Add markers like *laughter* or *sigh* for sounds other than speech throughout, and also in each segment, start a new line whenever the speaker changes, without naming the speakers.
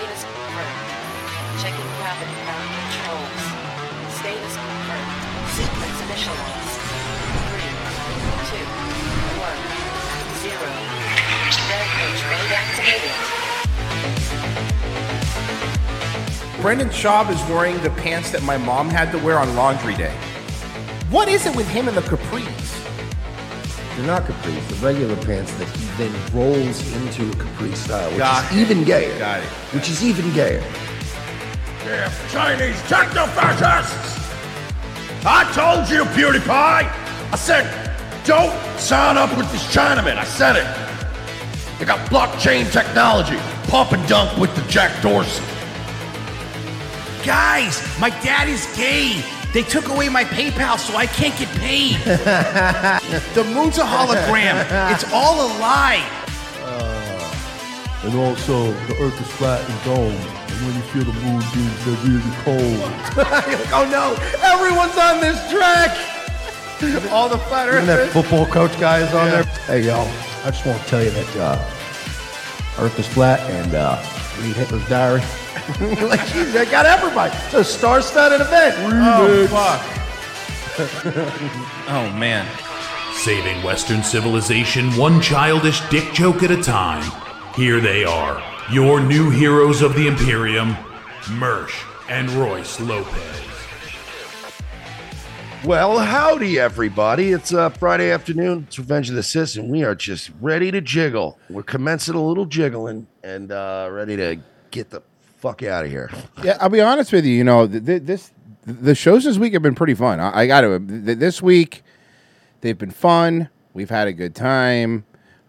confirmed. Checking gravity bound controls. Status confirmed. Sequence initialized. Three, two, one, zero. Damage mode activated.
Brendan Schaub is wearing the pants that my mom had to wear on laundry day. What is it with him and the capris?
They're not capris, the regular pants that he then rolls into a capri style, which
Got
is
it.
even gayer.
Got it.
Which is even gayer.
Damn Chinese techno fascists! I told you, PewDiePie! I said, don't sign up with this Chinaman. I said it. They got blockchain technology. Pump and dunk with the Jack Dorsey.
Guys, my dad is gay. They took away my PayPal, so I can't get paid. *laughs* the moon's
*laughs*
a hologram. It's all a lie.
Uh, And also, the earth is flat
*laughs*
and domed. And when you feel the moon beams, they're really cold.
*laughs* Oh no, everyone's on this track! All the flat
Even that
earthers.
football coach guy is on there. Hey, y'all, I just want to tell you that uh, Earth is flat and uh, read Hitler's diary. *laughs* like, geez, they got everybody. It's a star studded event.
Oh fuck.
Oh, man.
Saving Western civilization one childish dick joke at a time. Here they are, your new heroes of the Imperium, Mersh and Royce Lopez.
*laughs* Well, howdy, everybody. It's uh, Friday afternoon. It's Revenge of the Sis, and we are just ready to jiggle. We're commencing a little jiggling and uh, ready to get the fuck out of here.
Yeah, I'll be honest with you, you know, th- th- this the shows this week have been pretty fun. I, I gotta th- this week they've been fun. We've had a good time.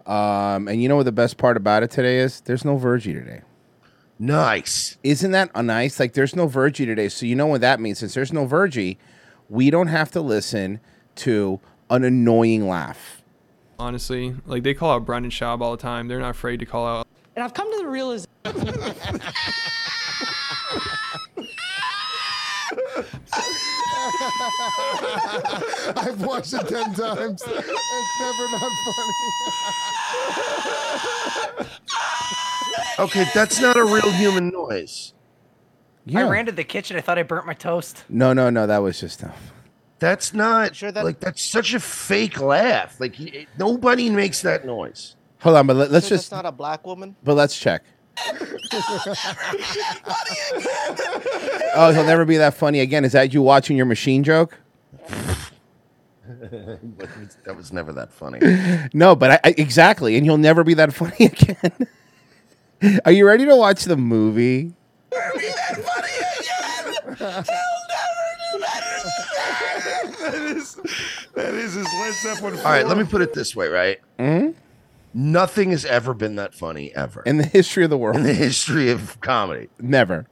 Um, and you know what the best part about it today is? There's no Virgie today.
Nice.
Isn't that a nice? Like, there's no Virgie today. So, you know what that means. Since there's no Virgie, we don't have to listen to an annoying laugh.
honestly. Like they call out Brendan Schaub all the time. They're not afraid to call out.
And I've come to the *laughs* realization.
*laughs* I've watched it 10 times. It's never not funny.
Okay, that's not a real human noise.
Yeah.
I ran to the kitchen. I thought I burnt my toast.
no, no, no. That was just uh, stuff.
That's not
Sure that-
like that's such a fake laugh. Like y- nobody makes that noise.
Hold on, but let, us
Sure
just.
that's not a black
*laughs*
woman.
but let's check. oh, he'll never be that funny again. Is that you watching your machine joke?
Like, it's- that was never that funny.
No, but I, I exactly, and you'll never be that *laughs* funny again. Are you ready to watch the movie?
All
*laughs*
right, let me put it this way, right? Nothing has ever been that funny ever in
Mm-hmm. In the history of the world,
the history of comedy.
never.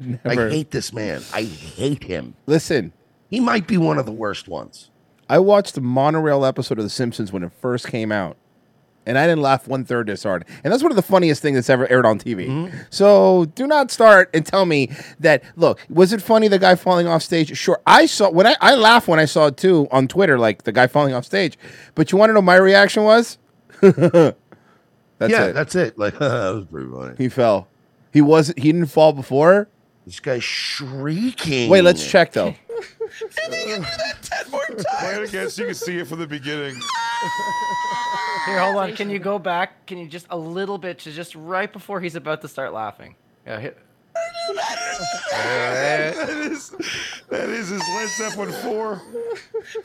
Never.
I hate this man. I hate him.
Listen,
He might be one of the worst ones.
I watched the monorail episode of The Simpsons when it first came out, and I didn't laugh one third as hard. And that's one of the funniest things that's ever aired on TV.
Mm-hmm.
So do not start and tell me that. Look, was it funny the guy falling off stage? Sure, I saw when I, I laughed when I saw it too on Twitter, like the guy falling off stage. But you want to know my reaction was? *laughs* that's
yeah,
it.
that's it. Like *laughs* that was pretty funny.
he fell. He was. He didn't fall before.
This guy's shrieking.
Wait, let's check though.
*laughs* Play it again so you can see it from the beginning.
*laughs*
*laughs*
Here, hold on. Can you go back? Can you just a little bit to just right before he's about to start laughing? Yeah, hit.
That is his Led Zeppelin 4.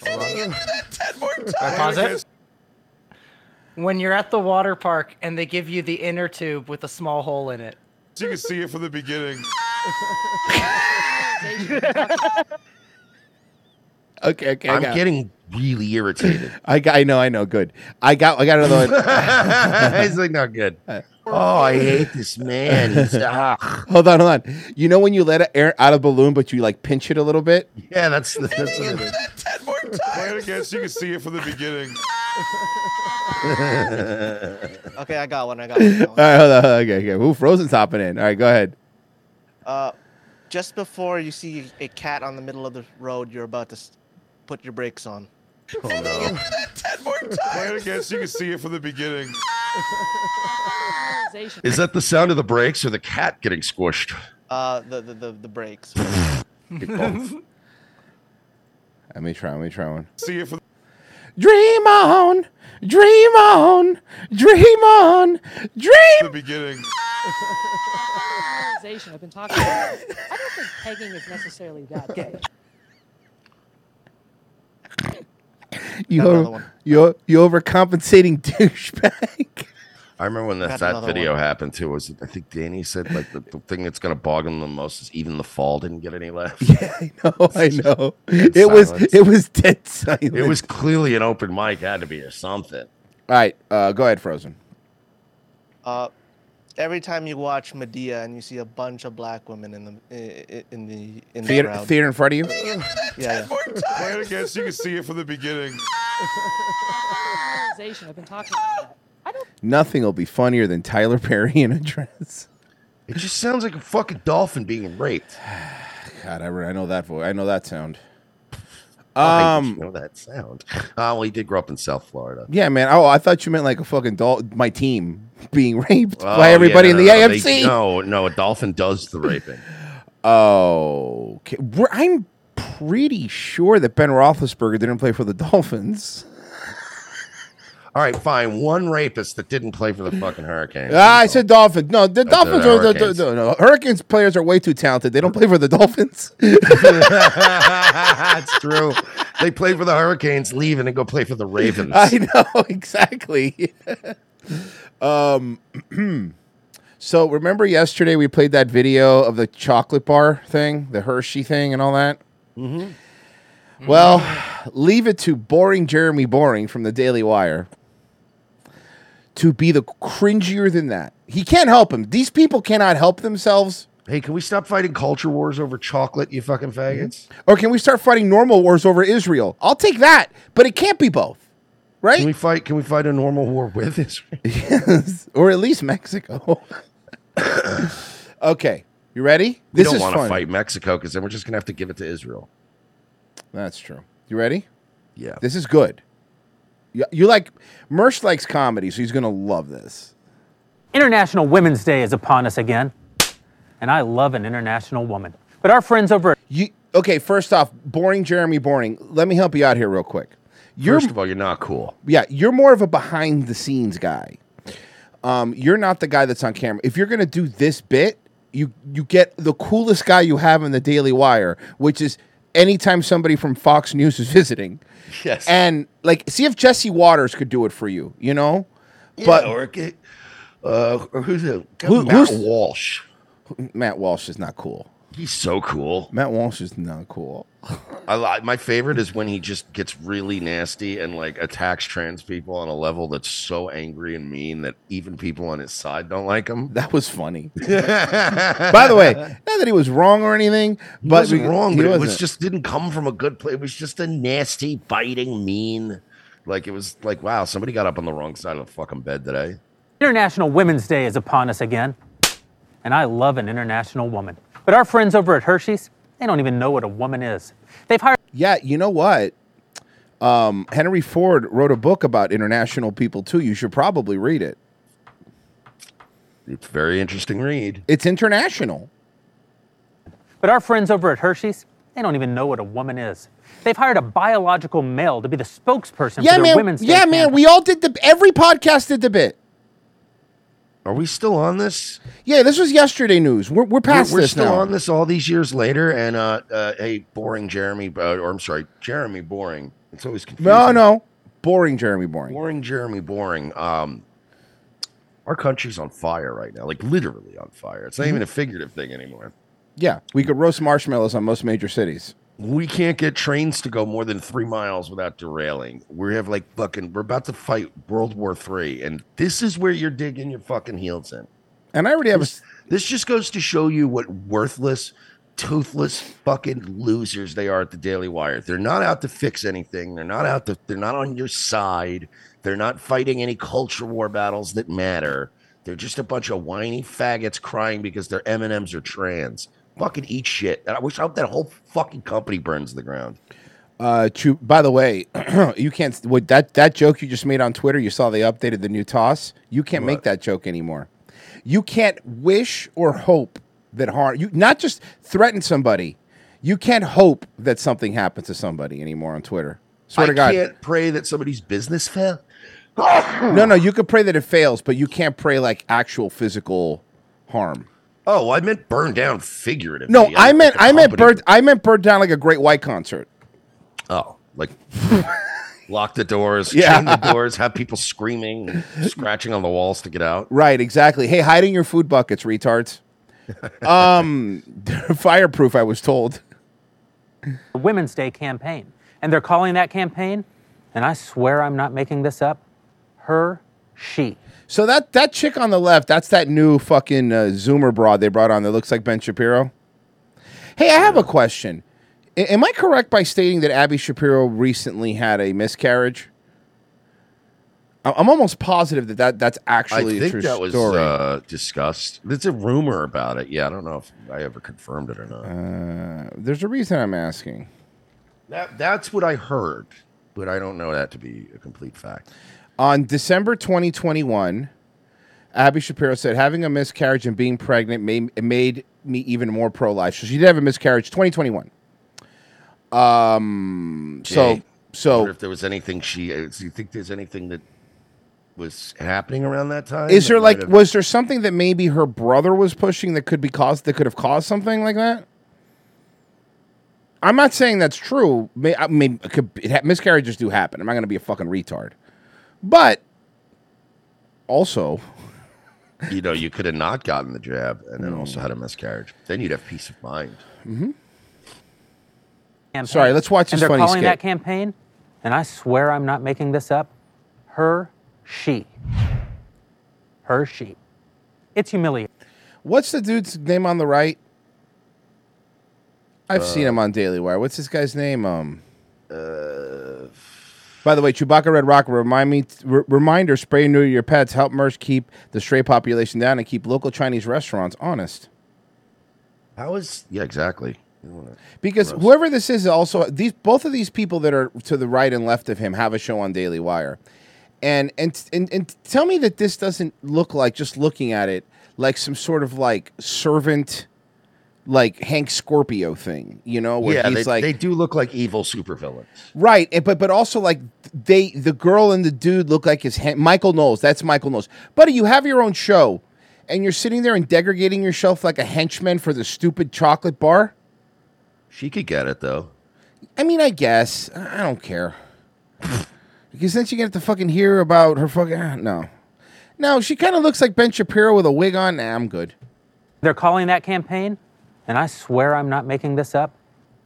Alright, pause it. When you're at the water park and they give you the inner tube with a small hole in it.
So you can see it from the beginning.
Okay, okay. I
I'm
got,
getting really irritated.
*laughs* I got. I know. I know. Good. I got. I got another one.
*laughs* He's like not good. Oh, I hate this man.
*laughs*
He's, ah.
Hold on, hold on. You know when you let it air out of balloon, but you like pinch it a little bit?
Yeah, that's that's what
*laughs*
it is.
Play it again so you can see it from the
*laughs*
beginning.
Okay, I *laughs* got one. I got one. I got
All
one.
right, hold on, hold on. Okay, okay. Ooh, Frozen's hopping in. All right, go ahead.
Uh, just before you see a cat on the middle of the road, you're about to s- put your brakes on.
*laughs*
Play it again so you can see it from the beginning.
Organization.
Is that the sound of the brakes or the cat getting squished?
Uh, the the the, the
*laughs*
brakes.
Let me try. Let me try one.
See you for.
Dream on, dream on, dream on, dream.
The beginning.
Organization. I've been talking about. it. I don't think pegging is necessarily that gay.
You over, you you overcompensating *laughs* douchebag.
I remember when
Got
that,
another
that video
one.
happened too. Was I think Danny said like the, the thing that's gonna bog him the most is even the fall didn't get any laughs.
*laughs* Yeah, I know, I know.
Dead
it was
silence.
it was dead silent.
It was clearly an open mic, had to be or something.
All right, uh, go ahead, Frozen.
Uh, every time you watch Medea and you see a bunch of black women in the i- i- in the in
Theater-
the crowd.
theater in front of you?
Yeah.
*laughs*
yeah.
Play it again so you can see it from the beginning.
Organization. I've been talking about. it.
Nothing will be funnier than Tyler Perry in a dress.
It just sounds like a fucking dolphin being raped.
God, I, re- I know that voice. I know that sound.
Oh, I
Um,
know that sound. *laughs* Uh, well, he did grow up in South Florida.
yeah, man. Oh, I thought you meant like a fucking doll. My team being *laughs* raped
Oh,
by
yeah,
everybody
no,
in the
no, no, they-
AMC.
no, no, a dolphin does the raping.
Oh, okay. We're- I'm pretty sure that Ben Roethlisberger didn't play for the Dolphins.
All right, fine. One rapist that didn't play for the
*laughs*
fucking Hurricanes.
Ah, I said Dolphins. No, the
Uh, the
Dolphins are the, the,
Hurricanes.
the- no, Hurricanes players are way too talented. They don't play for the Dolphins. *laughs*
it's true. They play for the Hurricanes, leave, and then go play for the Ravens.
*laughs* I know exactly. *laughs* um, *clears throat* so remember yesterday we played that video of the chocolate bar thing, the Hershey thing, and all that.
Mm-hmm.
Well, leave it to boring Jeremy Boring from the Daily Wire to be the cringier than that. He can't help him. These people cannot help themselves.
Hey, can we stop fighting culture wars over chocolate, you fucking faggots?
Mm-hmm. Or can we start fighting normal wars over Israel? I'll take that, but it can't be both, right? Can
we fight? Can we fight a normal war with Israel?
*laughs* yes, or at least Mexico. *coughs* okay, you ready?
We don't want to fight Mexico because then we're just gonna have to give it to Israel.
That's true. You ready?
Yeah.
This is good. You, you like Mersh likes comedy, so he's gonna love this.
International Women's Day is upon us again, and I love an international woman. But our friends over at
You okay? First off, boring Jeremy, boring. Let me help you out here real quick. You're,
First of all, you're not cool.
yeah, you're more of a behind the scenes guy. Um, you're not the guy that's on camera. If you're gonna do this bit, you you get the coolest guy you have in the Daily Wire, which is anytime somebody from Fox News is *laughs* visiting.
Yes.
And like, see if Jesse Waters could do it for you. You know,
Yeah, or get, uh, or who's it?
Who-
Matt
who's-
Walsh?
Matt Walsh is not cool.
He's so cool.
Matt Walsh is not
*laughs*
cool.
I li- my favorite is when he just gets really nasty and like attacks trans people on a level that's so angry and mean that even people on his side don't like him.
That was funny. By the way, not that he was wrong or anything,
He
but
wasn't
we-
wrong,
he
but it was
wasn't.
just didn't come from a good place. It was just a nasty, biting, mean. Like it was like, wow, somebody got up on the wrong side of the fucking bed today.
International Women's Day is upon us again, and I love an international woman. But our friends over at Hershey's, they don't even know what a woman is. They've hired
Yeah, you know what? Um, Henry Ford wrote a book about international people too. You should probably read it.
It's very interesting read.
It's international.
But our friends over at Hershey's, they don't even know what a woman is. They've hired a biological male to be the spokesperson
yeah,
for their
man.
women's
yeah,
day
man. We all did the every podcast did the bit.
Are we still on this?
Yeah, this was yesterday news. We're we're
We're,
past
we're
this
still
now.
on this all these years later. And uh, uh hey, boring Jeremy, uh, or I'm sorry, Jeremy Boring. It's always confusing.
no, no. Boring Jeremy Boring.
Boring Jeremy Boring. Um, our country's on fire right now, like literally on fire. It's not even a figurative thing anymore.
Yeah, Mm-hmm. we could roast marshmallows on most major cities.
we can't get trains to go more than three miles without derailing. We have like fucking, we're about to fight World War Three, and this is where you're digging your fucking heels in.
And I already have. A...
This, this just goes to show you what worthless, toothless fucking losers they are at the Daily Wire. They're not out to fix anything. They're not out to. They're not on your side. They're not fighting any culture war battles that matter. They're just a bunch of whiny faggots crying because their M and M's are trans. Fucking eat shit. And I wish I hope that whole fucking company burns to the ground.
Uh, Chu- by the way, *clears throat* you can't. What that that joke you just made on Twitter? You saw they updated the new toss. You can't make that joke anymore. You can't wish or hope that harm you not just threaten somebody. You can't hope that something happens to somebody anymore on Twitter. Swear
I
to God.
can't pray that somebody's business fell.
no, no, you could pray that it fails, but you can't pray like actual physical harm.
Oh, I meant burn down figuratively.
No, I meant I meant bird I meant bird down like a great white concert.
Oh, like *laughs* lock the doors,
Yeah.
chain the doors, have people screaming, and scratching on the walls to get out.
Right, exactly. Hey, hide in your food buckets,
*laughs*
retards. um *laughs* fireproof, I was told.
the Women's Day campaign. And they're calling that campaign, and I swear I'm not making this up, her she.
So that that chick on the left, that's that new fucking uh, Zoomer broad they brought on that looks like Ben Shapiro. Hey, I have a question. A- am I correct by stating that Abby Shapiro recently had a miscarriage? I- I'm almost positive that, that that's actually
I
a
think
true
that was
story.
uh, discussed. There's a rumor about it. Yeah, I don't know if I ever confirmed it or not.
Uh, there's a reason I'm asking.
That that's what I heard, but I don't know that to be a complete fact.
On December 2021, Abby Shapiro said, having a miscarriage and being pregnant made, it made me even more pro life. So she did have a miscarriage 2021. Um, so,
Jay, I
so
wonder if there was anything she, uh, do you think there's anything that was happening around that time?
is
that
there
might
like,
have-
was there something that maybe her brother was pushing that could be caused, that could have caused something like that? I'm not saying that's true. May, I mean, it could, it, ha- miscarriages do happen. I'm not going to be a fucking retard. But also,
you know, you could have not gotten the jab and then also had
Hmm.
a miscarriage. Then you'd have peace of mind.
Mm-hmm.
Campaign.
Sorry, let's watch this
And they're
funny
calling
skit.
that campaign, and I swear I'm not making this up, her she. Her she. It's humiliating.
What's the dude's name on the right? I've seen him on Daily Wire. What's this guy's name? Um.
Uh,
By the way, Chewbacca Red Rock remind me r- reminder: spray neuter your pets. Help MERS keep the stray population down and keep local Chinese restaurants honest.
How is yeah exactly? You don't wanna-
Because whoever this is, also these both of these people that are to the right and left of him have a show on Daily Wire, and and and, and tell me that this doesn't look like just looking at it like some sort of like servant, like Hank Scorpio thing, you know, where
yeah,
he's
they,
like
they do look like evil supervillains.
Right, and, but but also like they the girl and the dude look like his hand, Michael Knowles. That's Michael Knowles, buddy. You have your own show, and you're sitting there and degrading yourself like a henchman for the stupid chocolate bar.
She could get it though.
I mean, I guess I I don't care because then she gonna have to fucking hear about her fucking ah, no, no. She kind of looks like Ben Shapiro with a wig on. Nah, I'm good.
They're calling that campaign, and I swear I'm not making this up,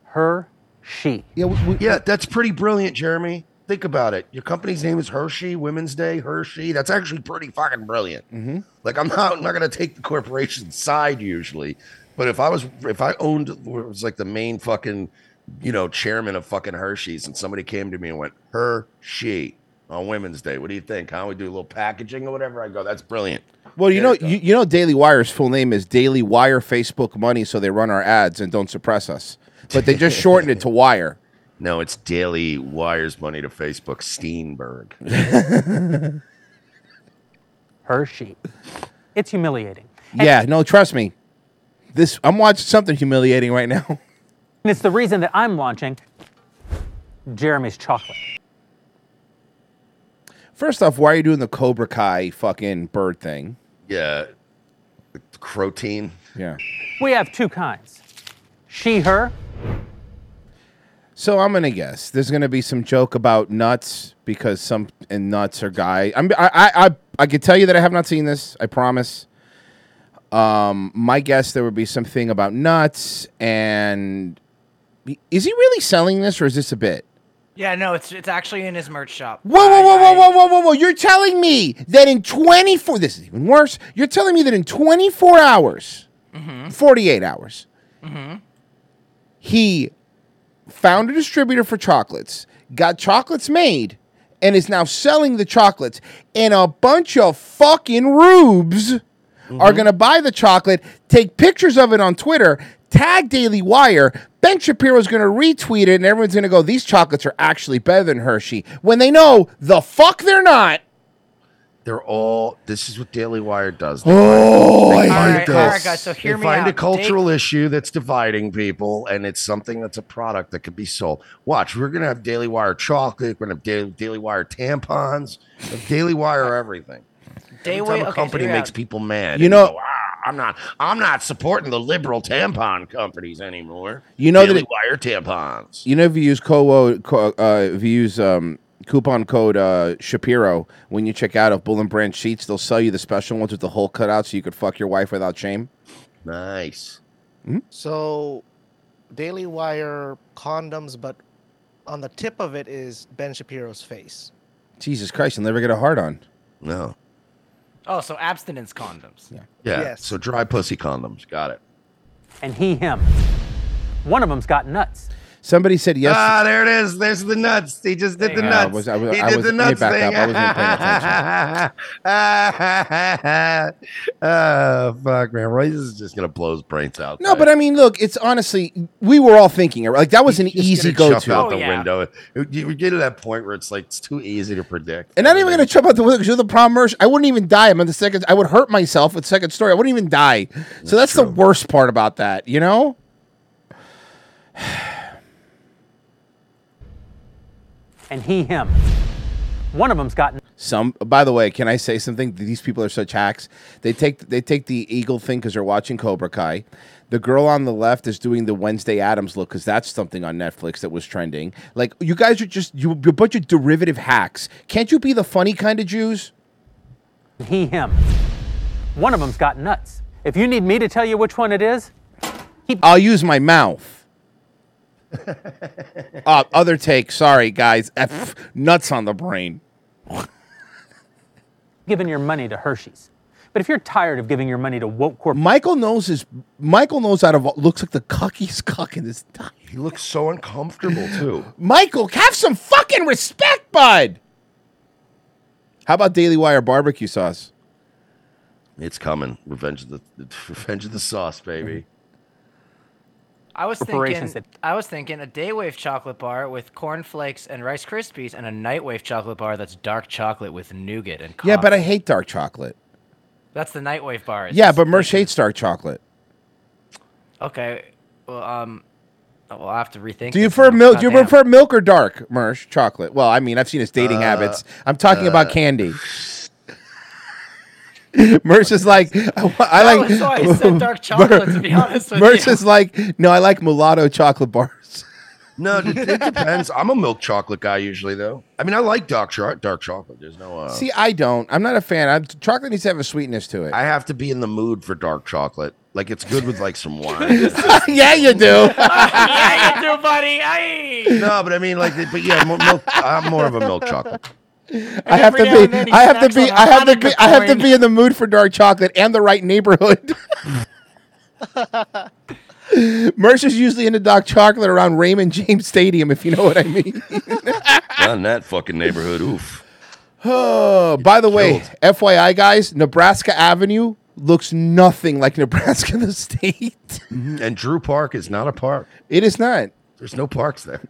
her she.
Yeah,
yeah, that's pretty brilliant, Jeremy. Think about it. Your company's name is Hershey Women's Day. Hershey. That's actually pretty fucking brilliant.
Mhm.
Like I'm not, I'm not gonna take the corporation side usually, but if I was if I owned it was like the main fucking you know chairman of fucking Hershey's and somebody came to me and went Hershey on Women's Day. What do you think? How we do a little packaging or whatever? I go, that's brilliant.
Well, you know, you, you know, Daily Wire's full name is Daily Wire Facebook Money, so they run our ads and don't suppress us. But they just shortened it to Wire.
No, it's daily wires money to Facebook *laughs* Steenberg.
Her she. It's humiliating.
Yeah, no, trust me. This I'm watching something humiliating right now. *laughs*
And it's the reason that I'm launching Jeremy's Chocolate.
First off, why are you doing the Cobra Kai fucking bird thing?
Yeah, Crotein.
Yeah.
We have two kinds she, her.
So I'm gonna guess there's gonna be some joke about nuts because some and nuts are guy. I'm I I I, I could tell you that I have not seen this. I promise. Um, my guess there would be something about nuts and is he really selling this or is this a bit?
Yeah, no, it's it's actually in his merch shop.
Whoa, whoa, whoa, whoa, whoa, whoa, whoa, whoa. You're telling me that in 24, this is even worse. You're telling me that in 24 hours, 48 hours,
Mm-hmm.
he found a distributor for chocolates, got chocolates made, and is now selling the chocolates. And a bunch of fucking rubes are going to buy the chocolate, take pictures of it on Twitter, tag Daily Wire. Ben Shapiro's going to retweet it, and everyone's going to go, These chocolates are actually better than Hershey. When they know the fuck they're not.
They're all. This is what Daily Wire does.
Oh,
They
I
find
hate
a-
this. All
right, guys, so hear
they
me
find a
out.
cultural issue that's dividing people, and it's something that's a product that could be sold. Watch, we're gonna have Daily Wire chocolate. We're gonna have Daily, Daily Wire tampons. Daily Wire everything.
Day
Every
way,
time a
okay,
company
hear me
makes
out.
people mad,
You
and
know-
go, "Ah, I'm not. I'm not supporting the liberal tampon companies anymore.
You know that
Daily
it-
Wire tampons.
You know, if you use co- co- uh, if you use um, coupon code uh, Shapiro when you check out of Bull and Branch sheets, they'll sell you the special ones with the hole cut out, so you could fuck your wife without shame.
Nice.
Hmm?
So, Daily Wire condoms, but on the tip of it is Ben Shapiro's face.
Jesus Christ, you'll never get a hard on.
No.
Oh, so abstinence condoms. Yeah.
Yeah.
Yes.
So dry pussy condoms. Got it.
And he, him. One of them's got nuts.
Somebody
*laughs*
said yes.
Ah, there it is. There's the nuts. He just did the
Yeah, I
nuts.
was- I was-
he
I
did
was-
the
let me
nuts
back up.
thing.
I wasn't
*laughs*
*laughs*
oh fuck, man! Royce is just gonna blow his brains out.
No, but I mean, look, it's honestly, we were all thinking like that was an easy go
Jump out
to.
the window. You you get to that point where it's like it's too easy to predict.
And not even gonna jump out the window because you're the prom merch. I wouldn't even die. I'm on the second. I would hurt myself with second story. I wouldn't even die. so that's the worst part about that. You know.
And he, him. One of them's got
Some, by the way, can I say something? These people are such hacks. They take they take the eagle thing because they're watching Cobra Kai. The girl on the left is doing the Wednesday Adams look because that's something on Netflix that was trending. Like you guys are just you, you're a bunch of derivative hacks. Can't you be the funny kind of Jews?
he, him. One of them's got nuts. If you need me to tell you which one it is,
I'll use my mouth. *laughs* uh, other take. Sorry, guys. F, nuts on the brain.
giving your money to Hershey's. But if you're tired of giving your money to woke corp,
Michael knows his. Michael knows out of all- looks like the *laughs* cuckiest cuck in this. time.
He looks so
*laughs*
uncomfortable too.
Michael, have some fucking respect, bud. How about Daily Wire barbecue sauce?
It's coming. Revenge of the *laughs* Revenge of the Sauce, baby.
I was
Corporations
thinking. I was thinking a day wave chocolate bar with corn flakes and rice krispies, and a night wave chocolate bar that's dark chocolate with nougat and.
Yeah, but I hate dark chocolate.
That's the night wave bar.
Yeah, but Mersh hates dark chocolate.
Okay. Well, um, we'll have to rethink.
Do you
this
prefer
now.
milk? Do you
Goddamn.
prefer milk or dark, Mersh? Chocolate. Well, I mean, I've seen his dating
Uh,
habits. I'm talking about
uh,
*laughs*
candy. *laughs* Mersh is like, *laughs* I, wa- I
That
like.
was why I said
*laughs*
dark chocolate, to be honest with
Mersh
you.
is like, no, I like mulatto chocolate bars.
No, it, it depends. I'm a milk chocolate guy usually, though. I mean, I like dark cho- dark chocolate. There's no. Uh,
See, I don't. I'm not a fan. I'm, chocolate needs to have a sweetness to it.
I have to be in the mood for dark chocolate. Like it's good with like some wine.
*laughs* yeah, you
*laughs*
do.
yeah, you do, buddy. Aye.
no, but I mean, like, but yeah, mo- milk, I'm more of a milk chocolate.
I have to
every now and
be.
then he
I have to
snacks
be.
on
I have to
Hanukkah
be. I have to
coin.
be in the mood for dark chocolate and the right
*laughs*
neighborhood. *laughs* Mercer's usually into dark chocolate around Raymond James Stadium, if you know what I mean. *laughs*
Not in that fucking neighborhood. Oof.
oh, *sighs* by the way, FYI, guys, Nebraska Avenue looks nothing like *laughs* Nebraska the state.
Mm-hmm. And Drew Park is not a park.
It is not. Mm-hmm.
There's no parks there.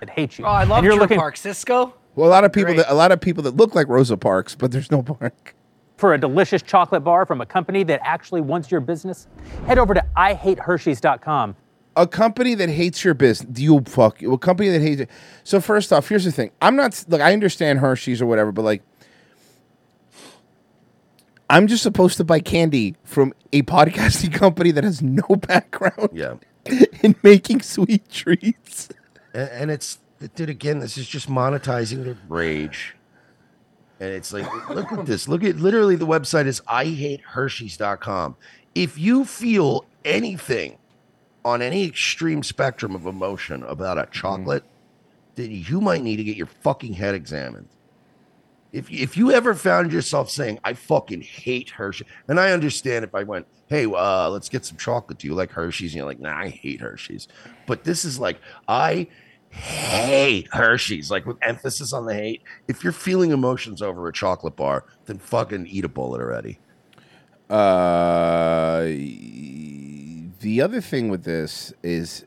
I'd hate you.
Oh, I love
and you're
Drew
looking
Park. Cisco.
Well, a lot of people that a lot of people that look like Rosa Parks, but there's no *laughs* park.
for a delicious chocolate bar from a company that actually wants your business, head over to IHateHershey's.com.
a company that hates your business. Do you fuck a company that hates it? So first off, here's the thing. I'm not like I understand Hershey's or whatever, but like I'm just supposed to buy candy from a podcasting *laughs* company that has no background
Yeah.
*laughs* in making sweet treats.
And, and it's, dude, again, this is just monetizing their rage. And it's like, look at this. Look at literally the website is I hate Hershey's.com. If you feel anything on any extreme spectrum of emotion about a chocolate, then you might need to get your fucking head examined. If, if you ever found yourself saying, I fucking hate Hershey, and I understand if I went, hey, uh, let's get some chocolate. Do you like Hershey's? And you're like, nah, I hate Hershey's. But this is like, I hate Hershey's, like with emphasis on the hate. If you're feeling emotions over a chocolate bar, then fucking eat a bullet already.
Uh, the other thing with this is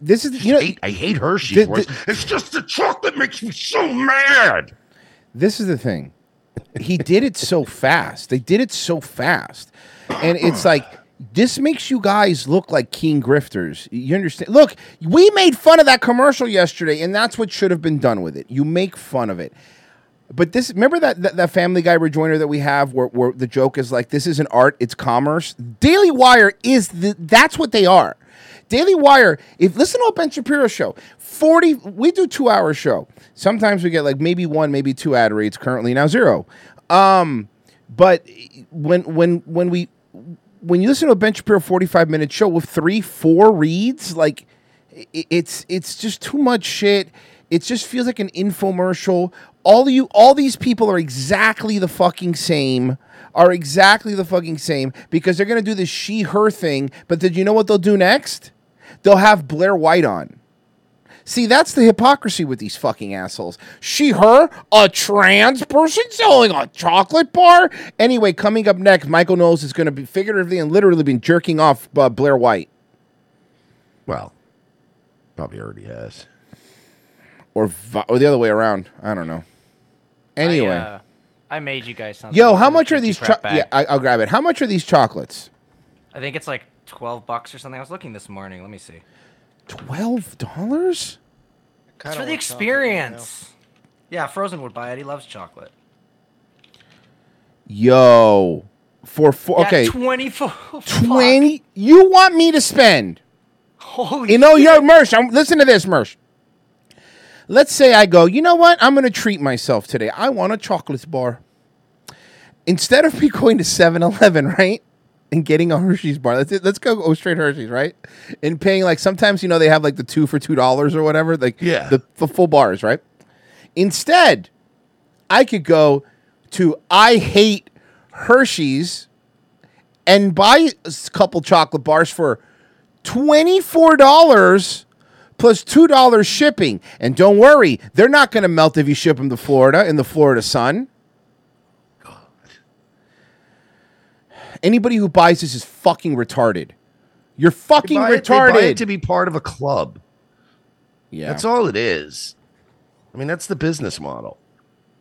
this is you know
I hate Hershey's.
Th-
worse.
th-
it's just the chocolate makes me so mad.
This is the thing. he did it so fast. They did it so fast. And
*clears throat*
it's like this makes you guys look like keen grifters. You understand? Look, we made fun of that commercial yesterday, and that's what should have been done with it. You make fun of it. But this, remember that, that that Family Guy rejoinder that we have, where, where the joke is like, "This isn't art, it's commerce." Daily Wire is the, that's what they are. Daily Wire. If listen to a Ben Shapiro show, forty we do two hour show. Sometimes we get like maybe one, maybe two ad rates. Currently now zero. Um, but when when when we when you listen to a Ben Shapiro forty five minute show with three four reads, like i- it's it's just too much shit. It just feels like an infomercial. All you, all these people are exactly the fucking same. Are exactly the fucking same because they're gonna do this she/her thing. But did you know what they'll do next? They'll have Blair White on. See, that's the hypocrisy with these fucking assholes. She, her, a trans person selling a chocolate bar. Anyway, coming up next, Michael Knowles is going to be figuratively and literally been jerking off uh, Blair White.
Well, probably already has.
Or, vi- or the other way around. I don't know. Anyway,
I, uh, I made you guys something.
yo, how much are
Cookie
these? Cho-
crap bag.
yeah, I, I'll grab it. How much are these chocolates?
I think it's like twelve bucks or something. I was looking this morning. Let me see.
Twelve dollars?
It's for the experience. Yeah, Frozen would buy it. He loves chocolate.
Yo, for four.
Yeah,
okay,
24.
twenty. You want me to spend?
*laughs* Holy
You know, yo, Mersh, I'm, listen to this, Mersh. Let's say I go, you know what? I'm going to treat myself today. I want a chocolate bar. Instead of me *laughs* going to 7 Eleven, right? And getting a Hershey's bar. Let's, let's go, go straight Hershey's, right? And paying like sometimes, you know, they have like the two for $2 or whatever, like yeah. the, the full bars, right? Instead, I could go to I hate Hershey's and buy a s- couple chocolate bars for $24 plus $2 shipping. And don't worry, they're not going to melt if you ship them to Florida in the Florida sun. Anybody who buys this is fucking retarded. You're fucking
buy it- they buy
retarded.
it to be part of a club.
Yeah.
That's all it is. I mean, that's the business model.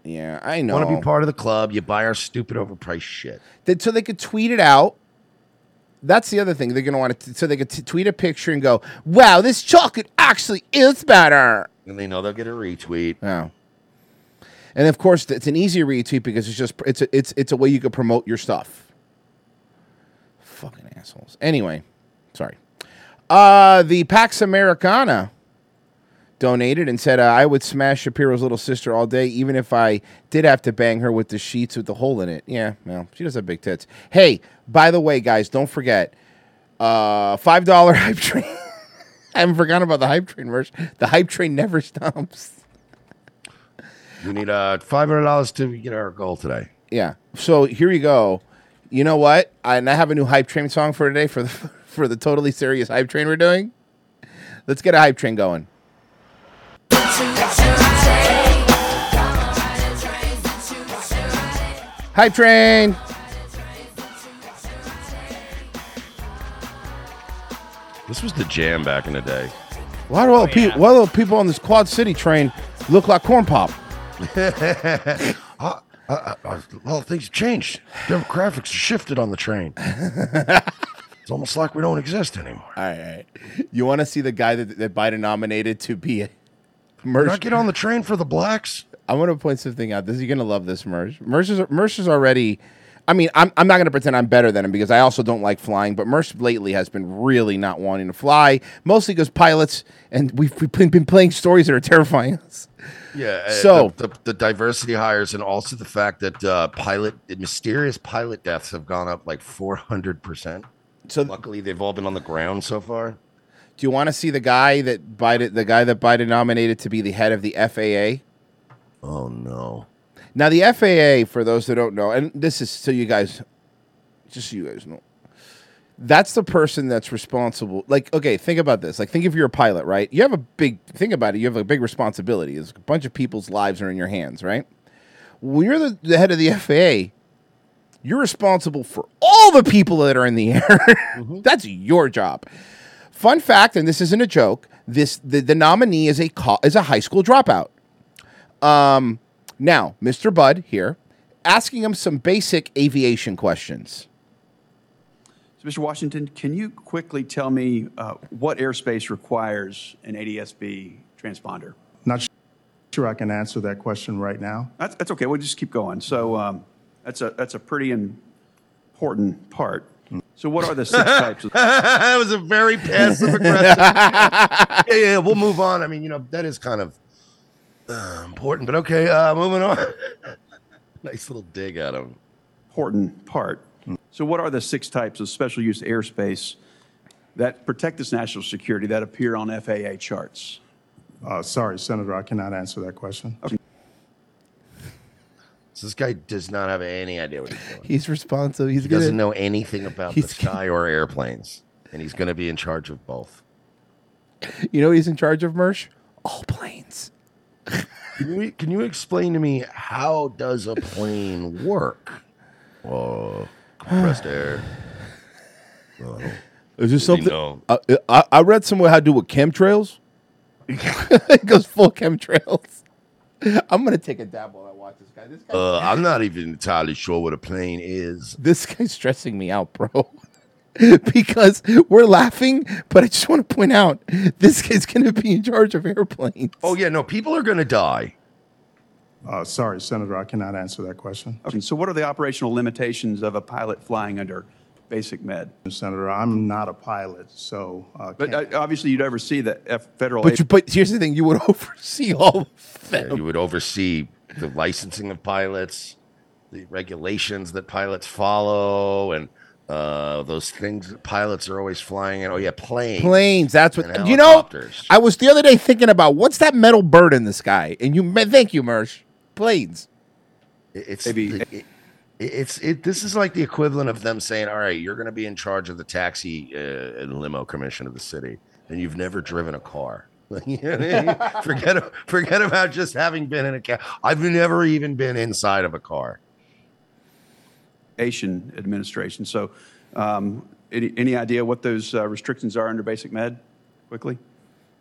Yeah, I
Want to
know.
be part of the club? You buy our stupid overpriced shit.
That- so they could tweet it out. That's the other thing. They're going to want to, so they could t- tweet a picture and go, wow, this chocolate actually is better.
And they know they'll get a retweet.
Oh. And of course, it's an easy retweet because it's just it's a, it's it's a way you could promote your stuff. Fucking assholes. Anyway, sorry. Uh, the Pax Americana donated and said uh, I would smash Shapiro's little sister all day, even if I did have to bang her with the sheets with the hole in it. Yeah, well, she does have big tits. Hey, by the way, guys, don't forget uh, five dollar *laughs* hype train. I haven't forgotten about the hype train merch. The hype train never stops.
We need uh, five hundred dollars to get our goal today.
Yeah. So here you go. You know what? I, and I have a new hype train song for today for the *laughs* for the totally serious hype train we're doing. Let's get a hype train going. Hype train.
This was the jam back in the day.
Why do all the people? Why do all the people on this Quad City train look like corn pop?
*laughs* uh, uh, uh, well, things have changed. Demographics shifted on the train. it's almost like we don't exist anymore.
All right, all right. *laughs* You want to see the guy that, that Biden nominated to be
Did
merch?
I get on the train for the blacks?
I want to point something out. This you're gonna love this merch. Merch is, merch is already. I mean, I'm, I'm not gonna pretend I'm better than him because I also don't like flying. But merch lately has been really not wanting to fly, mostly because pilots and we've, we've been been playing stories that are terrifying us.
Yeah. uh,
So-
the, the, the diversity hires, and also the fact that uh, pilot the mysterious pilot deaths have gone up like four hundred percent.
So
luckily, they've all been on the ground so far.
Do you want to see the guy that Biden, the guy that Biden nominated to be the head of the FAA?
Oh no!
Now the FAA, for those that don't know, and this is so you guys, just so you guys know, that's the person that's responsible. Like, okay, think about this. Like, think if you're a pilot, right? You have a big think about it. You have a big responsibility. There's a bunch of people's lives are in your hands, right? When you're the, the head of the FAA, you're responsible for all the people that are in the *laughs* air. That's your job. Fun fact, and this isn't a joke. This the, the nominee is a co- is a high school dropout. Um, now, Mr. Bud here asking him some basic aviation questions.
So, Mr. Washington, can you quickly tell me uh, what airspace requires an ADS-B transponder?
Not sure I can answer that question right now.
That's, that's okay. We'll just keep going. So um, that's a that's a pretty important part. So what are the
*laughs*
six types? Of-
that was a very passive *laughs* aggressive. yeah, yeah, we'll move on. I mean, you know, that is kind of uh, important, but okay, uh, moving on. nice little dig at him.
important part. So, what are the six types of special use airspace that protect this national security that appear on FAA charts?
Uh, sorry, Senator, I cannot answer that question.
So this guy does not have any idea what he's doing.
He's responsive. He's
he
good
doesn't
at-
know anything about the
He's-
sky or airplanes, and he's going to be in charge of both.
You know what he's in charge of, Mersh? All *laughs* planes.
Can you, can you explain to me how does a plane work? Oh, compressed air. Oh.
Is this
Really
something?
know.
I, I, I read somewhere how to do with chemtrails. *laughs* it goes full chemtrails. I'm gonna take a dab while I watch this guy. This *laughs* guy,
Uh, I'm not even entirely sure what a plane is.
this guy's stressing me out, bro. *laughs* because we're laughing, but I just want to point out this guy's gonna be in charge of airplanes.
Oh yeah, no, people are going to die.
Uh, sorry, Senator, I cannot answer that question.
Okay, so, what are the operational limitations of a pilot flying under basic med?
Senator, I'm not a pilot, so. Uh,
But uh, obviously, you'd oversee the F- federal.
But you, but here's the thing: you would *laughs* oversee all of
Yeah,
them.
you would oversee the licensing of pilots, the regulations that pilots follow, and uh, those things that pilots are always flying in. Oh yeah, planes.
Planes. That's what
and
you know.
helicopters.
I was the other day thinking about what's that metal bird in the sky, and you ma- thank you, Mersh. Planes.
It- It's the- it- it's it. This is like the equivalent of them saying, "All right, you're going to be in charge of the taxi uh, and limo commission of the city, and you've never driven a car." *laughs* You know what I *laughs* mean? forget forget about just having been in a car. I've never even been inside of a car.
Asian administration. So, um, any, any idea what those uh, restrictions are under basic med? Quickly.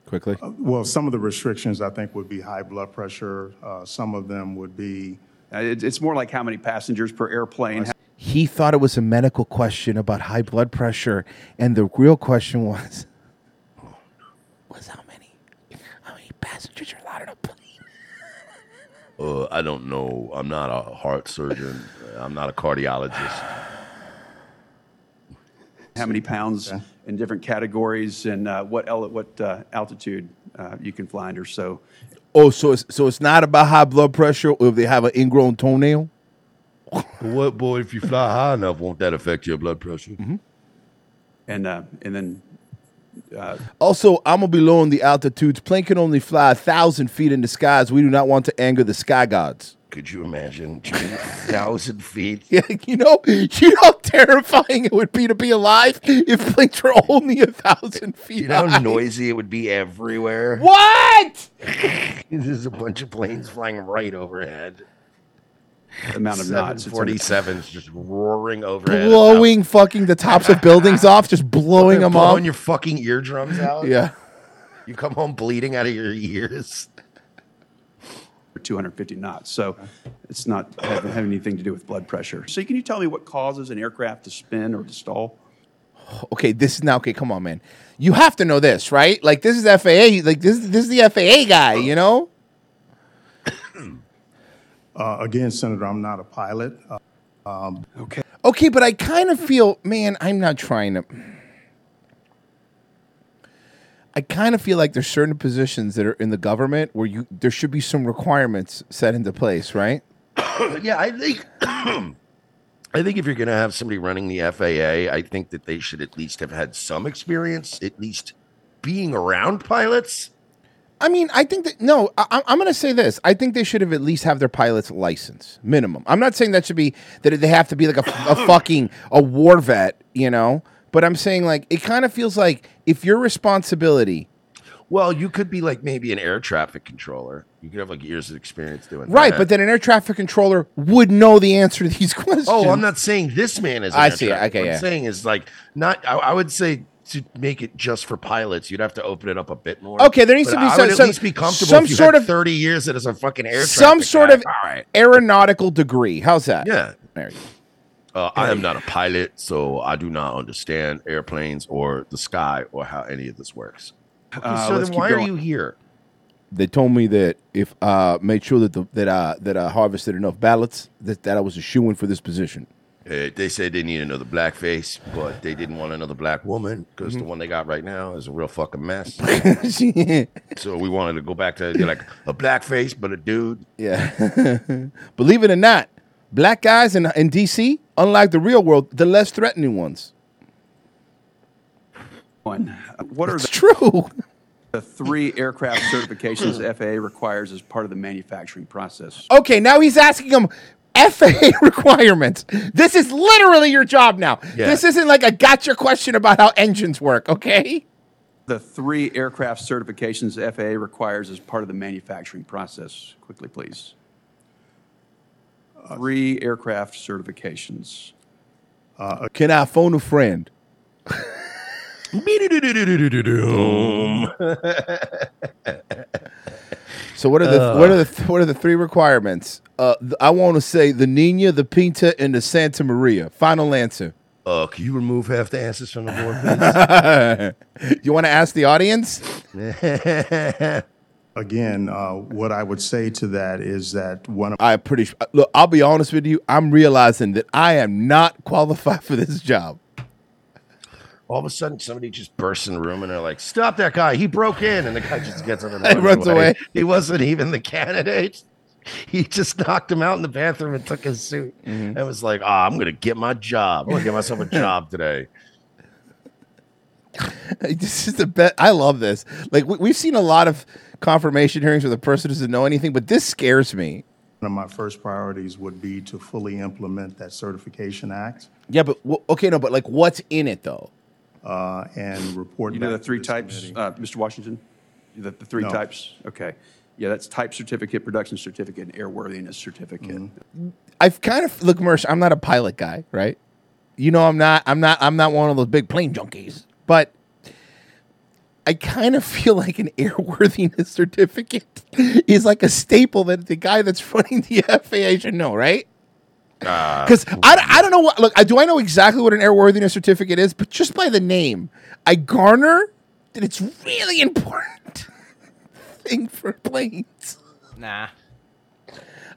Quickly.
uh, Well, some of the restrictions I think would be high blood pressure. Uh, some of them would be.
Uh, it's more like how many passengers per airplane.
He thought it was a medical question about high blood pressure, and the real question was, was how many how many passengers are allowed in a plane?
Uh, I don't know. I'm not a heart surgeon. I'm not a cardiologist.
how many pounds in different categories and uh, what ele- what uh, altitude uh, you can fly under. So
Oh, so it's, so it's not about high blood pressure or if they have an ingrown toenail.
what boy? If you fly high enough, won't that affect your blood pressure?
and uh, and then uh,
Also, I'm gonna be low on the altitudes. Plane can only fly a thousand feet in the skies. We do not want to anger the sky gods. *laughs*
Could you imagine thousand feet?
Yeah, you know, *laughs* you know how terrifying it would be to be alive if planes were only a thousand *laughs* feet.
You know
high.
how noisy it would be everywhere.
*laughs* What?
*laughs* There's a bunch of planes flying right overhead.
The amount of knots, it's under-
47s just roaring overhead.
blowing fucking the tops of buildings off, just blowing them
blowing
off.
your fucking eardrums out. *coughs*
Yeah.
You come home bleeding out of your ears.
250 knots. So it's not have, have anything to do with blood pressure. So can you tell me what causes an aircraft to spin or to stall?
okay, this is now okay. Come on, man. You have to know this, right? Like this is FAA. Like this, this is the FAA guy. You know.
Uh, again, Senator, I'm not a pilot. Uh, um,
okay.
Okay, but I kind of feel, man, I'm not trying to. I kind of feel like there's certain positions that are in the government where you there should be some requirements set into place, right?
yeah, I think *clears throat* I think if you're gonna have somebody running the FAA, I think that they should at least have had some experience, at least being around pilots.
I mean, I think that no, I, I'm going to say this. I think they should have at least have their pilot's license minimum. I'm not saying that should be that they have to be like a, a
*coughs*
fucking a war vet, you know. But I'm saying like it kind of feels like if your responsibility,
Well, you could be like maybe an air traffic controller. You could have like years of experience doing
right?
that.
But then an air traffic controller would know the answer to these *laughs* questions.
Oh, I'm not Oh, saying this man is. an
I
air
see.
traffic.
Okay,
What
yeah.
I'm saying is like not. I, I would say to make it just for pilots, you'd have to open it up a bit more.
Okay, there needs to
But
be
I
some-
would at
some-
least be comfortable
some
if you
sort
had
of-
thirty years as a fucking air.
Some
traffic
sort
guy.
of aeronautical degree. How's that?
Yeah.
There you go.
Uh, I am not a pilot, so I do not understand airplanes or the sky or how any of this works. Okay,
Uh,
so
let's
then
keep
why are
going.
you here?
They told me that if I made sure that the, that I that I harvested enough ballots, that, that I was a shoe in for this position.
Uh, they said they need another black face, but they didn't want another black woman because the
Mhm.
one they got right now is a real fucking
*laughs*
mess.
Yeah.
so we wanted to go back to they're like a black face, but a dude.
Believe it or not, black guys in in DC, unlike the real world, the less threatening ones.
One. What are the,
true?
the three aircraft certifications the FAA requires as part of the manufacturing process?
Okay, now he's asking them FAA requirements. This is literally your job now.
Yeah.
This isn't like a gotcha question about how engines work, okay?
The three aircraft certifications the FAA requires as part of the manufacturing process. Quickly, please. Three aircraft certifications.
uh,
Can I phone a friend? So what are the
Ugh.
what are the what are the three requirements? Uh, th- I want to say the Nina, the Pinta, and the Santa Maria. Final answer.
Uh, can you remove half the answers from the board,
*laughs* you want to ask the audience?
*laughs* Again, uh, what I would say to that is that one of
I pretty sh- look. I'll be honest with you. I'm realizing that I am not qualified for this job.
*laughs*
*laughs*
All of a sudden, somebody just bursts in the room and they're like, "Stop that guy! He broke in!" And the guy just gets up and
And runs away.
He wasn't even the candidate. *laughs* He just knocked him out in the bathroom and took his suit.
Mm-hmm.
And was like, "Ah, I'm gonna get my job. I'm gonna
*laughs*
get myself a job today."
this is the best. I love this. Like we- we've seen a lot of confirmation hearings where the person doesn't know anything, but this scares me.
One of my first priorities would be to fully implement that Certification Act
Yeah, but wh- okay, no, but like what's in it though?
uh, and report
You know the
back to
three
this
types,
committee.
uh, Mr. Washington? The, the three
No.
types? Okay. Yeah, that's type certificate, production certificate, and airworthiness certificate.
Mm-hmm.
I've kind of look, Mersh. I'm not a pilot guy, right? You know, I'm not. I'm not. I'm not one of those big plane junkies. But I kind of *laughs* feel like an airworthiness *laughs* certificate is like a staple that the guy that's running the *laughs* FAA should know, right? Because I, I don't know what look I do I know exactly what an airworthiness certificate is, but just by the name, I garner that it's really important *laughs* thing for planes.
Nah.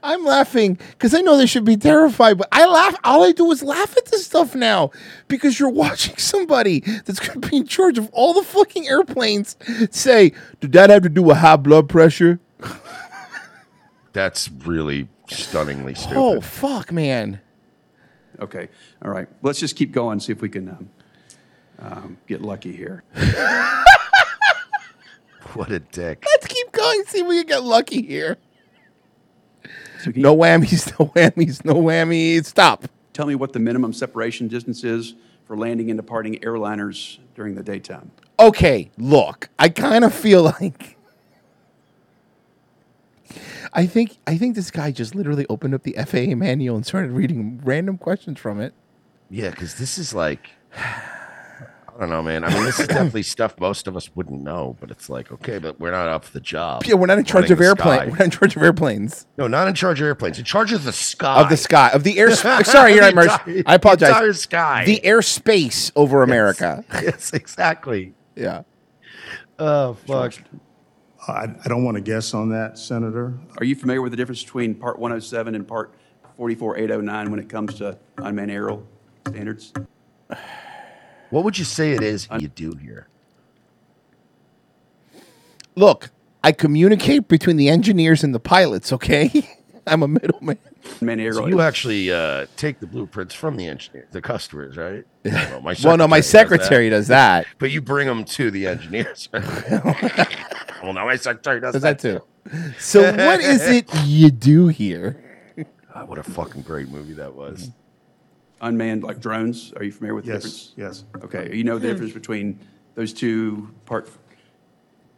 I'm laughing because I know they should be terrified, but I laugh. All I do is laugh at this stuff now because you're watching somebody that's going to be in charge of all the fucking airplanes say, "Did that have to do with high blood pressure?"
That's really stunningly stupid.
Oh
*laughs*
fuck, man! *laughs*
Okay. All right. Let's just keep going, see if we can um, um, get lucky here.
*laughs* what a dick.
Let's keep going. See if we can get lucky here. No whammies, *laughs* no whammies, no whammies. Stop.
Tell me what the minimum separation distance is for landing and departing airliners during the daytime.
Okay, look, I kind of feel like I think I think this guy just literally opened up the FAA manual and started reading random questions from it.
Yeah, because this is like, I don't know, man. I mean,
*laughs*
this is definitely stuff most of us wouldn't know, but it's like, okay, but we're not up for the job.
Yeah, we're not in charge
Running
of
the
airplane.
sky.
We're not in charge of airplanes.
*laughs* No, not in charge of airplanes. In charge of the sky.
Of the sky, of
*laughs*
the air. Sorry, you're right,
The
Mersh.
entire-
I apologize.
The entire sky.
The airspace over America.
*laughs* yes, exactly.
Yeah.
Oh fuck.
I, I don't want to guess on that, Senator.
Are you familiar with the difference between Part 107 and Part 44809 when it comes to unmanned aerial standards?
*sighs* What would you say it is you do here?
Look, I communicate between the engineers and the pilots. Okay, *laughs* I'm a middleman.
Man,
*laughs*
so you actually uh, take the blueprints from the engineer, the
*laughs*
customers, right? Well, my
Well, no, my secretary does that.
*laughs* But you bring them to the engineers.
*laughs*
well, no, my secretary does,
Does
that,
that too? So what is
*laughs*
it you do here?
God, Uh, what a fucking great movie that was.
Unmanned like drones. Are you familiar with the
Yes,
difference?
yes.
Okay. You know the difference between those two, Part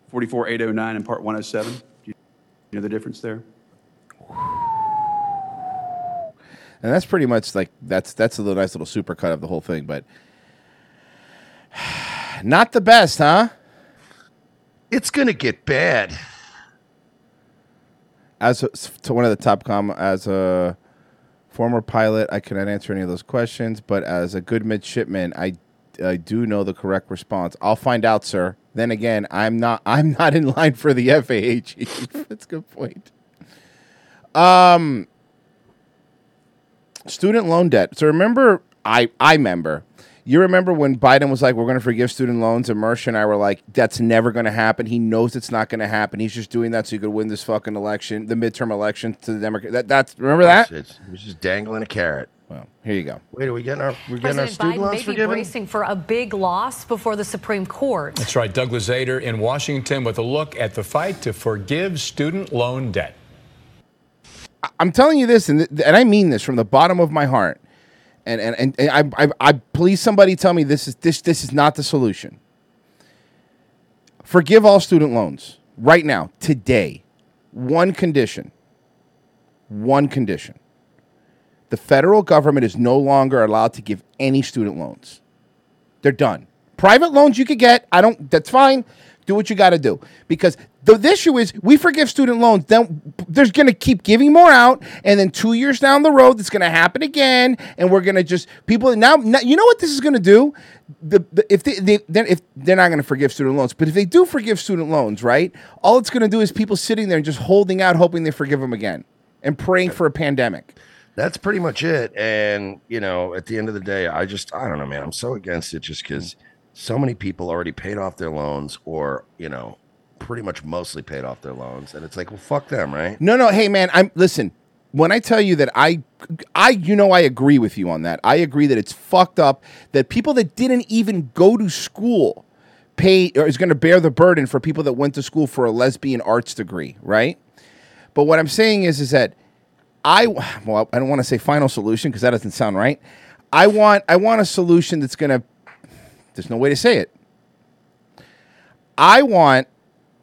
44809 and Part 107? Do you know the difference there?
And that's pretty much like that's that's a little nice little supercut of the whole thing. But *sighs* Not the best, huh?
It's gonna get bad.
As a- to one of the top com as a former pilot, I cannot answer any of those questions. But as a good midshipman, I I do know the correct response. I'll find out, sir. Then again, I'm not I'm not in line for the FAA chief. E. *laughs* That's a good point. Um, student loan debt. So remember, I I remember. You remember when Biden was like, "We're going to forgive student loans," and Mersh and I were like, "That's never going to happen." He knows it's not going to happen. He's just doing that so he could win this fucking election, the midterm election to the Democrat. That, that's remember that.
It's, it's just dangling a carrot.
Well, here you go.
Wait, are we getting our we're getting
President
our student
Biden
loans
may be
forgiven?
bracing for a big loss before the Supreme Court.
That's right, Douglas Ader in Washington with a look at the fight to forgive student loan debt.
I- I'm telling you this, and th- and I mean this from the bottom of my heart. And and, and, and I, I I please somebody tell me this is this this is not the solution. Forgive all student loans right now, today. One condition. One condition. The federal government is no longer allowed to give any student loans. They're done. Private loans you could get. I don't. That's fine. Do what you got to do because the, the issue is we forgive student loans. Then there's going to keep giving more out, and then two years down the road, it's going to happen again, and we're going to just people now, now. You know what this is going to do? The, the if they, they then if they're not going to forgive student loans, but if they do forgive student loans, right? All it's going to do is people sitting there and just holding out, hoping they forgive them again, and praying for a pandemic.
That's pretty much it. And you know, at the end of the day, I just I don't know, man. I'm so against it just because so many people already paid off their loans, or you know, pretty much mostly paid off their loans, and it's like, well, fuck them, right?
No, no, hey man, I'm listen. When I tell you that I I you know I agree with you on that. I agree that it's fucked up that people that didn't even go to school pay or is going to bear the burden for people that went to school for a lesbian arts degree, right? But what I'm saying is is that I well I don't want to say final solution because that doesn't sound right. I want I want a solution that's going to there's no way to say it. I want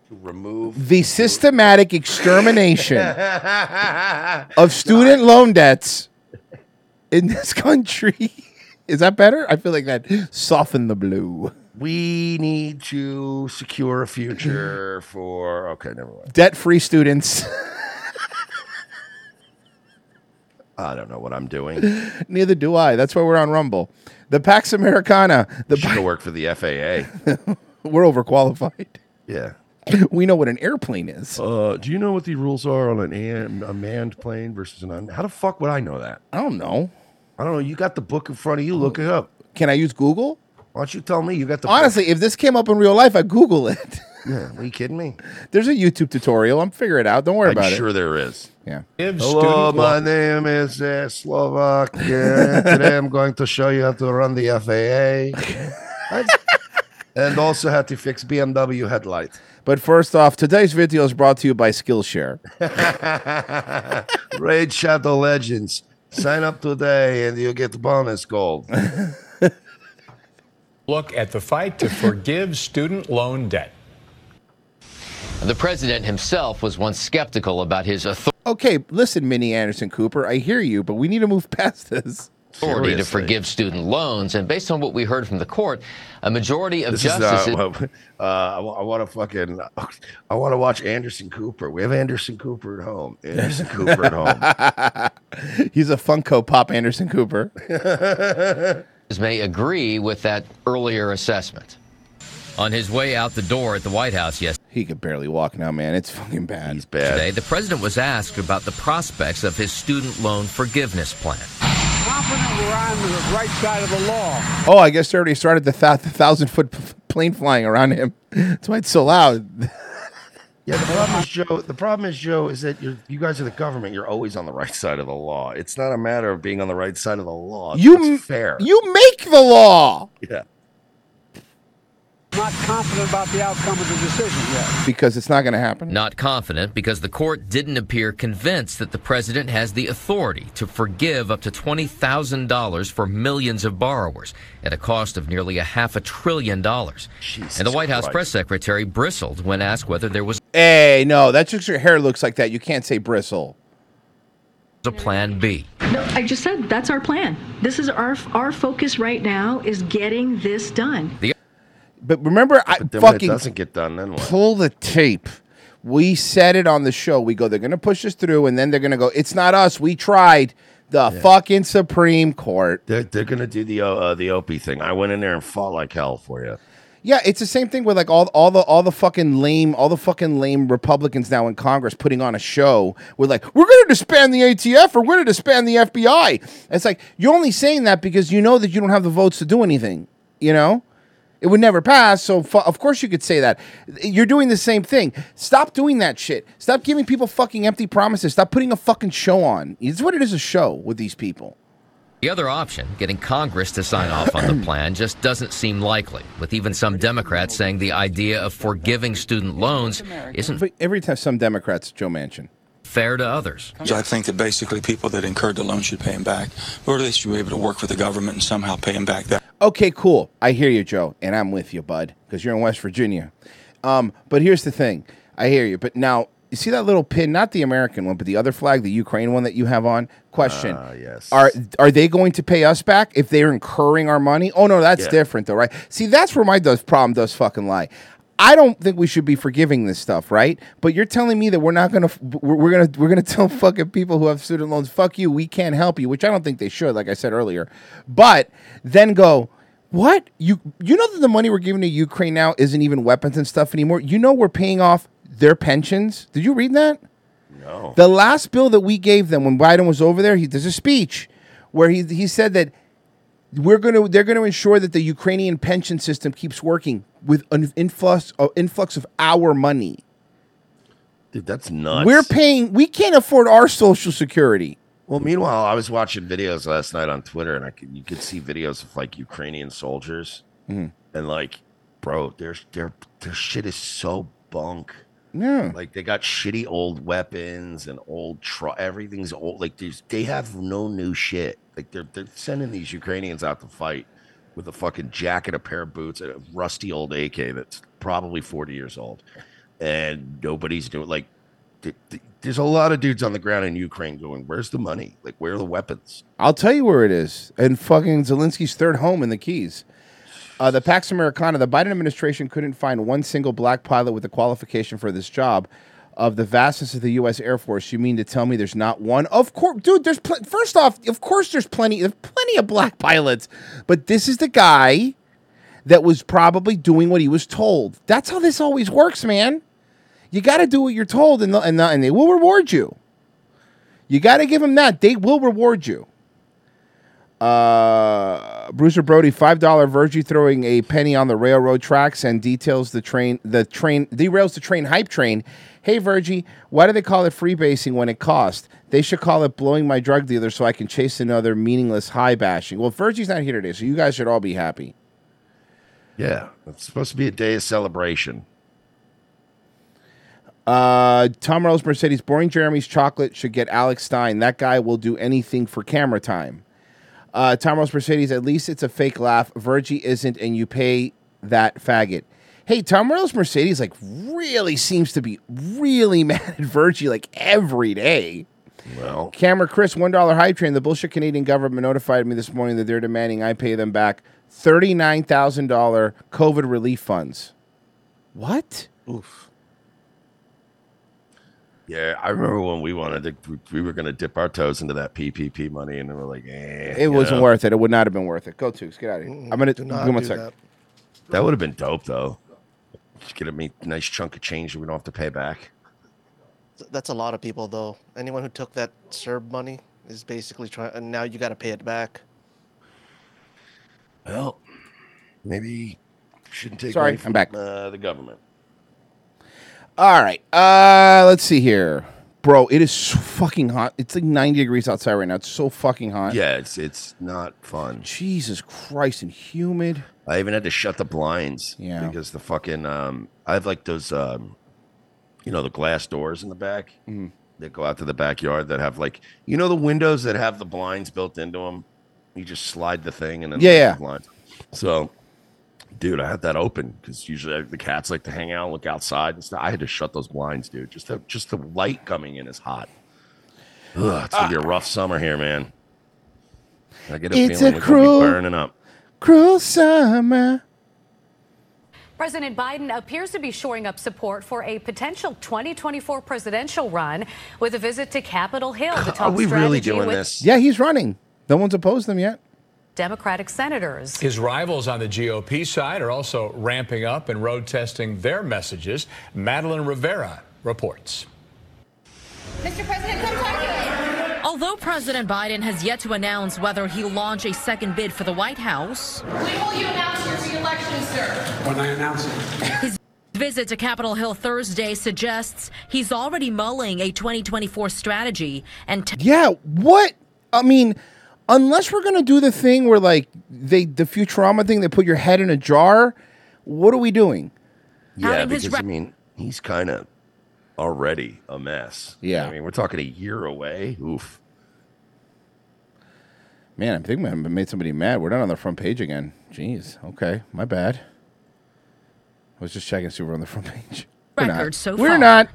To remove
the
*laughs*
systematic extermination of student loan debts in this country. *laughs* Is that better? I feel like that softened the blue.
We need to secure a future for. Okay, never mind.
Debt free students *laughs*
I don't know what I'm doing.
Neither do I. That's why we're on Rumble. The Pax Americana. *laughs* The
Should have worked for the FAA.
we're overqualified.
Yeah.
We know what an airplane is.
Uh, do you know what the rules are on an an- a manned plane versus an un? How the fuck would I know that?
I don't know.
I don't know. You got the book in front of you. Look it up.
Can I use Google?
Why don't you tell me? You got the
Honestly, if this came up in real life, I'd Google it. *laughs*
Yeah, are you kidding me?
There's a YouTube tutorial. I'm figure it out. Don't worry
I'm
about
sure
it.
there is.
Yeah.
Give
Hello,
student
my
loan-
name is uh, Slovak. uh, today I'm going to show you how to run the FAA
*laughs*
I- and also how to fix BMW headlight. *laughs*
But first off, today's video is brought to you by Skillshare. *laughs*
Raid Shadow Legends. Sign up today and you get bonus gold.
*laughs* Look at the fight to forgive student loan debt.
The president himself was once skeptical about his authority
Okay, listen, Minnie Anderson Cooper, I hear you, but we need to move past this.
to forgive student loans, and based on what we heard from the court, a majority of
This is, uh,
justices.
what- uh, I, want to
*laughs*
fucking, *laughs* I want to watch Anderson Cooper. We have Anderson Cooper at home.
*laughs*
Anderson Cooper at home.
home. He's a Funko Pop Anderson Cooper. *laughs*
may agree with that earlier assessment. On his way out the door at the White House yesterday,
he could barely walk now, man. It's fucking bad. He's
bad. The president was asked about the prospects of his student loan forgiveness plan.
confident we're on the right side of the law.
Oh, I guess they already started the, thou- the thousand foot p- plane flying around him. *laughs* That's why it's so loud. *laughs*
Yeah, the problem is Joe. The problem is Joe is that you're, you guys are the government. You're always on the right side of the law. It's not a matter of being on the right side of the law.
You
it's
m-
fair.
You make the law
yeah.
Not confident about the outcome of the decision yet.
because it's not going to happen.
Not confident because the court didn't appear convinced that the president has the authority to forgive up to $20,000 for millions of borrowers at a cost of nearly a half a trillion dollars. and the White House
Christ.
press secretary bristled when asked whether there was
Hey, no, that's just your hair looks like that. You can't say bristle.
a plan B.
No, I just said that's our plan. This is our our focus right now is getting this done.
but remember, I
But then when it
fucking
doesn't get done, then what?
pull the tape. We said it on the show. We go, they're going to push us through, and then they're going to go, it's not us. We tried the fucking Supreme Court.
They're, they're gonna do the uh, uh, the Opie thing. I went in there and fought like hell for you.
Yeah, it's the same thing with like all all the all the fucking lame all the fucking lame Republicans now in Congress putting on a show. We're like, we're going to disband the ATF or we're going to disband the FBI. It's like you're only saying that because you know that you don't have the votes to do anything. You know, it would never pass. So fu- of course you could say that. You're doing the same thing. Stop doing that shit. Stop giving people fucking empty promises. Stop putting a fucking show on. It's what it is—a show with these people.
The other option, getting Congress to sign off on
*clears throat*
the plan, just doesn't seem likely, with even some Democrats saying the idea of forgiving student loans isn't
Every- Every time some Democrats, Joe Manchin.
fair to others.
So I think that basically people that incurred the loan should pay them back, or they should be able to work with the government and somehow pay them back that.
Okay, cool. I hear you, Joe, and I'm with you, bud, because you're in West Virginia. Um, but here's the thing. I hear you, but now you see that little pin, not the American one, but the other flag, the Ukraine one that you have on. Question:
Ah, yes.
Are are they going to pay us back if they're incurring our money? Oh no, that's
Yeah.
different though, right? See, that's where my does problem does fucking lie. I don't think we should be forgiving this stuff, right? But you're telling me that we're not gonna f- we're, we're gonna we're gonna *laughs* tell fucking people who have student loans, fuck you, we can't help you, which I don't think they should, like I said earlier. But then go. What you you know that the money we're giving to Ukraine now isn't even weapons and stuff anymore. You know we're paying off their pensions. Did you read that?
No.
The last bill that we gave them when Biden was over there, he does a speech where he he said that we're going to they're going to ensure that the Ukrainian pension system keeps working with an influx uh, influx of our money.
Dude, that's nuts.
We're paying we can't afford our social security.
Well, meanwhile, I was watching videos last night on Twitter, and I could you could see videos of like Ukrainian soldiers,
Mhm.
and like, bro, their their their shit is so bunk.
Yeah.
like they got shitty old weapons and old tr- everything's old. Like there's they have no new shit. Like they're they're sending these Ukrainians out to fight with a fucking jacket, a pair of boots, and a rusty old AK that's probably forty years old, and nobody's doing like th- th- there's a lot of dudes on the ground in Ukraine going, "Where's the money? Like, where are the weapons?"
I'll tell you where it is. And fucking Zelensky's third home in the Keys. Uh, the Pax Americana, the Biden administration couldn't find one single black pilot with the qualification for this job. Of the vastness of the U.S. Air Force, you mean to tell me there's not one? Of course, dude. There's pl- first off, of course, there's plenty, there's plenty of black *laughs* pilots, but this is the guy that was probably doing what he was told. That's how this always works, man. You got to do what you're told, and they'll- and, they'll- and they will reward you. You got to give them that. They will reward you. Uh, Bruiser Brody, five dollar Virgie throwing a penny on the railroad tracks and details the train. The train derails the train hype train. Hey Virgie, why do they call it freebasing when it costs? They should call it blowing my drug dealer so I can chase another meaningless high bashing. Well, Virgie's not here today, so you guys should all be happy.
Yeah, it's supposed to be a day of celebration.
Uh, Tom Earl's Mercedes, boring Jeremy's chocolate should get Alex Stein. That guy will do anything for camera time. Uh, Tom Earl's Mercedes, at least it's a fake laugh. Virgie isn't, and you pay that faggot. Hey, Tom Earl's Mercedes, like, really seems to be really *laughs* mad at Virgie, like, every day.
Well,
Camera Chris, one dollar hype train. The bullshit Canadian government notified me this morning that they're demanding I pay them back thirty nine thousand dollar COVID relief funds. What? Oof.
Yeah, I remember when we wanted to, we- we were going to dip our toes into that PPP money, and then we're like, eh.
It wasn't worth it. It would not have been worth it. Go Tukes, get out of here. I'm gonna
Mm, do
give
not
me one
do
second.
that. That would have been dope, though. Just get me a nice chunk of change that we don't have to pay back.
Th- That's a lot of people, though. Anyone who took that Serb money is basically trying, and now you got to pay it back.
Well, maybe shouldn't take.
Sorry,
away
I'm
from,
back.
Uh, the government.
All right. Uh, let's see here, bro. It is so fucking hot. It's like 90 degrees outside right now. It's so fucking hot.
Yeah, it's it's not fun.
Jesus Christ, and humid.
I even had to shut the blinds. Yeah. Because the fucking um, I have like those um, you know, the glass doors in the back
Mm-hmm.
that go out to the backyard that have like you know the windows that have the blinds built into them. You just slide the thing and then
Yeah,
lift
yeah.
the blinds. So, dude, I had that open because usually the cats like to hang out, look outside and stuff. I had to shut those blinds, dude. Just the just the light coming in is hot. Ugh, it's gonna be a rough summer here, man. I get a
It's a
feeling we're gonna be
cruel-
burning up.
Cruel summer.
President Biden appears to be shoring up support for a potential 2024 presidential run with a visit to Capitol Hill to talk strategy with
Yeah, he's running. No one's opposed him yet.
Democratic senators.
His rivals on the GOP side are also ramping up and road testing their messages. Madeline Rivera reports.
Mr. President, come talk to us.
Although President Biden has yet to announce whether he'll launch a second bid for the White House,
When will you announce your reelection, sir?
When I announce it.
his visit to Capitol Hill Thursday suggests he's already mulling a 2024 strategy and t-
Yeah, what? I mean, unless we're gonna do the thing where like they the Futurama thing, they put your head in a jar. What are we doing?
Yeah,
Having his
because
re-
I mean, he's kind of already a mess.
Yeah.
I mean, we're talking a year away. Oof.
Man, I'm thinking I made somebody mad. We're not on the front page again. Jeez. Okay, my bad. I was just checking to see if we're on the front page. We're not.
record so far.
we're not.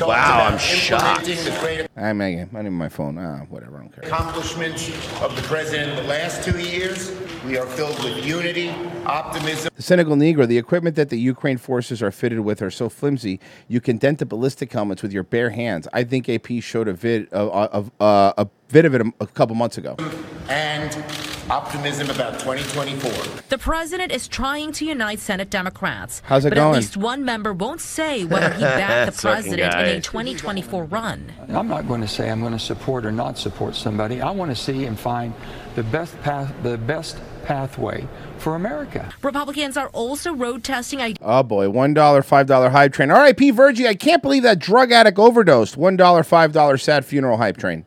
Wow, I'm shocked.
implementing the great
I'm I'm on my phone. Ah, whatever. I don't care.
accomplishments of the president the last two years. We are filled with unity, optimism.
The cynical Negro, the equipment that the Ukraine forces are fitted with are so flimsy, you can dent the ballistic helmets with your bare hands. I think AP showed a vid of of uh, a vid of it a, a couple months ago.
And optimism about 2024.
the president is trying to unite Senate Democrats.
How's it
but
going?
At least one member won't say whether he backed the
Fucking
president in a
guys.
2024 run.
I'm not going to say I'm going to support or not support somebody. I want to see and find the best path, the best pathway for America.
Republicans are also road testing ideas.
Oh boy, one dollar, five dollar hype train. R.I.P. Virgie. I can't believe that drug addict overdosed. One dollar, five dollar sad funeral hype train.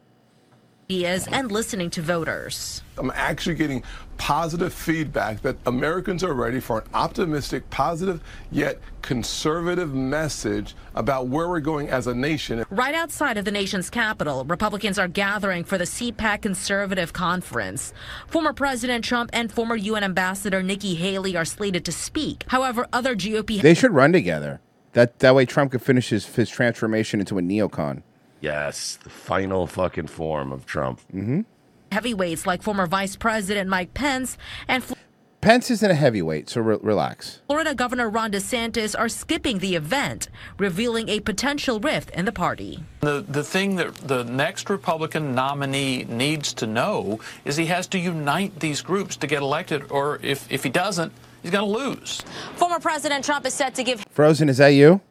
ideas and listening to voters.
I'm actually getting positive feedback that Americans are ready for an optimistic, positive, yet conservative message about where we're going as a nation.
Right outside of the nation's capital, Republicans are gathering for the CPAC Conservative Conference. Former President Trump and former UN Ambassador Nikki Haley are slated to speak. However, other GOP
They should run together. That that way Trump could finish his, his transformation into a neocon.
Yes, the final fucking form of Trump.
Mm-hmm.
heavyweights like former Vice President Mike Pence and Fl-
Pence isn't a heavyweight, so re- relax.
Florida Governor Ron DeSantis are skipping the event, revealing a potential rift in the party.
The, the thing that the next Republican nominee needs to know is he has to unite these groups to get elected, or if, if he doesn't, he's going to lose.
Former President Trump is set to give
Frozen, is that you?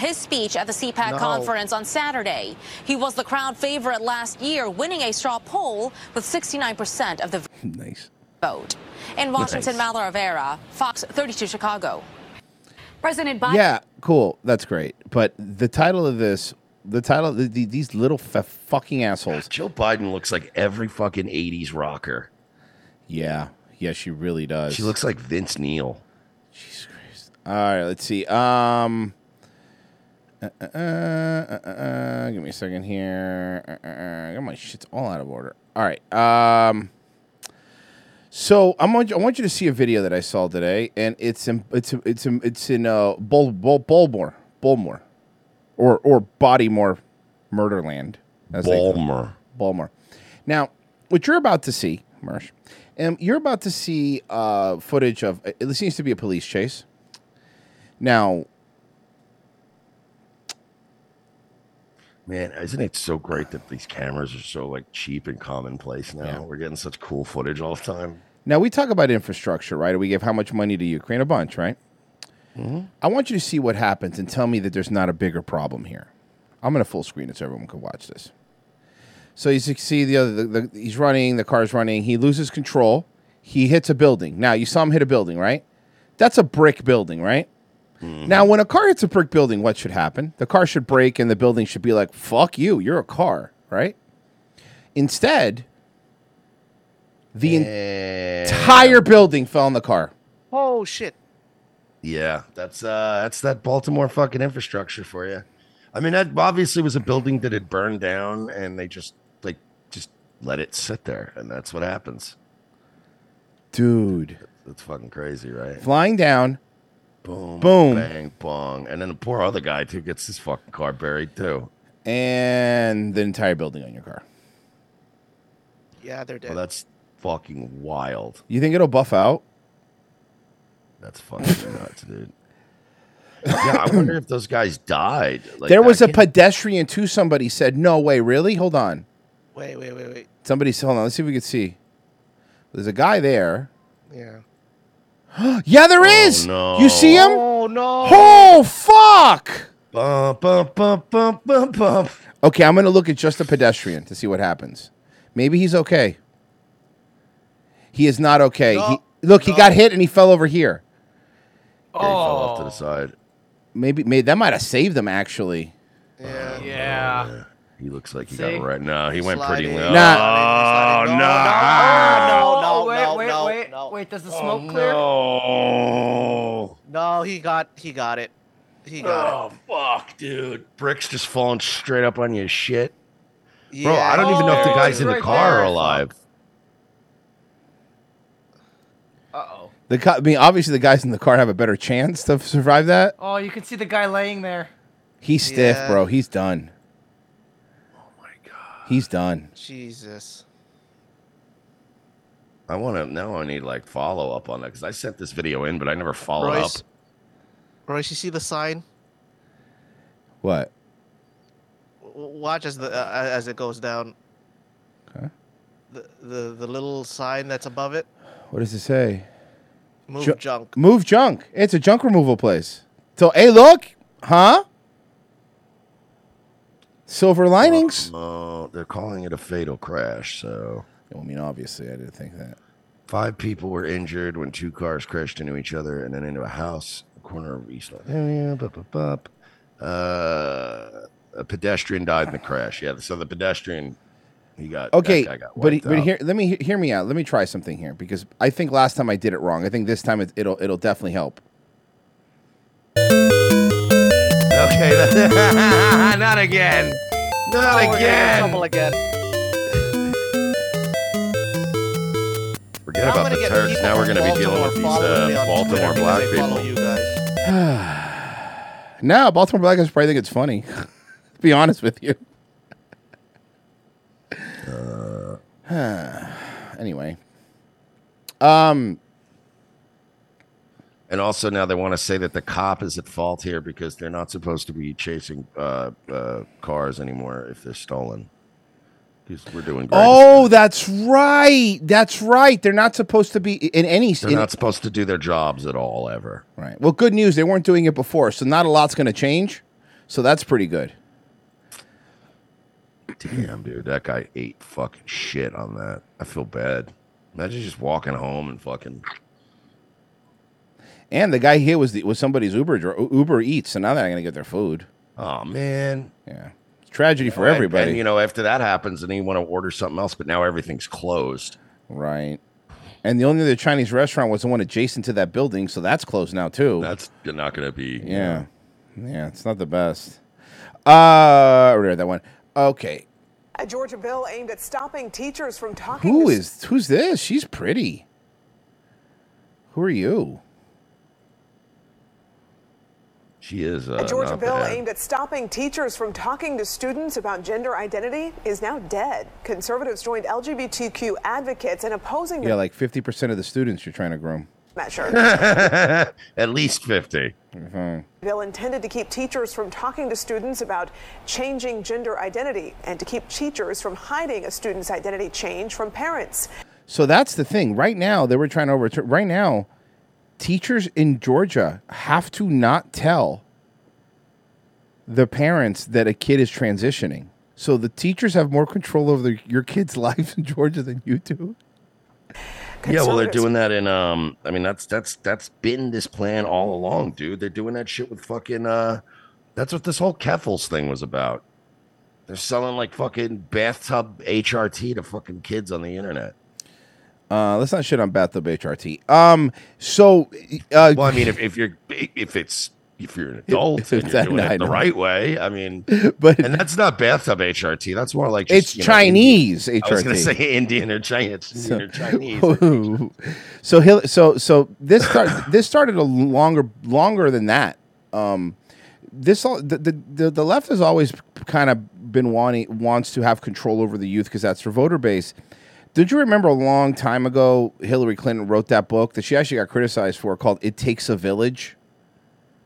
his speech at the CPAC
No.
conference on Saturday. He was the crowd favorite last year, winning a straw poll with 69% of the
*laughs* nice.
vote. In Washington, Mallory Rivera, Fox 32 Chicago.
President Biden.
Yeah, cool. That's great. But the title of this, the title, the, the, these little f- fucking assholes.
Joe Biden looks like every fucking 80s rocker.
Yeah. Yeah, she really does.
She looks like Vince Neil.
All right, let's see. Um, uh, uh, uh, uh, uh, give me a second here. Uh, uh, uh, I got my shit's all out of order. All right. Um, so I'm on, I want you to see a video that I saw today, and it's in it's it's in, it's in uh Bul, Bul, Bulmore Bulmore, or or Bodymore, Murderland. as they call it.
Balmer.
Balmer. Now, what you're about to see, Marsh, um, you're about to see uh, footage of it seems to be a police chase. Now,
Man, isn't it so great that these cameras are so like cheap and commonplace now? We're getting such cool footage all the time.
now we talk about infrastructure, right? We give how much money to Ukraine? A bunch, right? I want you to see what happens and tell me that there's not a bigger problem here. I'm going to full screen it so everyone can watch this. So you see the other, the, the, he's running, the car's running. He loses control. He hits a building. Now you saw him hit a building, right? That's a brick building, right? Now, when a car hits a brick building, what should happen? The car should break and the building should be like, fuck you, you're a car, right? Instead, the
Eh.
entire building fell on the car.
Oh shit!
Yeah, that's uh that's that Baltimore fucking infrastructure for you. I mean, that obviously was a building that had burned down and they just like just let it sit there and that's what happens.
Dude.
That's fucking crazy, right?
Flying down.
Boom.
Boom.
Bang bong. And then the poor other guy too gets his fucking car buried too.
And the entire building on your car.
Yeah, they're dead.
Well, that's fucking wild.
You think it'll buff out?
That's fucking nuts, dude. yeah, I wonder if those guys died. Like,
there was
I
a pedestrian too. Somebody said, "No way, really? Hold on."
Wait, wait, wait, wait.
Somebody said, "Hold on, let's see if we can see." There's a guy there.
Yeah.
*gasps* yeah, there is.
Oh, no.
You see him?
Oh no!
Oh fuck!
Bump, bump, bump, bump, bump, bump.
Okay, I'm gonna look at just a pedestrian to see what happens. Maybe he's okay. He is not okay. he, look, he got hit and he fell over here.
Yeah, he fell off to
Oh.
the side.
Maybe, maybe that might have saved him actually.
Yeah.
He looks like he got it right. No, he went
Slide
pretty
in.
low.
Nah.
Oh, no.
No, no,
no,
wait,
no,
wait,
no,
wait, wait. Does the
Oh,
smoke clear?
No.
No, he got he got it. He got
Oh, fuck, dude. Bricks just falling straight up on your shit. Bro,
Yeah.
I don't even know if the
Oh,
guys in the
right
car
there.
are alive.
The co- I mean, obviously the guys in the car have a better chance to survive that.
Oh, you can see the guy laying there.
He's stiff,
Yeah.
bro. He's done. Oh my god. He's done.
it. Jesus.
I want to now. I need like follow up on that because I sent this video in, but I never followed
Royce.
up.
Royce, you see the sign?
What?
W- Watch as the uh, as it goes down.
Okay.
The, the the little sign that's above it.
What does it say?
Move
Ju-
junk.
Move junk. It's a junk removal place. So, hey, look, huh? Silver linings.
Oh, they're calling it a fatal crash. So,
I mean, obviously, I didn't think that.
Five people were injured when two cars crashed into each other and then into a house in the corner of East Lake area. Bup, bup, bup. Uh, a pedestrian died in the crash. Yeah, so the pedestrian he got that
Okay,
guy got
but he-
wiped
but
out.
here, let me hear me out. Let me try something here because I think last time I did it wrong. I think this time it, it'll it'll definitely help.
*laughs*
Okay, that- not again. Not
Oh, we're getting in
again.
trouble again.
Forget
I'm
about
gonna
the
get
Turks.
people
Now we're
from
going to be dealing
Baltimore
with these
following me
uh,
on
Baltimore
Twitter
black
because they follow
people.
you guys.
*sighs* now, Baltimore black guys probably think it's funny. *laughs* to be honest with you. *sighs* anyway, um,
And also now they want to say that the cop is at fault here because they're not supposed to be chasing uh, uh, cars anymore if they're stolen. Because we're doing great.
Oh, that's right. That's right. They're not supposed to be in any.
they're
in-
not supposed to do their jobs at all ever.
right. Well, good news. They weren't doing it before, so not a lot's going to change. So that's pretty good.
Damn, dude, that guy ate fucking shit on that. I feel bad. Imagine just walking home and fucking.
And the guy here was the, was somebody's Uber dri- Uber Eats, so now they're not going to get their food.
Oh man.
Yeah. It's tragedy for
And-
everybody.
And, you know, after that happens, and you want to order something else, but now everything's closed.
Right. And the only other Chinese restaurant was the one adjacent to that building, so that's closed now too.
That's not going to be.
yeah. Yeah, it's not the best. Uh, we read that one. Okay.
A Georgia bill aimed at stopping teachers from talking
Who
to
is who's this? She's pretty. Who are you?
She is. Uh,
a Georgia
not
bill
bad.
aimed at stopping teachers from talking to students about gender identity is now dead. Conservatives joined LGBTQ advocates in opposing
Yeah, like 50% of the students you're trying to groom. *laughs*
the measure.
*laughs* At least 50.
Mhm.
The bill intended to keep teachers from talking to students about changing gender identity and to keep teachers from hiding a student's identity change from parents.
So that's the thing. Right now, they were trying to overturn. Right now, teachers in Georgia have to not tell the parents that a kid is transitioning. So the teachers have more control over their, your kids' *laughs* lives in Georgia than you do.
Yeah, well, they're
Conservatives-
doing that in. Um, I mean, that's that's that's been this plan all along, dude. They're doing that shit with fucking. Uh, that's what this whole Keffels thing was about. They're selling like fucking bathtub HRT to fucking kids on the internet.
Uh, let's not shit on bathtub HRT. Um, so uh,
Well, I mean, if, if you're if it's if you're an adult and you're
Exactly,
doing
I
it the
know.
right way, I mean,
*laughs* but
and that's not bathtub HRT. That's more like
It's
just, you know, Indian-
Chinese
I was gonna
HRT.
say Indian or Chinese,
So-
or Chinese.
*laughs* so Hil- so so this start, *coughs* this started a longer longer than that. Um, this all the, the the the left has always kind of been wanting wants to have control over the youth because that's their voter base. Did you remember a long time ago Hillary Clinton wrote that book that she actually got criticized for called "It Takes a Village"?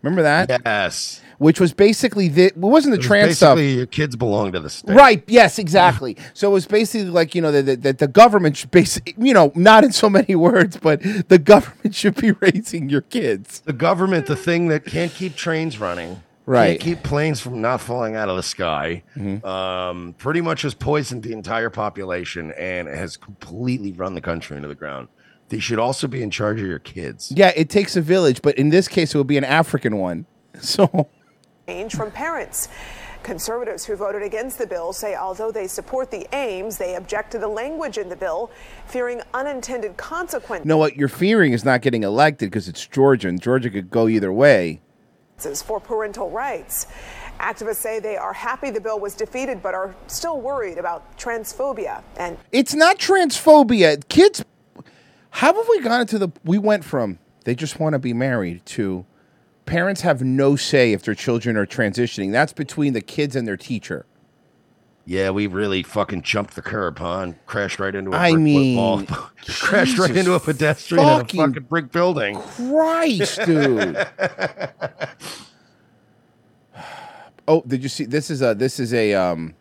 Remember that?
Yes.
Which was basically the it wasn't the
It was
trans stuff.
basically your kids belong to the state.
Right. Yes. Exactly. so it was basically like you know that the, that the government should basically you know not in so many *laughs* words, but the government should be raising your kids.
The government, the thing that can't keep trains running,
Right. Mm-hmm.
can't keep planes from not falling out of the sky, um, pretty much has poisoned the entire population and has completely run the country into the ground. They should also be in charge of your kids.
Yeah, it takes a village, but in this case, it would be an African one. *laughs* So
change from parents. Conservatives who voted against the bill say although they support the aims, they object to the language in the bill, fearing unintended consequences
you know what you're fearing is not getting elected because it's Georgia, and Georgia could go either way.
for parental rights. Activists say they are happy the bill was defeated but are still worried about transphobia and
It's not transphobia. Kids, how have we gotten to the? We went from they just want to be married to parents have no say if their children are transitioning. That's between the kids and their teacher.
Yeah, we really fucking jumped the curb, huh? And crashed right into a
I
brick
mean,
wall. *laughs* crashed right
Jesus
into a pedestrian in a
fucking
fucking brick building. *laughs*
Christ, dude. oh, did you see? This is a this is a um,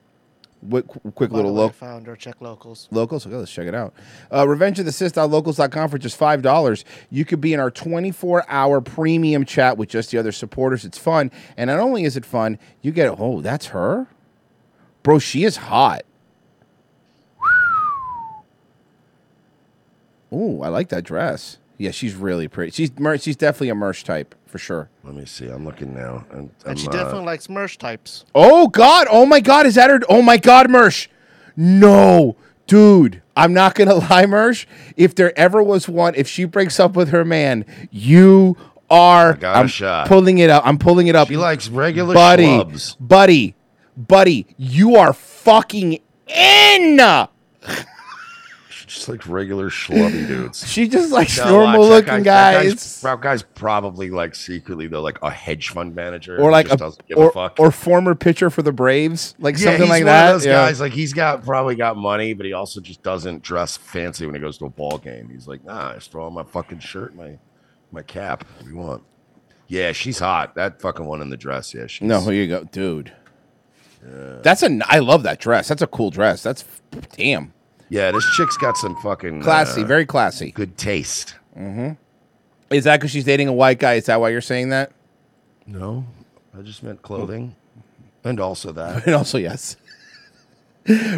quick, quick little look.
Founder, check locals.
Locals, okay, let's check it out. Uh, Revenge of the Sith.locals.com for just five dollars. You could be in our 24-hour premium chat with just the other supporters. It's fun, and not only is it fun, you get oh, that's her, bro. She is hot. Ooh, I like that dress. Yeah, she's really pretty. She's mer- she's definitely a merch type for sure.
Let me see. I'm uh, looking now. And,
And she
uh,
definitely likes merch
*laughs*
types.
Oh God! Oh my God! Is that her? Oh my God, Mersh! No, dude, I'm not gonna *laughs* lie, Mersh. If there ever was one, if she breaks up with her man, you are.
got a
I'm
shot.
pulling it up. I'm pulling it up. She
likes regular
buddy,
schlubs.
buddy, buddy. You are fucking in.
Just like regular schlubby dudes.
She just likes
No, watch,
normal-looking
that guy- that
guys.
That guy's probably like secretly though, like a hedge fund manager,
Or
who
like
just
a,
doesn't give
or,
a fuck.
or former pitcher for the Braves, like
Yeah,
something
he's
like
one
that.
Of those
Yeah.
guys, like he's got probably got money, but he also just doesn't dress fancy when he goes to a ball game. He's like, nah, I just throw on my fucking shirt, my my cap. What do you want? Yeah, she's hot. That fucking one in the dress. Yeah, she's
No, here you go, dude. That's a. n- I love that dress. That's a cool dress. That's damn
yeah. This chick's got some fucking
classy.
uh,
very classy.
Good taste.
Mm-hmm. Is that because she's dating a white guy? Is that why you're saying that?
No, I just meant clothing, and also
*laughs*
that.
And also yes.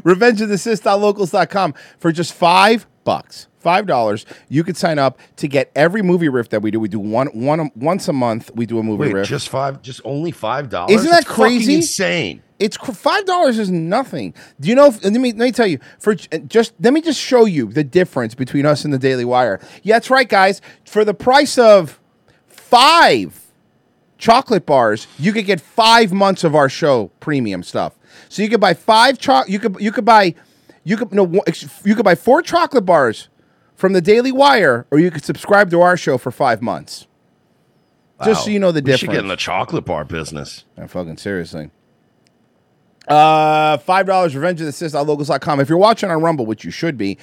Revenge of the Sith.locals.com for just five bucks, five dollars. You could sign up to get every movie riff that we do. We do one one a- once a month. We do a movie
Wait,
riff.
just five, just only five dollars.
Isn't that crazy?
Insane.
It's cr- five dollars is nothing. Do you know? If, let me let me tell you. For j- just let me just show you the difference between us and the Daily Wire. Yeah, that's right, guys. For the price of five chocolate bars, you could get five months of our show premium stuff. So you could buy five choc. You could you could buy you could no one- ex- you could buy four chocolate bars from the Daily Wire, or you could subscribe to our show for five months. Just so
Wow.
you know the
we
difference.
Should get in the chocolate bar business.
I'm fucking seriously. Uh, five dollars. Revenge of the Sith. locals.com. If you're watching on Rumble, which you should be,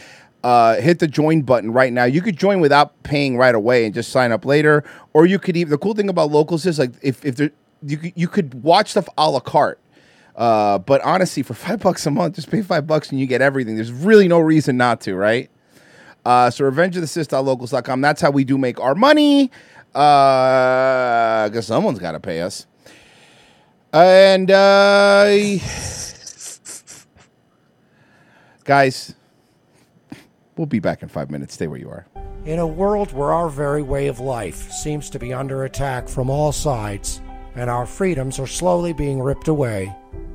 uh, hit the join button right now. You could join without paying right away and just sign up later, or you could even. The cool thing about locals is like if if there you could, you could watch stuff a la carte. Uh, but honestly, for *laughs* five bucks a month, just pay five bucks and you get everything. There's really no reason not to, right? Uh, so revenge of the sith.locals.com. That's how we do make our money. Uh, because someone's got to pay us. And uh, guys, we'll be back in five minutes. Stay where you are.
In a world where our very way of life seems to be under attack from all sides and our freedoms are slowly being ripped away,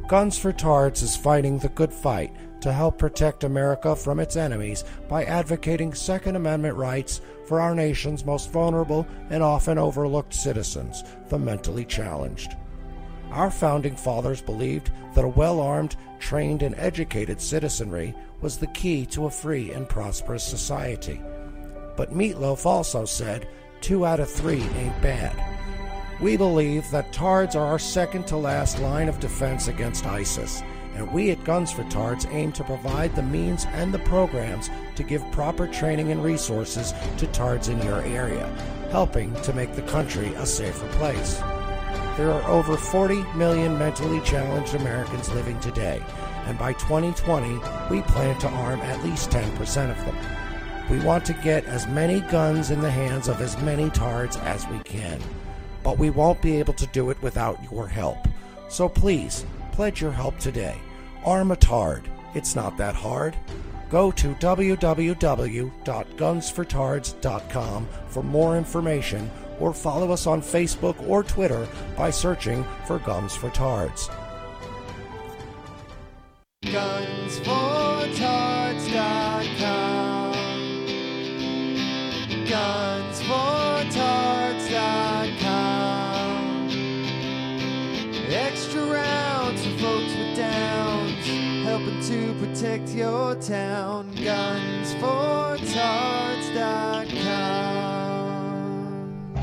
Guns for Tards is fighting the good fight to help protect America from its enemies by advocating Second Amendment rights for our nation's most vulnerable and often overlooked citizens, the mentally challenged. Our founding fathers believed that a well armed, trained, and educated citizenry was the key to a free and prosperous society. But Meatloaf also said, two out of three ain't bad. We believe that TARDs are our second to last line of defense against ISIS, and we at Guns for TARDs aim to provide the means and the programs to give proper training and resources to TARDs in your area, helping to make the country a safer place. There are over 40 million mentally challenged Americans living today, and by 2020, we plan to arm at least 10% of them. We want to get as many guns in the hands of as many tards as we can, but we won't be able to do it without your help. So please, pledge your help today. Arm a tard. It's not that hard. Go to www.gunsfortards.com for more information or follow us on Facebook or Twitter by searching for Guns for Tards.
Gunsfortards.com. Gunsfortards.com. Extra rounds for folks with downs, helping to protect your town. Gunsfortards.com.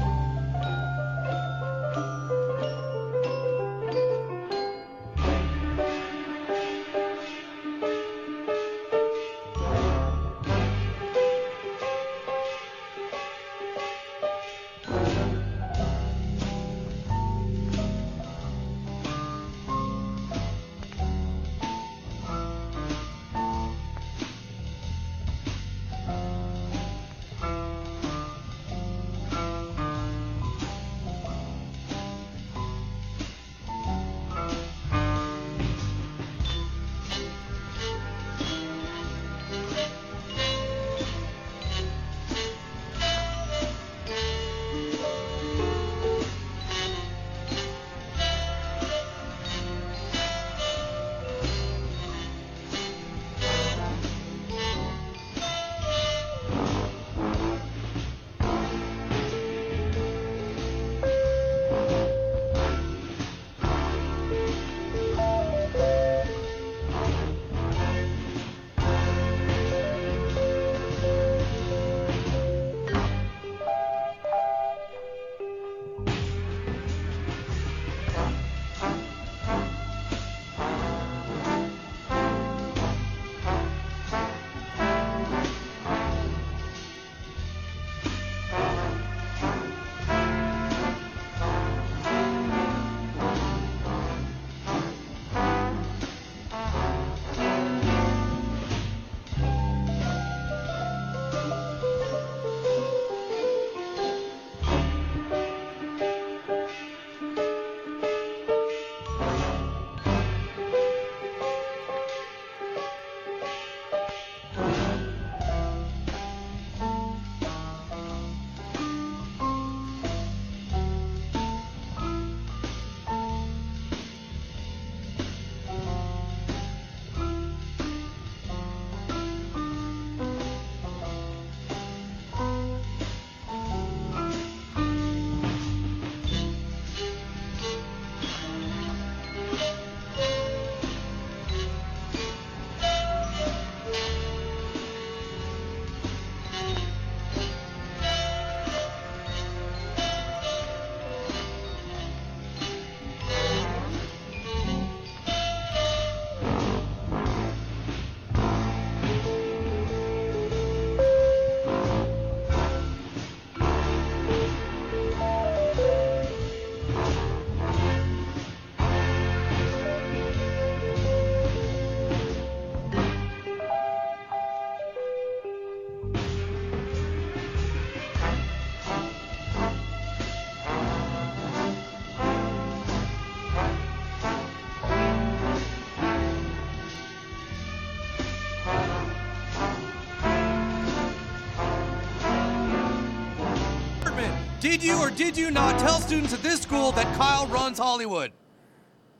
Did you or did you not tell students at this school that Kyle runs Hollywood?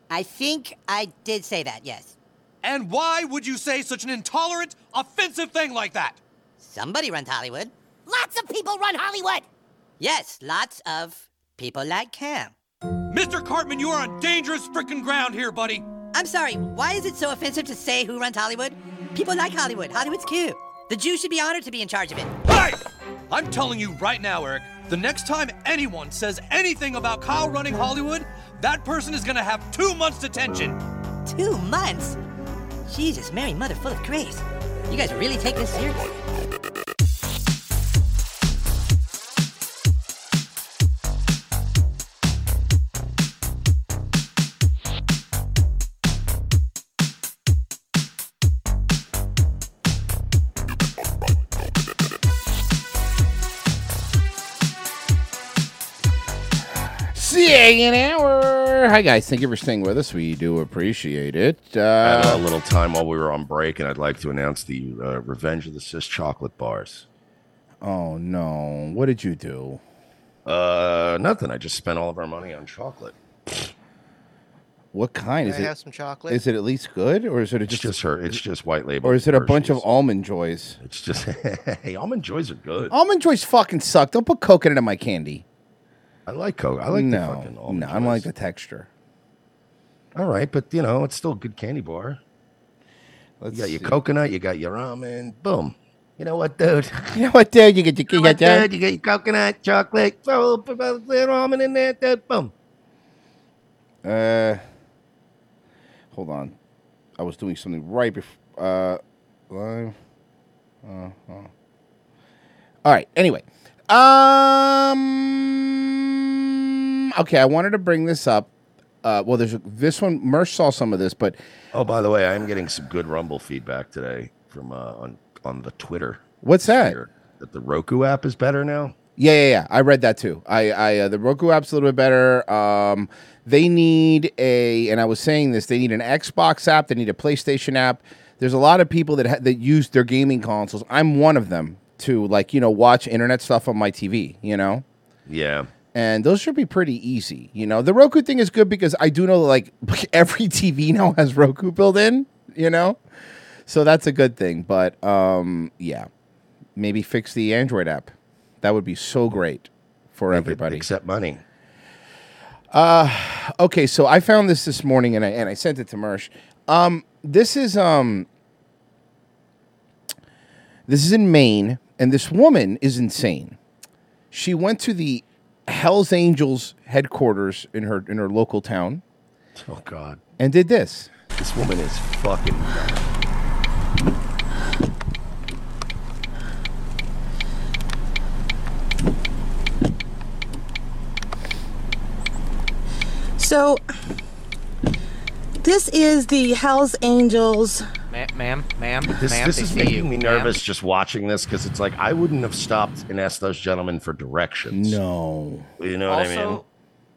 I think I did say that, yes.
And why would you say such an intolerant, offensive thing like that?
Somebody runs Hollywood.
Lots of people run Hollywood!
Yes, lots of people like him.
Mr. Cartman, you are on dangerous frickin' ground here, buddy.
I'm sorry, why is it so offensive to say who runs Hollywood? People like Hollywood. Hollywood's cute. The Jews should be honored to be in charge of it.
Hey! I'm telling you right now, Eric, the next time anyone says anything about Kyle running Hollywood, that person is gonna have two months detention.
Two months? Jesus, Mary, mother full of grace. You guys really take this seriously?
second hour. Hi, guys. Thank you for staying with us. We do appreciate it.
I had
Uh,
a little time while we were on break, and I'd like to announce the uh, Revenge of the Sis chocolate bars.
oh, no. What did you do?
Uh, nothing. I just spent all of our money on chocolate.
What kind
Can
is
I
it?
have some chocolate?
Is it at least good, or is it
It's
just,
just her. It's just white label.
or is it a bunch of almond joys?
It's just *laughs* hey, almond joys are good.
Almond joys fucking suck. Don't put coconut in my candy.
I like coconut. I like the
no,
fucking
no. I don't like the texture.
All right, but you know, it's still a good candy bar.
Let's
you got your
see.
coconut, you got your ramen, boom. You know what, dude?
*laughs* You know what, dude? You get your, you
know what,
get your-
dude? You get your coconut, chocolate, oh, boom, boom, boom, boom, ramen in there, dude, boom.
Uh, hold on. I was doing something right before. Uh, live. Uh, uh. All right. Anyway, um, okay. I wanted to bring this up. Uh, well, there's a, this one. Mersh saw some of this, but
Oh, by the way, I'm getting some good Rumble feedback today from uh, on on the Twitter.
What's that?
That the Roku app is better now.
Yeah, yeah, yeah. I read that too. I, I uh, the Roku app's a little bit better. Um, they need a, and I was saying this. They need an Xbox app. They need a PlayStation app. There's a lot of people that ha- that use their gaming consoles. I'm one of them to like you know watch internet stuff on my TV. You know
Yeah.
and those should be pretty easy. You know, the Roku thing is good because I do know like *laughs* every TV now has Roku built in. You know, so that's a good thing. But um, yeah, maybe fix the Android app. That would be so great for everybody.
Except money.
Uh, okay, so I found this this morning and I and I sent it to Mersh. Um, this is um, this is in Maine, and this woman is insane. She went to the Hell's Angels headquarters in her in her local town.
Oh God!
And did this.
This woman is fucking.
So, this is the Hells Angels.
Ma- ma'am, ma'am,
This,
ma'am.
this
they
is
see
making
you,
me
ma'am.
nervous just watching this because it's like I wouldn't have stopped and asked those gentlemen for directions.
No.
You know what I mean?
Also,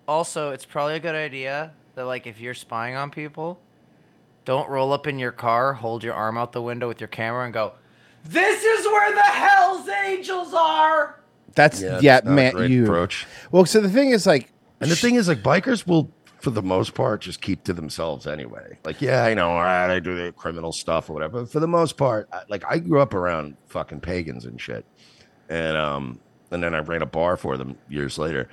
also, it's probably a good idea that like if you're spying on people, don't roll up in your car, hold your arm out the window with your camera, and go. This is where the Hell's Angels are.
That's
Yeah,
yeah,
it's not a
man.
great
you
approach.
Well, so the thing is like,
And the thing is, like, bikers will, for the most part, just keep to themselves anyway. Like, yeah, I know, all right, I do the criminal stuff or whatever. But for the most part, I, like, I grew up around fucking pagans and shit, and um, and then I ran a bar for them years later,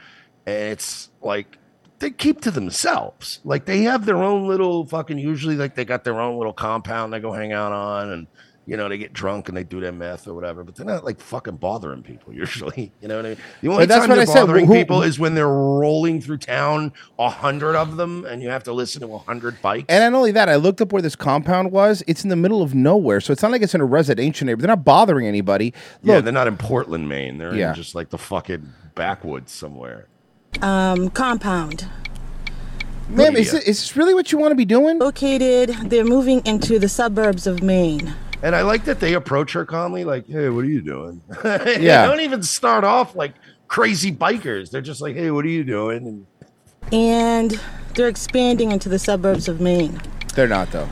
and it's like they keep to themselves. Like, they have their own little fucking. Usually, like, they got their own little compound they go hang out on, and you know, they get drunk and they do their meth or whatever. But they're not like fucking bothering people *laughs* usually. You know what I mean? The only
But that's
time
what
they're
I said,
bothering
who-
people is when they're rolling through town, a hundred of them, and you have to listen to a hundred bikes.
and not only that, I looked up where this compound was. It's in the middle of nowhere, so it's not like it's in a residential neighborhood. They're not bothering anybody.
yeah,
Look,
they're not in Portland, Maine. They're
Yeah.
in just like the fucking backwoods somewhere. *laughs*
Um, compound.
Ma'am, is, thi- is this really what you want to be doing?
Located, they're moving into the suburbs of Maine.
And I like that they approach her calmly, like, "Hey, what are you doing?" *laughs* they
Yeah.
don't even start off like crazy bikers. They're just like, "Hey, what are you doing?" And
And they're expanding into the suburbs of Maine.
they're not though.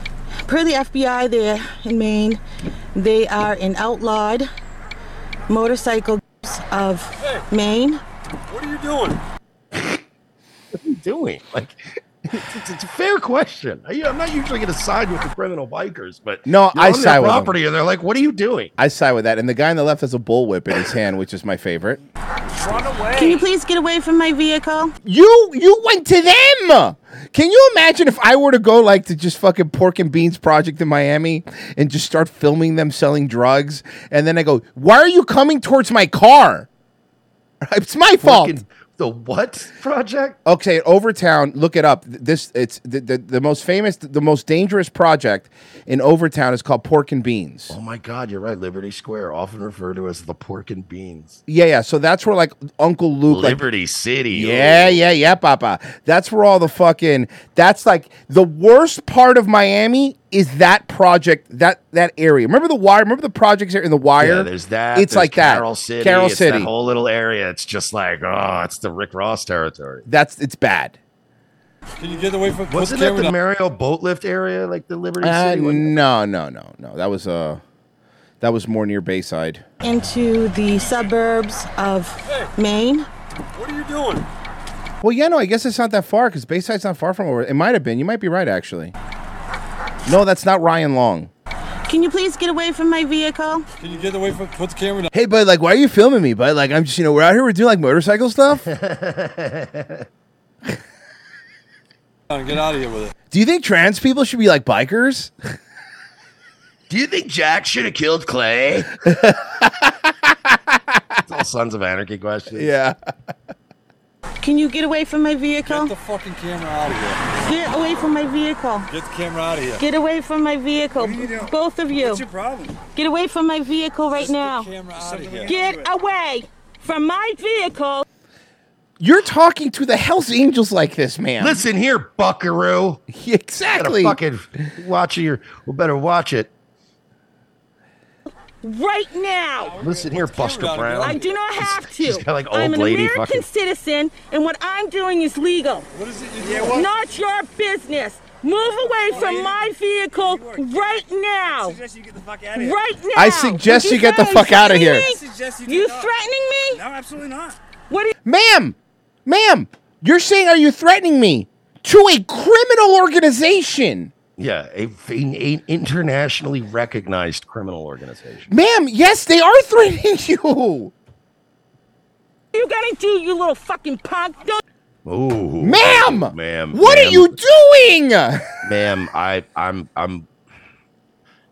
Per the FBI, there in Maine, they are an outlawed motorcycle groups of Maine.
What are you doing? what are you doing? Like, it's, it's a fair question. I, am not usually going to side with the criminal bikers, but
No,
you're
I
on their
side with them.
property, and they're like, "What are you doing?"
I side with that. And the guy on the left has a bullwhip in his hand, which is my favorite.
Can you please get away from my vehicle?
You you went to them. Can you imagine if I were to go like to just fucking pork and beans project in Miami and just start filming them selling drugs, and then I go, "Why are you coming towards my car? *laughs* It's my fault."
The what project?
Okay, Overtown. Look it up. Th- This it's the, the the most famous, the most dangerous project in Overtown is called Pork and Beans.
Oh my God, you're right. Liberty Square, often referred to as the pork and beans.
Yeah, yeah. So that's where like Uncle Luke, like,
Liberty City.
Yeah, yeah, yeah, Papa. That's where all the fucking. That's like the worst part of Miami is that project that that area. Remember the wire? Remember the projects in the wire?
Yeah, there's that.
It's
there's
like
Carroll
that.
City.
Carroll
it's
City.
That whole little area. It's just like, oh, it's the Rick Ross territory.
that's it's bad.
Can you get away from? put
Wasn't that
camera
the
down.
Mario boat lift area, like the Liberty
Uh,
City one?
no, no, no, no. That was uh, that was more near Bayside.
into the suburbs of Maine.
What are you doing?
Well, yeah, no. I guess it's not that far because Bayside's not far from over. It might have been. You might be right, actually. No, that's not Ryan Long.
Can you please get away from my
*laughs*
vehicle?
Can you get away from? Put the camera down.
Hey, bud, like, why are you filming me, bud? Like, I'm just, you know, we're out here, we're doing like
*laughs*
motorcycle stuff.
Get out of here with it.
Do you think trans people should be like bikers? *laughs*
Do you think Jack should have killed
*laughs*
Clay? it's all Sons of Anarchy questions.
Yeah.
Can you get away from my vehicle?
Get the fucking camera out of here.
Get away from my vehicle.
Get the camera out of here.
Get away from my vehicle. Both of you.
What's your problem?
Get away from my vehicle right now.
here.
Get away from my vehicle.
You're talking to the Hells Angels like this, man.
Listen here, Buckaroo.
*laughs* Exactly.
Fucking watch your. We better watch it.
Right now.
Listen here, Buster Brown.
I do not have to.
she's got, like,
I'm
old
an
lady
American
fucking-
citizen, and what I'm doing is legal. What is it
you're Yeah, doing? what?
Not your business. Move away from my vehicle right now. Right now.
I suggest
Did
you get the
say
fuck outta
threatening
here.
me?
I
You threatening me? No, absolutely not. What? Are you-
Ma'am, ma'am, you're saying, are you threatening me to a criminal organization?
Yeah, a, an internationally recognized criminal organization.
Ma'am, yes, they are threatening *laughs* you.
You gotta do, you little fucking punk. Don't
Ooh,
Ma'am!
ma'am,
What are
ma'am,
you doing?
*laughs* ma'am? I, I'm, I'm,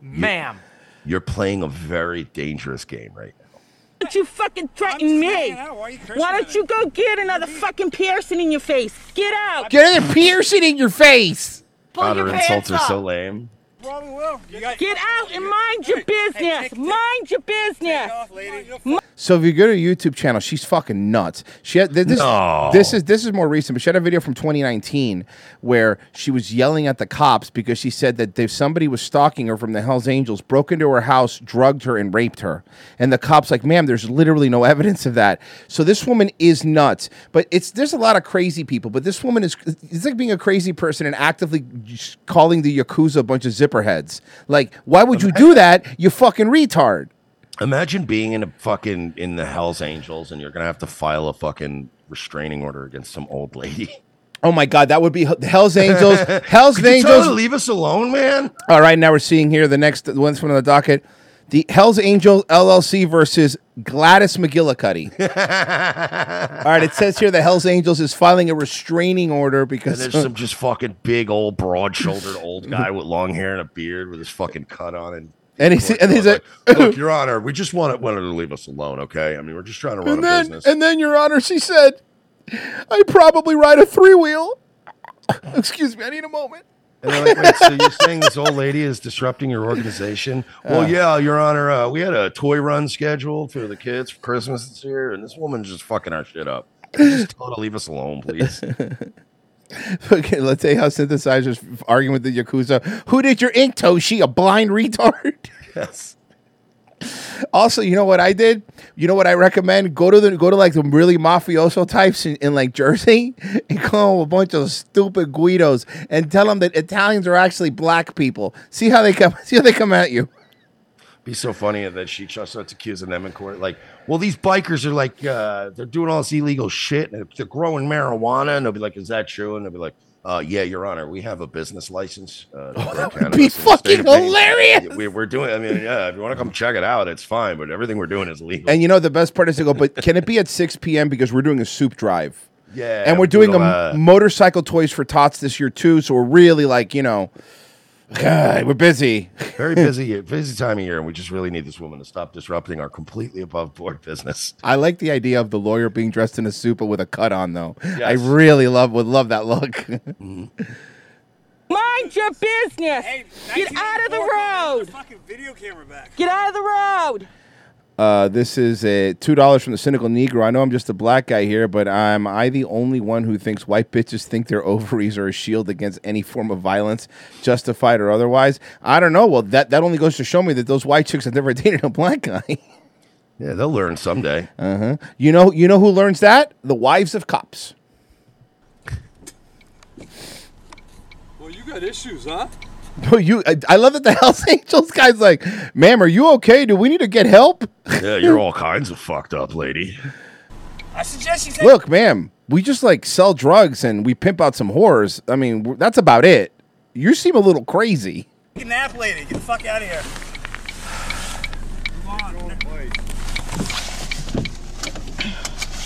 ma'am.
You're playing a very dangerous game right now.
don't you fucking threaten me. Why don't you go get another fucking piercing in your face? Get out.
Get another piercing in your face.
Other insults are so lame.
Get out and mind your business. Mind your business.
So if you go to her YouTube channel, she's fucking nuts. She had, th- this
No.
this is this is more recent, but she had a video from 2019 where she was yelling at the cops because she said that if somebody was stalking her from the Hell's Angels, broke into her house, drugged her, and raped her, and the cops like, "Ma'am, there's literally no evidence of that." So this woman is nuts. But it's there's a lot of crazy people, but this woman is it's like being a crazy person and actively j- calling the yakuza a bunch of zipperheads. Like, why would you do that? You fucking retard.
Imagine being in a fucking in the Hell's Angels and you're gonna have to file a fucking restraining order against some old lady.
Oh my God, that would be the Hell's Angels. Hell's
*laughs* Could you
Angels.
tell her to leave us alone, man.
All right, now we're seeing here the next ones from the docket. The Hell's Angels LLC versus Gladys
*laughs*
McGillicuddy. All right, it says here the Hell's Angels is filing a restraining order
And
because
there's some just fucking big old broad-shouldered old guy with long hair and a beard with his fucking cut on and.
and he's and he's like, *laughs*
Look, Your Honor, we just wanted, wanted her to leave us alone, okay? I mean, we're just trying to run
and
a
then
business.
and then Your Honor, she said, I probably ride a three wheel. *laughs* Excuse me, I need a moment.
And they're like, wait, so you're saying this old lady is disrupting your organization?
Uh.
well, yeah, Your Honor, uh, we had a toy run scheduled for the kids for Christmas this year, and this woman's just fucking our shit up. Just tell her to leave us alone,
*laughs*
please.
Okay, let's say how synthesizers arguing with the Yakuza. Who did your ink toe? She a blind retard? *laughs*
Yes.
Also, you know what I did? You know what I recommend? Go to the go to like the really mafioso types in, in like Jersey *laughs* and call them a bunch of stupid Guidos and tell them that Italians are actually black people. See how they come *laughs* see how they come at you.
Be so funny that she just starts accusing them in court. Like, well, these bikers are like, uh, they're doing all this illegal shit and they're growing marijuana. And they'll be like, is that true? And they'll be like, uh, yeah, Your Honor, we have a business license.
*laughs*
Uh, to grow cannabis in the state
fucking
of Maine.
hilarious.
We, we're doing, I mean, yeah, if you want to come check it out, it's fine, but everything we're doing is legal.
And you know the best part is to go, but can it be at 6 p.m. because we're doing a soup drive.
Yeah,
And we're
we
doing a
don't, uh,
m- motorcycle toys for tots this year too, so we're really like, you know, we're busy.
Very busy,
*laughs*
year- busy time of year, and we just really need this woman to stop disrupting our completely above board business.
I like the idea of the lawyer being dressed in a suit but with a cut on though. I
Yes. Mm-hmm.
really love would love that look.
Mind your business. Get out of the road. Get out of the road.
Uh, this is a two dollars from the cynical Negro. I know I'm just a black guy here, but am I the only one who thinks white bitches think their *laughs* ovaries are a shield against any form of violence, justified or otherwise? I don't know. Well, that that only goes to show me that those white chicks have never *laughs* dated a black guy.
Yeah, they'll learn someday.
Uh huh. *laughs* You know, you know who learns that? The wives of cops.
Well, you got issues, huh?
No, you. I, I love that the *laughs* Hells Angels guy's like, "Ma'am, are you okay? Do we need to get help?"
*laughs* Yeah, you're all kinds of fucked
*laughs*
up, lady.
I suggest you
Look, ma'am, we just like sell drugs and we pimp out some whores. I mean, w- that's about it. You seem a little crazy.
take a nap, lady. Get the fuck out of here.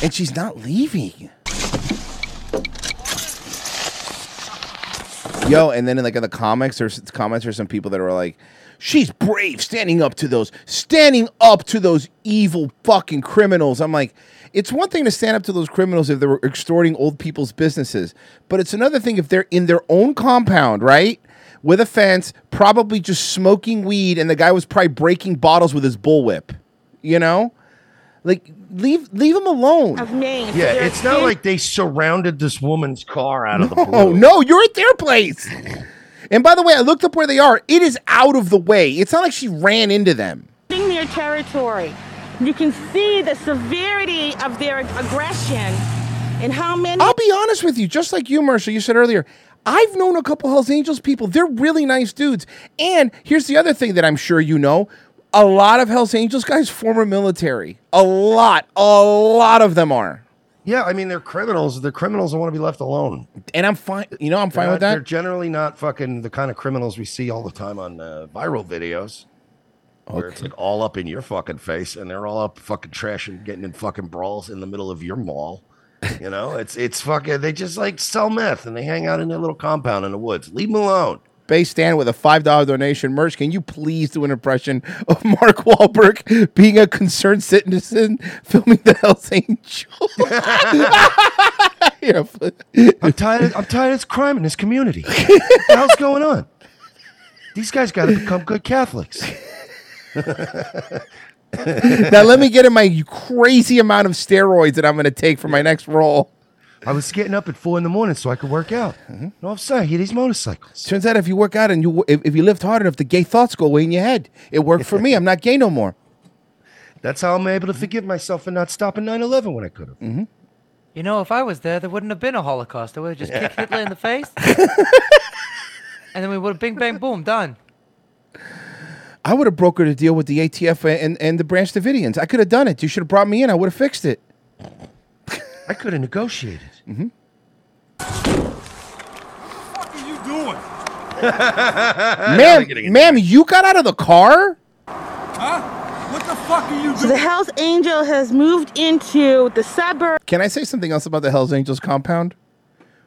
And she's not leaving. Yo, and then in like in the comics, there's comments or some people that are like, "She's brave, standing up to those, standing up to those evil fucking criminals." I'm like, it's one thing to stand up to those criminals if they were extorting old people's businesses, but it's another thing if they're in their own compound, right? With a fence, probably just smoking weed, and the guy was probably breaking bottles with his bullwhip. You know, like leave leave him alone.
Of Maine.
Yeah, it's not like they surrounded this woman's car out of the blue.
*laughs* Oh no, you're at their place. And by the way, I looked up where they are. It is out of the way. It's not like she ran into them.
In their territory, you can see the severity of their aggression and how many.
I'll be honest with you, just like you, Marcia, you said earlier, I've known a couple Hells Angels people. They're really nice dudes. And here's the other thing that I'm sure you know a lot of Hells Angels guys, former military. A lot, a lot of them are.
Yeah, I mean they're criminals. They're criminals and want to be left alone.
And I'm fine. You know, I'm fine with that.
They're generally not fucking the kind of criminals we see all the time on uh, viral videos, where it's like all up in your fucking face, and they're all up fucking trashing, getting in fucking brawls in the middle of your mall. You know, it's it's fucking. They just like sell meth and they hang out in their little compound in the woods. Leave them alone.
Base stand with a $5 donation. Merch, can you please do an impression of Mark Wahlberg being a concerned citizen filming the Hells *laughs* Angels? Yeah,
I'm tired. Of, I'm tired of this crime in this community. what the hell's going on? These guys got to become good Catholics.
now, let me get in my crazy amount of steroids that I'm going to take for my next role. Mm-hmm.
I was getting up at four in the morning so I could work out. No, I'm saying, hear these motorcycles.
Turns out if you work out and you if, if you lift hard enough, the gay thoughts go away in your head. It worked
*laughs*
for me. I'm not gay no more.
That's how I'm able to forgive myself for not stopping 9/11 when I could have. Mm-hmm.
You know, if I was there, there wouldn't have been a Holocaust. I would have just kicked Hitler in the
*laughs*
face. and then we would have bing, bang, boom, done.
I would have brokered a deal with the ATF and, and the Branch Davidians. I could have done it. You should have brought me in. I would have fixed it.
I could have negotiated.
*laughs* Mm-hmm.
What are you
*laughs*
doing?
Ah,
Ma'am, ma'am, you got out of the car?
What the fuck are you
So the Hells Angel has moved into the suburb.
Can I say something else about the Hells Angels compound?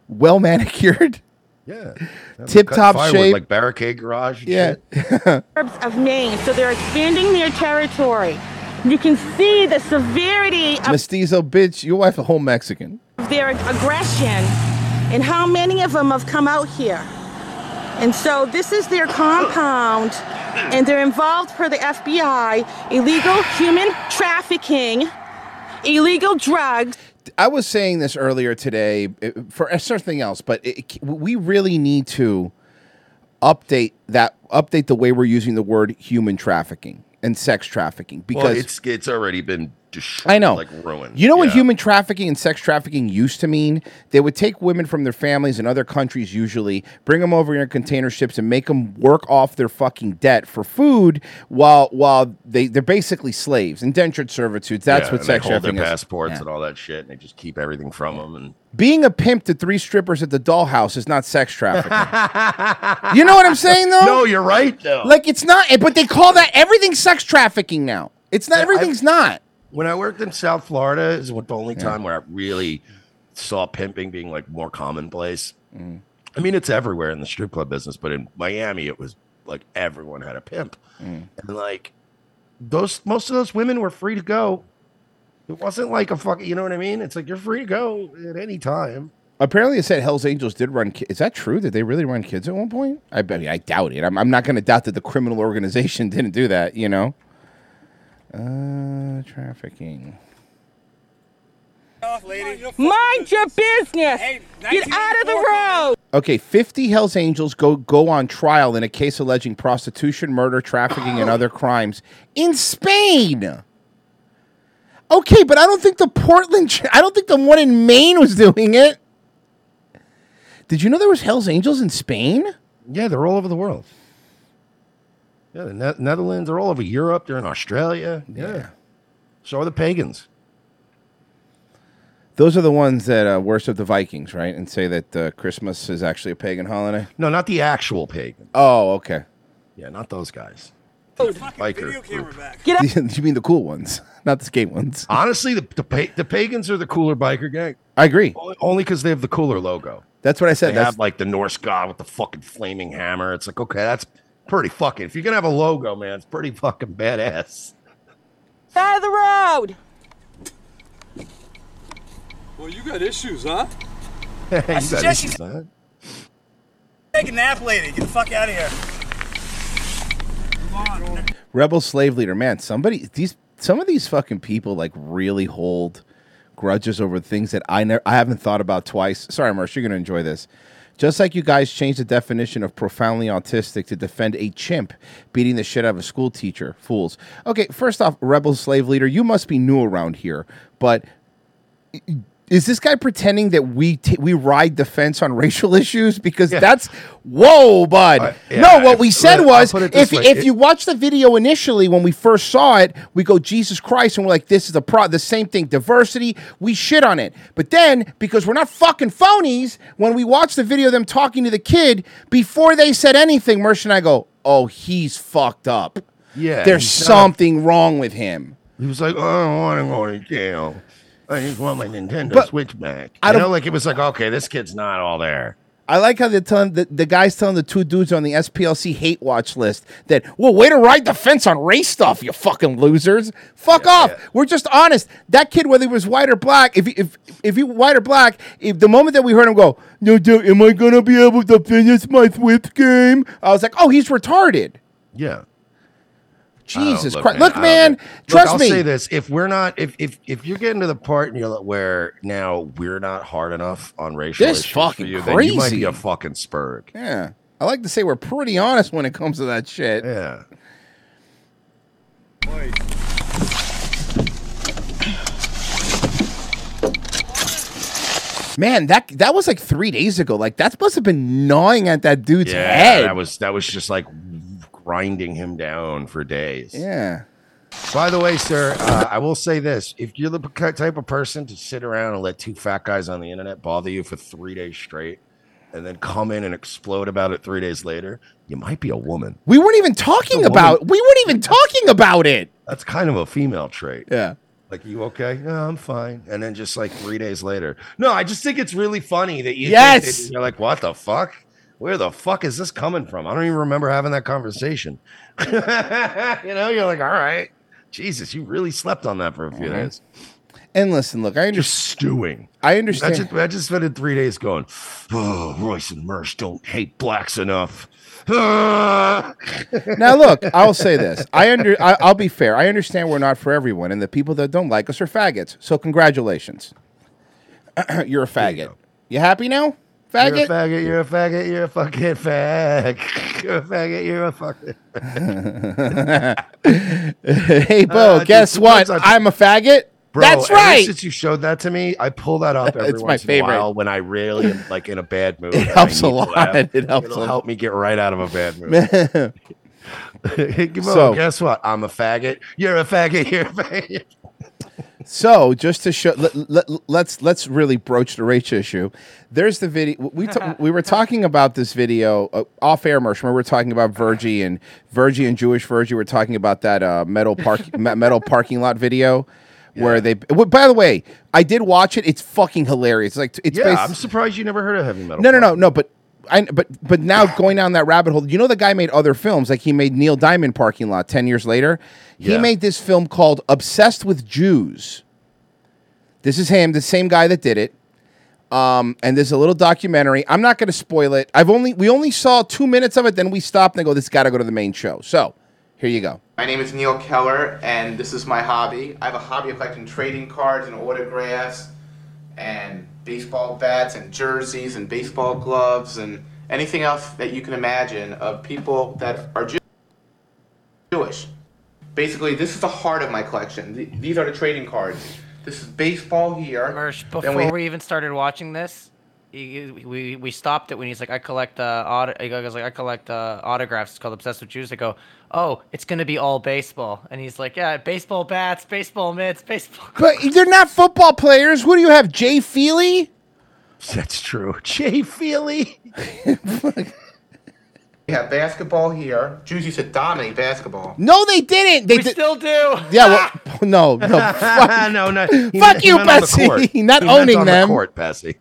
Well manicured. *laughs*
Yeah.
Tip top
Firewood,
shape.
like barricade garage. and
yeah.
shit.
*laughs*
suburbs of Maine, so they're expanding their territory. You can see the severity of
Mestizo bitch, your wife a whole Mexican.
their aggression and how many of them have come out here. And so this is their compound, and they're involved per the FBI, illegal human trafficking, illegal drugs.
I was saying this earlier today eh, for something else, but it, we really need to update that update the way we're using the word human trafficking and sex trafficking because
well, it's it's already been destroyed.
I know.
like ruined.
You know what human trafficking and sex trafficking used to mean? They would take women from their families in other countries, usually, bring them over in container ships and make them work off their fucking debt for food while while they, they're basically slaves, indentured servitudes. That's
Yeah,
what
and they
sex
hold their
trafficking is.
passports
Yeah.
and all that shit, and they just keep everything from them. And
Being a pimp to three strippers at the dollhouse is not sex trafficking. *laughs* you know what I'm saying, though?
*laughs* No, you're right, though.
Like, it's not, but they call that everything sex trafficking now. It's not, everything's not.
when I worked in South Florida, is what the only time where I really saw pimping being like more commonplace. I mean, it's everywhere in the strip club business, but in Miami, it was like everyone had a pimp, and like those most of those women were free to go. It wasn't like a fucking, you know what I mean? It's like you're free to go at any time.
Apparently, it said Hell's Angels did run. Ki- is that true? Did they really run kids at one point? I bet I doubt it. I'm, I'm not going to doubt that the criminal organization *laughs* didn't do that. You know, uh, trafficking.
Mind your business. Get out of the road.
Okay, 50 Hells Angels go go on trial in a case alleging prostitution, murder, trafficking, and other crimes in Spain. Okay, but I don't think the Portland. I don't think the one in Maine was doing it. Did you know there was Hell's Angels in Spain?
Yeah, they're all over the world. Yeah, the ne- Netherlands, they're all over Europe, they're in Australia. Yeah. So are the pagans.
Those are the ones that uh, worship the Vikings, right? And say that uh, Christmas is actually a pagan holiday.
No, not the actual pagan.
Oh, okay.
Yeah, not those guys.
Biker. *laughs* you mean the cool ones, not the skate ones?
Honestly, the the, pa- the pagans are the cooler biker gang.
I agree.
Only because they have the cooler logo.
That's what I
They
said. That's,
have like the Norse god with the fucking flaming hammer. It's like okay, that's pretty fucking. If you're gonna have a logo, man, it's pretty fucking badass. *laughs*
Side of the road.
Well, you got issues, huh?
You got
suggest you-
issues, huh?
Take a nap, lady. Get the fuck out of here.
Rebel slave leader, man. Somebody these some of these fucking people like really hold grudges over things that I never I haven't thought about twice. Sorry, Merce, you're gonna enjoy this. Just like you guys changed the definition of profoundly autistic to defend a chimp beating the shit out of a school teacher, fools. Okay, first off, rebel slave leader, you must be new around here, but is this guy pretending that we t- we ride the fence on *laughs* racial issues? Because that's whoa, bud.
Uh, yeah,
no, what
if-
we said
let- I'll
was
put it
if
this way.
if
It-
you watch the video initially when we first saw it, we go Jesus Christ, and we're like, this is a pro. The same thing, diversity. We shit on it, but then because we're not fucking phonies, when we watch the video of them talking to the kid before they said anything, Mersh and I go, oh, he's fucked up.
Yeah,
there's
he's not-
something wrong with him.
He was like, oh, I don't want to go to jail. I just want my Nintendo Switch back.
I
I you
don't-
know, like it was like, okay, this kid's not all there.
I like how they're telling the, the guys telling the two dudes on the SPLC hate watch list that, well, way to ride the fence on race stuff, you fucking losers. Fuck off. We're just honest. That kid, whether he was white or black, if he, if if he white or black, if the moment that we heard him go, no, dude, am I gonna be able to finish my Swift game? I was like, oh, he's retarded.
Yeah. I don't-
Jesus Christ! Look,
I don't
man,
get- Look,
trust
I'll
me.
say this: if we're not, if if if you're getting to the part and you're like, where now we're not hard enough on racial
This
issues
fucking
for you, then you might
crazy.
be a fucking spurg.
Yeah. I like to say we're pretty honest when it comes to that shit.
Yeah.
Man, that that was like three days ago. Like that must have been gnawing at that dude's
yeah,
head.
that was that was just like grinding him down for days.
Yeah.
By the way, sir, uh, I will say this: if you're the p- type of person to sit around and let two fat guys on the internet bother you for three days straight, and then come in and explode about it three days later, you might be a woman.
We weren't even talking about. We weren't even talking about it.
That's kind of a female trait.
Yeah.
Like, you okay? No, I'm fine. And then just like three days later, no, I just think it's really funny that you. think that-
Yes!
you're like, what the fuck? Where the fuck is this coming from? I don't even remember having that conversation. *laughs* you know, you're like, all right, Jesus, you really slept on that for a few
Mhm.
days.
And listen, look, I understand.
Stewing.
I understand.
I just, I just spent three days going, oh, Royce and Merce don't hate blacks enough. Ah.
*laughs* now look, I'll say
*laughs*
this. I under. I, I'll be fair. I understand we're not for everyone, and the people that don't like us are faggots. So congratulations. *clears throat* You're a faggot. You, happy now?
You're a
Faggot.
faggot. You're a faggot. You're a fucking fag. *laughs* You're a faggot. You're a fucking.
*laughs* hey, Bo.
Uh,
guess
dude,
what?
sometimes I-
I'm a faggot.
Bro,
That's
ever
right.
Since you showed that to me, I pull that up every
It's my
once in a
favorite.
while when I really am like in a
*laughs*
bad mood. and I
helps a
need to
lot.
laugh.
It helps
It'll
a-
help me get right out of a
*laughs*
bad mood. *laughs*
So-
so, guess what? I'm a faggot. You're a faggot. You're a faggot.
So just to show, let, us let's really broach the race issue. There's the video we ta- we were talking about this video uh, off air, Mersh. Remember we were talking about Virgie and Virgie and Jewish Virgie. We are talking about that uh, metal park *laughs* me- metal parking lot video where they. w- By the way, I did watch it. It's fucking hilarious. It's Like *laughs* it's
yeah,
basi-
I'm surprised you never heard of heavy metal.
no, no, no, no. But I, but but now going down that rabbit hole, you know the guy made other films. Like he made Neil Diamond Parking Lot ten years later. He
Yeah.
made this film called Obsessed with Jews. This is him, the same guy that did it. Um, and there's a little documentary. I'm not going to spoil it. I've only we only saw two minutes of it. Then we stopped and I go, "This got to go to the main show." So here you go.
My name is Neil Keller, and this is my hobby. I have a hobby of collecting trading cards and autographs, and baseball bats, and jerseys, and baseball gloves, and anything else that you can imagine of people that are Jew- Jewish. Basically, this is the heart of my collection. Th- These are the trading cards. This is baseball here.
Mersh,
then we
Before we even started watching this, he, we we stopped it when he's like, I collect uh, auto. He goes like, I collect uh, autographs. It's called Obsessed with Jews. They go, oh, it's gonna be all baseball, and he's like, yeah, baseball bats, baseball mitts, baseball.
But they're not football players. Who do you have? Jay Feely?
That's true. *laughs* Jay Feely.
We have basketball here. Jews used to dominate basketball.
*laughs* No, they didn't. They
we still do.
Yeah, well, *laughs* no,
*laughs*
no, fuck,
no, no.
*laughs* fuck you, Betsy. Not owning them.
court, Bessie.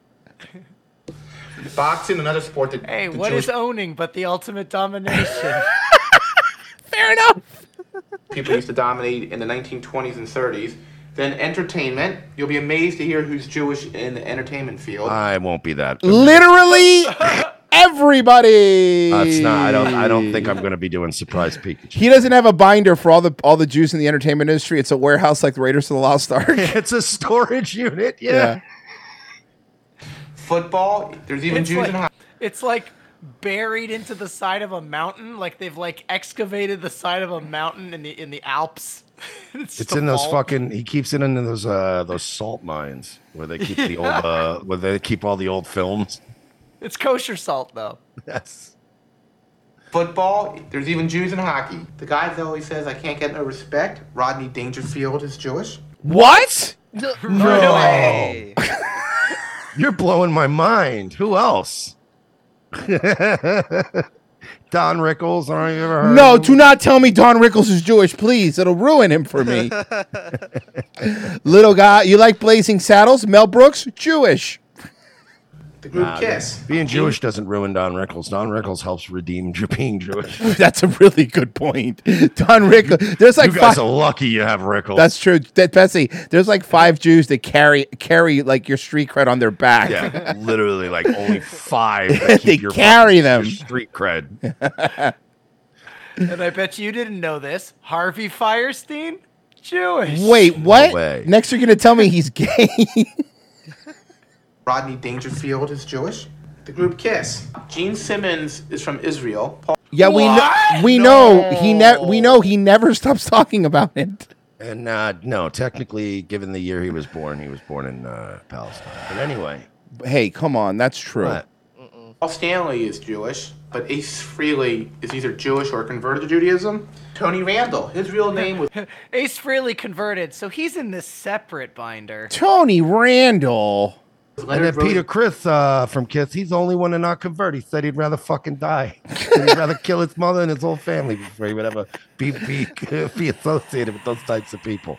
Boxing, another sport that.
Hey,
the
what is
Jewish
owning but the ultimate domination?
Fair enough.
people used to dominate in the 1920s and 30s. Then entertainment. You'll be amazed to hear who's Jewish in the entertainment field.
I won't be that.
Literally everybody.
That's not. I don't. I don't think I'm going to be doing
*laughs*
surprise Pikachu.
He doesn't have a binder for all the all the Jews in the entertainment industry. It's a warehouse like the Raiders of the Lost
*laughs*
Ark.
it's a storage unit. Yeah.
Football. There's even
It's
Jews
like-
in hockey.
It's like buried into the side of a mountain, like they've like excavated the side of a mountain in the in the Alps. *laughs*
It's,
just a
in those
vault.
fucking. He keeps it in those uh those salt mines where they
*laughs*
keep the old uh where they keep all the old films.
It's kosher salt though.
Yes.
Football. There's even Jews in hockey. The guy that always says I can't get no respect. Rodney Dangerfield is Jewish.
What?
*laughs*
No,
way. You're blowing my mind. Who
*laughs*
else? Don Rickles. I don't ever heard.
No,
of him?
do not tell me Don Rickles is Jewish, please. It'll ruin him for me. Little guy, you like Blazing Saddles? Mel Brooks, Jewish.
The group
Nah,
Kiss.
Being Jewish doesn't ruin Don Rickles. Don Rickles helps redeem Ju- being
*laughs*
Jewish.
That's a really good point. Don Rickles. There's like
you guys
five.
are lucky you have Rickles.
That's true. That Bessie, there's like five Jews that carry carry like your street cred on their back. *laughs*
yeah, literally like only five. That keep
They
your
carry
fucking-
them.
your street cred.
*laughs*
and I bet you didn't know this. Harvey Firestein, Jewish.
Wait, what?
way.
Next, you're gonna tell me he's *laughs* gay.
Rodney Dangerfield is Jewish. The group Kiss. Gene Simmons is from Israel. Paul
yeah, we know. We know he ne- We know he never *laughs* stops talking about it.
And uh, no, technically, given the year he was born, he was born in uh, Palestine. But anyway,
Hey, come on, that's true.
What?
Paul Stanley is Jewish, but Ace Frehley is either Jewish or converted to Judaism. Tony Randall, his real name *laughs* was
Ace Freely converted, so he's in this separate binder.
Tony Randall.
and
Leonard
then Peter
Rosenberg.
Chris uh, from Kiss, he's the only one to not convert. He said he'd rather
*laughs*
fucking die. Said he'd rather kill his mother and his whole family before he would ever be be, *laughs* be associated with those types of people.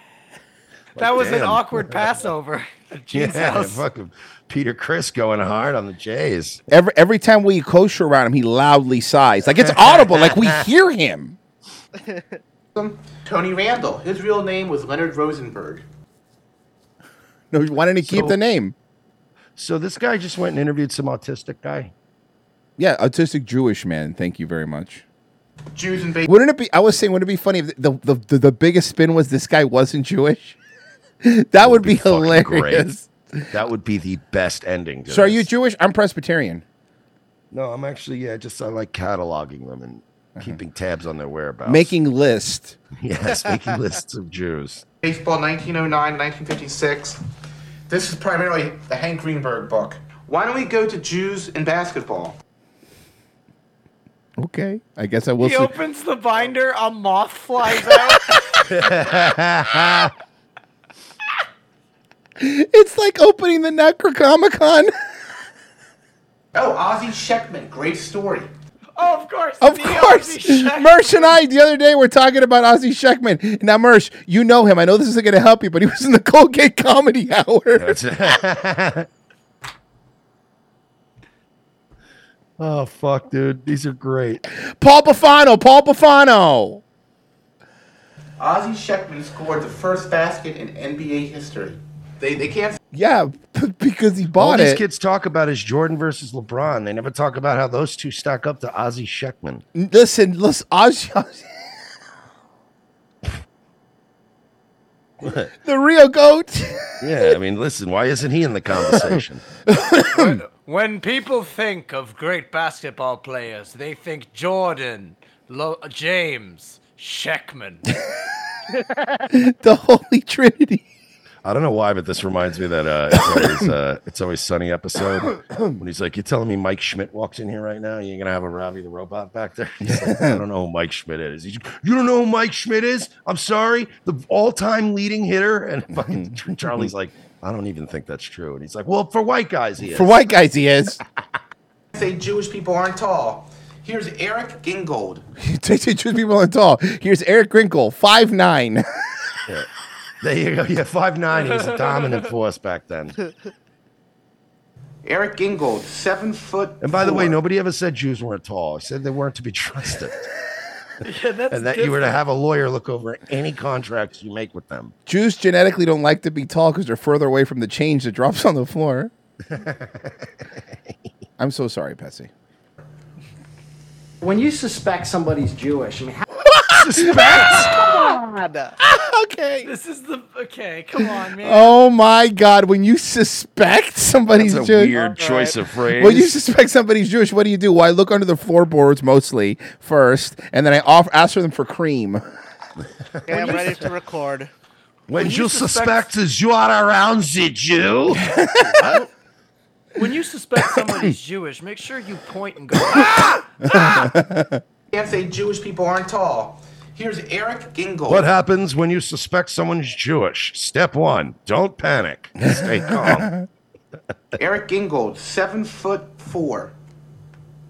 That was an
damn.
awkward Passover. *laughs* at Gene's
yeah, *laughs*
house.
fucking Peter Chris going hard on the Jays.
Every every time we kosher around him, he loudly sighs.
*laughs*
Like it's audible. like we hear him.
Tony Randall, his real name was Leonard Rosenberg.
No, why didn't he keep
So-
the name?
So this guy just went and interviewed some autistic guy.
Yeah, autistic Jewish man. Thank you very much.
Jews and baseball.
Wouldn't it be? I was saying, wouldn't it be funny if the the, the, the biggest spin was this guy wasn't Jewish? *laughs* that would be,
fucking great.
hilarious.
That would be the best ending. To
So, are
this.
you Jewish? I'm Presbyterian.
No, I'm actually yeah. Just I like cataloging them and
Uh-huh.
keeping tabs on their whereabouts.
Making list.
*laughs* yes, making lists of Jews.
Baseball 1909 1956. This is primarily the Hank Greenberg book. Why don't we go to Jews and basketball?
Okay, I guess I will.
he
See.
opens the binder, a moth flies out.
It's like opening the Necro Comic Con.
Oh, Ozzie Sheckman, great story.
oh, of course.
of
the
course,
Ozzy Shack.
Mersh and I the other day were talking about Ozzy Sheckman. Now, Mersh, you know him. I know this isn't going to help you, but he was in the Colgate Comedy Hour.
That's- oh fuck, dude, these are great.
Paul Bufano. Paul Bufano.
Ozzie Sheckman scored the first basket in NBA history. They, they can't
Yeah, because he
All
bought
these
it.
kids talk about is Jordan versus LeBron. They never talk about how those two stack up to Ozzie Sheckman.
Listen, listen, *laughs* Ozzy. *laughs* the real *laughs* goat.
*laughs* Yeah, I mean, listen, why isn't he in the
*laughs*
conversation?
When people think of great basketball players, they think Jordan, Lo- James, Sheckman.
the Holy Trinity.
I don't know why, but this reminds me that uh, it's, always, uh, *coughs* it's always
*coughs*
sunny episode when he's like, "You're telling me Mike Schmidt walks in here right now? You ain't gonna have a Robbie the robot back there?" He's like, I don't know who Mike Schmidt is. He's, you don't know who Mike Schmidt is? I'm sorry, the all-time leading hitter. And *laughs*
*laughs*
fucking Charlie's like, "I don't even think that's true." And he's like, "Well, for white guys, he is."
For white guys, he is. *laughs*
Say Jewish people aren't tall. Here's Eric Gingold.
They say choose people on tall. Here's Eric Grinkle, five nine. *laughs*
Yeah. There you go. Yeah, five nine. He was a dominant force back then.
Eric Gingold, seven foot.
And by the way, nobody ever said Jews weren't tall. I said they weren't to
*laughs*
be trusted. and that you were to have a lawyer look over any contracts you make with
*laughs*
them.
Jews genetically don't like to be tall because they're further away from the change that drops on the floor. I'm so sorry, Pessy.
When you suspect somebody's Jewish, I mean, how-
okay.
This is the okay. Come on, man.
*laughs* Oh my God! When you suspect somebody's
That's a
Jewish,
weird Alright. choice of phrase.
When you suspect somebody's Jewish, what do you do? Well, I look under the floorboards mostly first, and then I offer, ask for them for cream.
Okay, I'm ready to record.
When
you
you
suspect-
suspect is you are around the
*laughs*
Jew.
When you suspect somebody's *coughs* Jewish, make sure you point and go.
*laughs* Can't say Jewish people aren't tall. Here's Eric Gingold.
What happens when you suspect someone's Jewish? Step one: don't panic. Stay calm. *laughs*
Eric Gingold, seven foot four.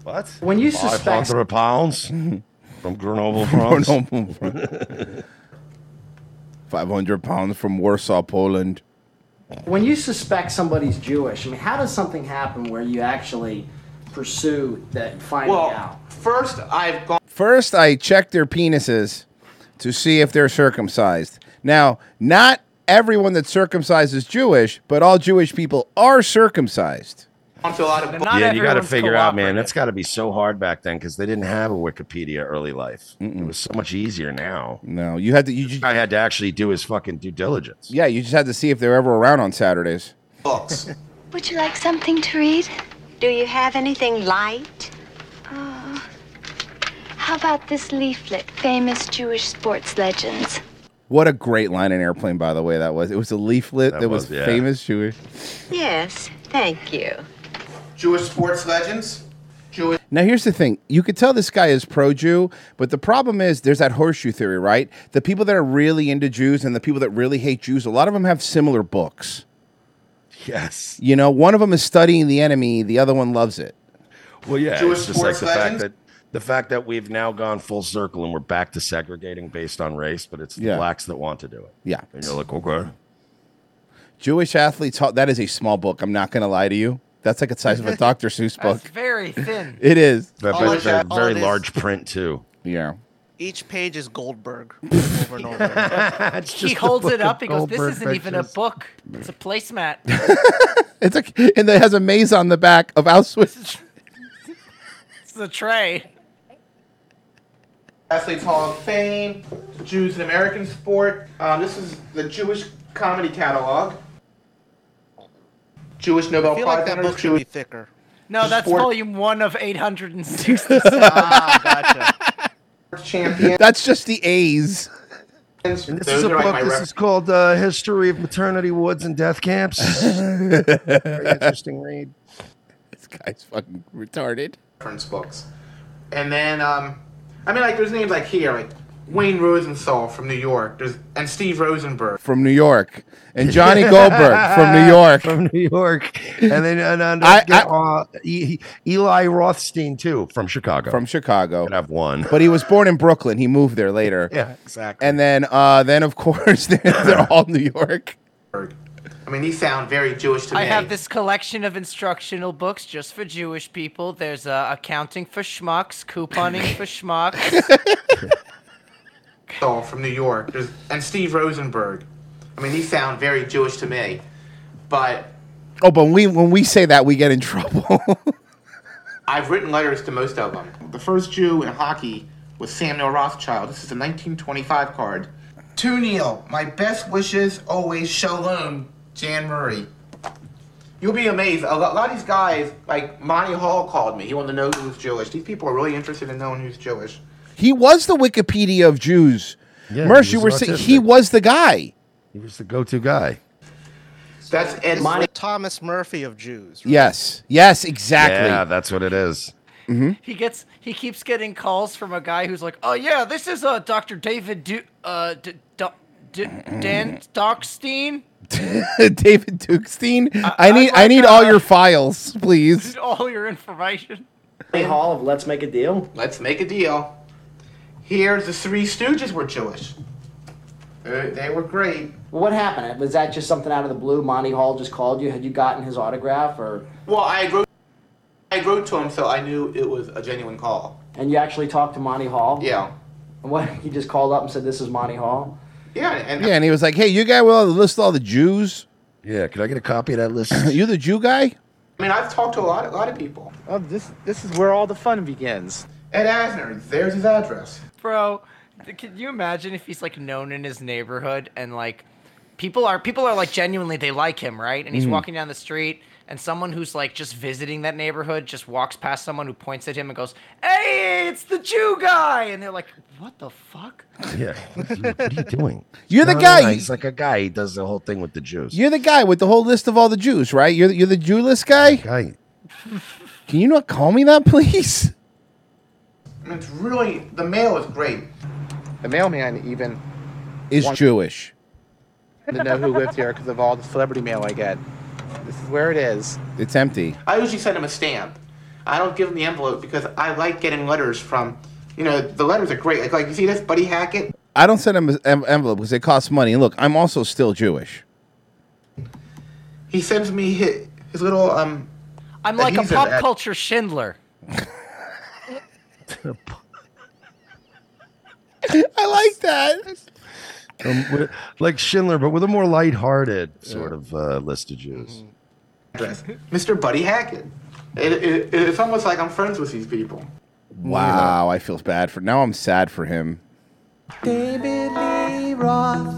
What?
When you
Five
suspect
hundred
*laughs*
pounds *laughs* from Grenoble, France.
Grenoble,
*laughs*
Five hundred pounds from Warsaw, Poland.
when you suspect somebody's Jewish, I mean, how does something happen where you actually pursue that finding
Well,
out?
First, I've gone
First, I check their penises to see if they're circumcised. Now, not everyone that's circumcised is Jewish, but all Jewish people are circumcised.
to a lot of.
yeah, you got to figure out, man. That's got to be so hard back then because they didn't have a Wikipedia early life. It was so much easier now.
No, you had to. You
I had to actually do his fucking due diligence.
Yeah, you just had to see if they're ever around on Saturdays.
Books.
Would you like something to read? Do you have anything light? Oh. How about this leaflet, Famous Jewish Sports Legends?
*laughs* What a great line in Airplane, by the way, that was. It was a leaflet that,
That
was,
was, yeah.
famous Jewish.
Yes, thank you.
Jewish sports legends. Jewish.
Now, here's the thing. You could tell this guy is pro Jew, but the problem is there's that horseshoe theory, right? The people that are really into Jews and the people that really hate Jews, a lot of them have similar books.
Yes.
You know, one of them is studying the enemy, the other one loves it.
Well, yeah,
Jewish
it's just like
sports
the
legends?
fact that the fact that we've now gone full circle and we're back to segregating based on race, but it's the
Yeah.
blacks that want to do it.
Yeah.
And you're like, okay.
Jewish athletes, that is a small book. I'm not going to lie to you. That's like the size of a Dr. Seuss book.
very thin.
*laughs* It is.
But,
All
but
of
they're
that- all
very
of this-
large print too.
Yeah.
Each page is
*laughs*
Goldberg over and *laughs* over. again.
he holds it up. He goes, "This isn't even a book. It's a placemat."
It's like, and it has a maze on the back of Auschwitz.
It's a tray.
Athletes Hall of Fame. Jews in American sport. Um, this is the Jewish comedy catalog. Jewish Nobel
I feel
Prize
like that
winners,
book should be
Jewish-
thicker.
No, that's
Sport.
volume one of
*laughs*
867.
Ah,
*laughs*
Champion.
That's just the A's.
And this
This is a book. This is called uh, "History of Maternity Woods and Death Camps." *laughs* Very interesting read.
This guy's fucking retarded.
reference books. And then, um, I mean, like, there's names like here, like Wayne Rosenthal from New York, there's, and Steve Rosenberg.
From New York. And Johnny Goldberg from New York.
*laughs* From New York. And then and, and,
I-
get, uh, E- E- Eli Rothstein too from Chicago.
From Chicago.
Could have one.
But he was born in
*laughs*
Brooklyn. He moved there later.
Yeah, exactly.
And then, uh, then of course, *laughs* they're, they're all New York.
I mean, these sound very Jewish to
I
me.
have this collection of instructional books just for Jewish people. There's uh, accounting for schmucks, couponing for schmucks.
Rosenthal from New York, there's, and Steve Rosenberg. I mean, these sound very Jewish to me. But
Oh, but when we when we say that, we get in trouble. *laughs*
I've written letters to most of them. The first Jew in hockey was Samuel Rothschild. This is a 1925 card. To Neil, my best wishes always shalom, Jan Murray. You'll be amazed. A lo- a lot of these guys, like Monty Hall called me. He wanted to know who's Jewish. These people are really interested in knowing who's Jewish.
he was the Wikipedia of Jews.
Yeah,
Mersh,
he
you were
was
saying
autistic.
he was the guy.
He was the go-to guy.
That's Ed
It's the Thomas Murphy of Jews.
Yes. *laughs* Yes, exactly.
Yeah, that's what it is.
Mm-hmm.
He gets he keeps getting calls from a guy who's like, "Oh yeah, this is uh Dr. David du- uh D- D- D- Dan Dockstein."
David Dukestein, I, need I need all your files, please.
all your information.
Hall of Let's Make a Deal.
Let's make a deal. Here, the Three Stooges were Jewish. Uh, They were great.
What happened? Was that just something out of the blue? Monty Hall just called you. Had you gotten his autograph, or
Well, I wrote, I wrote to him, so I knew it was a genuine call.
and you actually talked to Monty Hall?
Yeah.
And what? *laughs* He just called up and said, "This is Monty Hall."
Yeah, and
Yeah, and he was like, "Hey, you guy will list all the Jews."
Yeah, could I get a copy of that list?
*clears throat* you the Jew guy?
I mean, I've talked to a lot, a lot of people.
Oh, this this is where all the fun begins.
Ed Asner, there's his address.
Bro, th- can you imagine if he's like known in his neighborhood and like people are people are like genuinely they like him, right? And he's
Mhm.
walking down the street and someone who's like just visiting that neighborhood just walks past someone who points at him and goes, "Hey, it's the Jew guy."
*laughs*
And they're like, "What the fuck?"
*laughs* Yeah. What are you, what are you doing?
*laughs* You're the
No, no,
guy.
no, He's like a guy. He does the whole thing with the Jews.
You're the guy with the whole list of all the Jews, right? You're the, you're the Jew list guy.
Guy.
Can you not call me that, *laughs* please?
I mean, it's really, the mail is great.
The mailman even
Is
One-
Jewish.
to know who lived here because of all the celebrity mail I get. This is where it is.
It's empty.
I usually send him a stamp. I don't give him the envelope because I like getting letters from, you know, the letters are great. Like, like you see this, Buddy Hackett?
I don't send him an en- envelope because it costs money. And look, I'm also still Jewish. *laughs*
He sends me his, his little, um,
I'm like a
Adhesive
pop
ad-
culture Schindler.
I like that.
Um, with- like Schindler, but with a more lighthearted sort of uh, list of Jews.
address, Mr. Buddy Hackett. It, it, it's almost like I'm friends with these people.
Wow, I feel bad for now. I'm sad for him.
David Lee Roth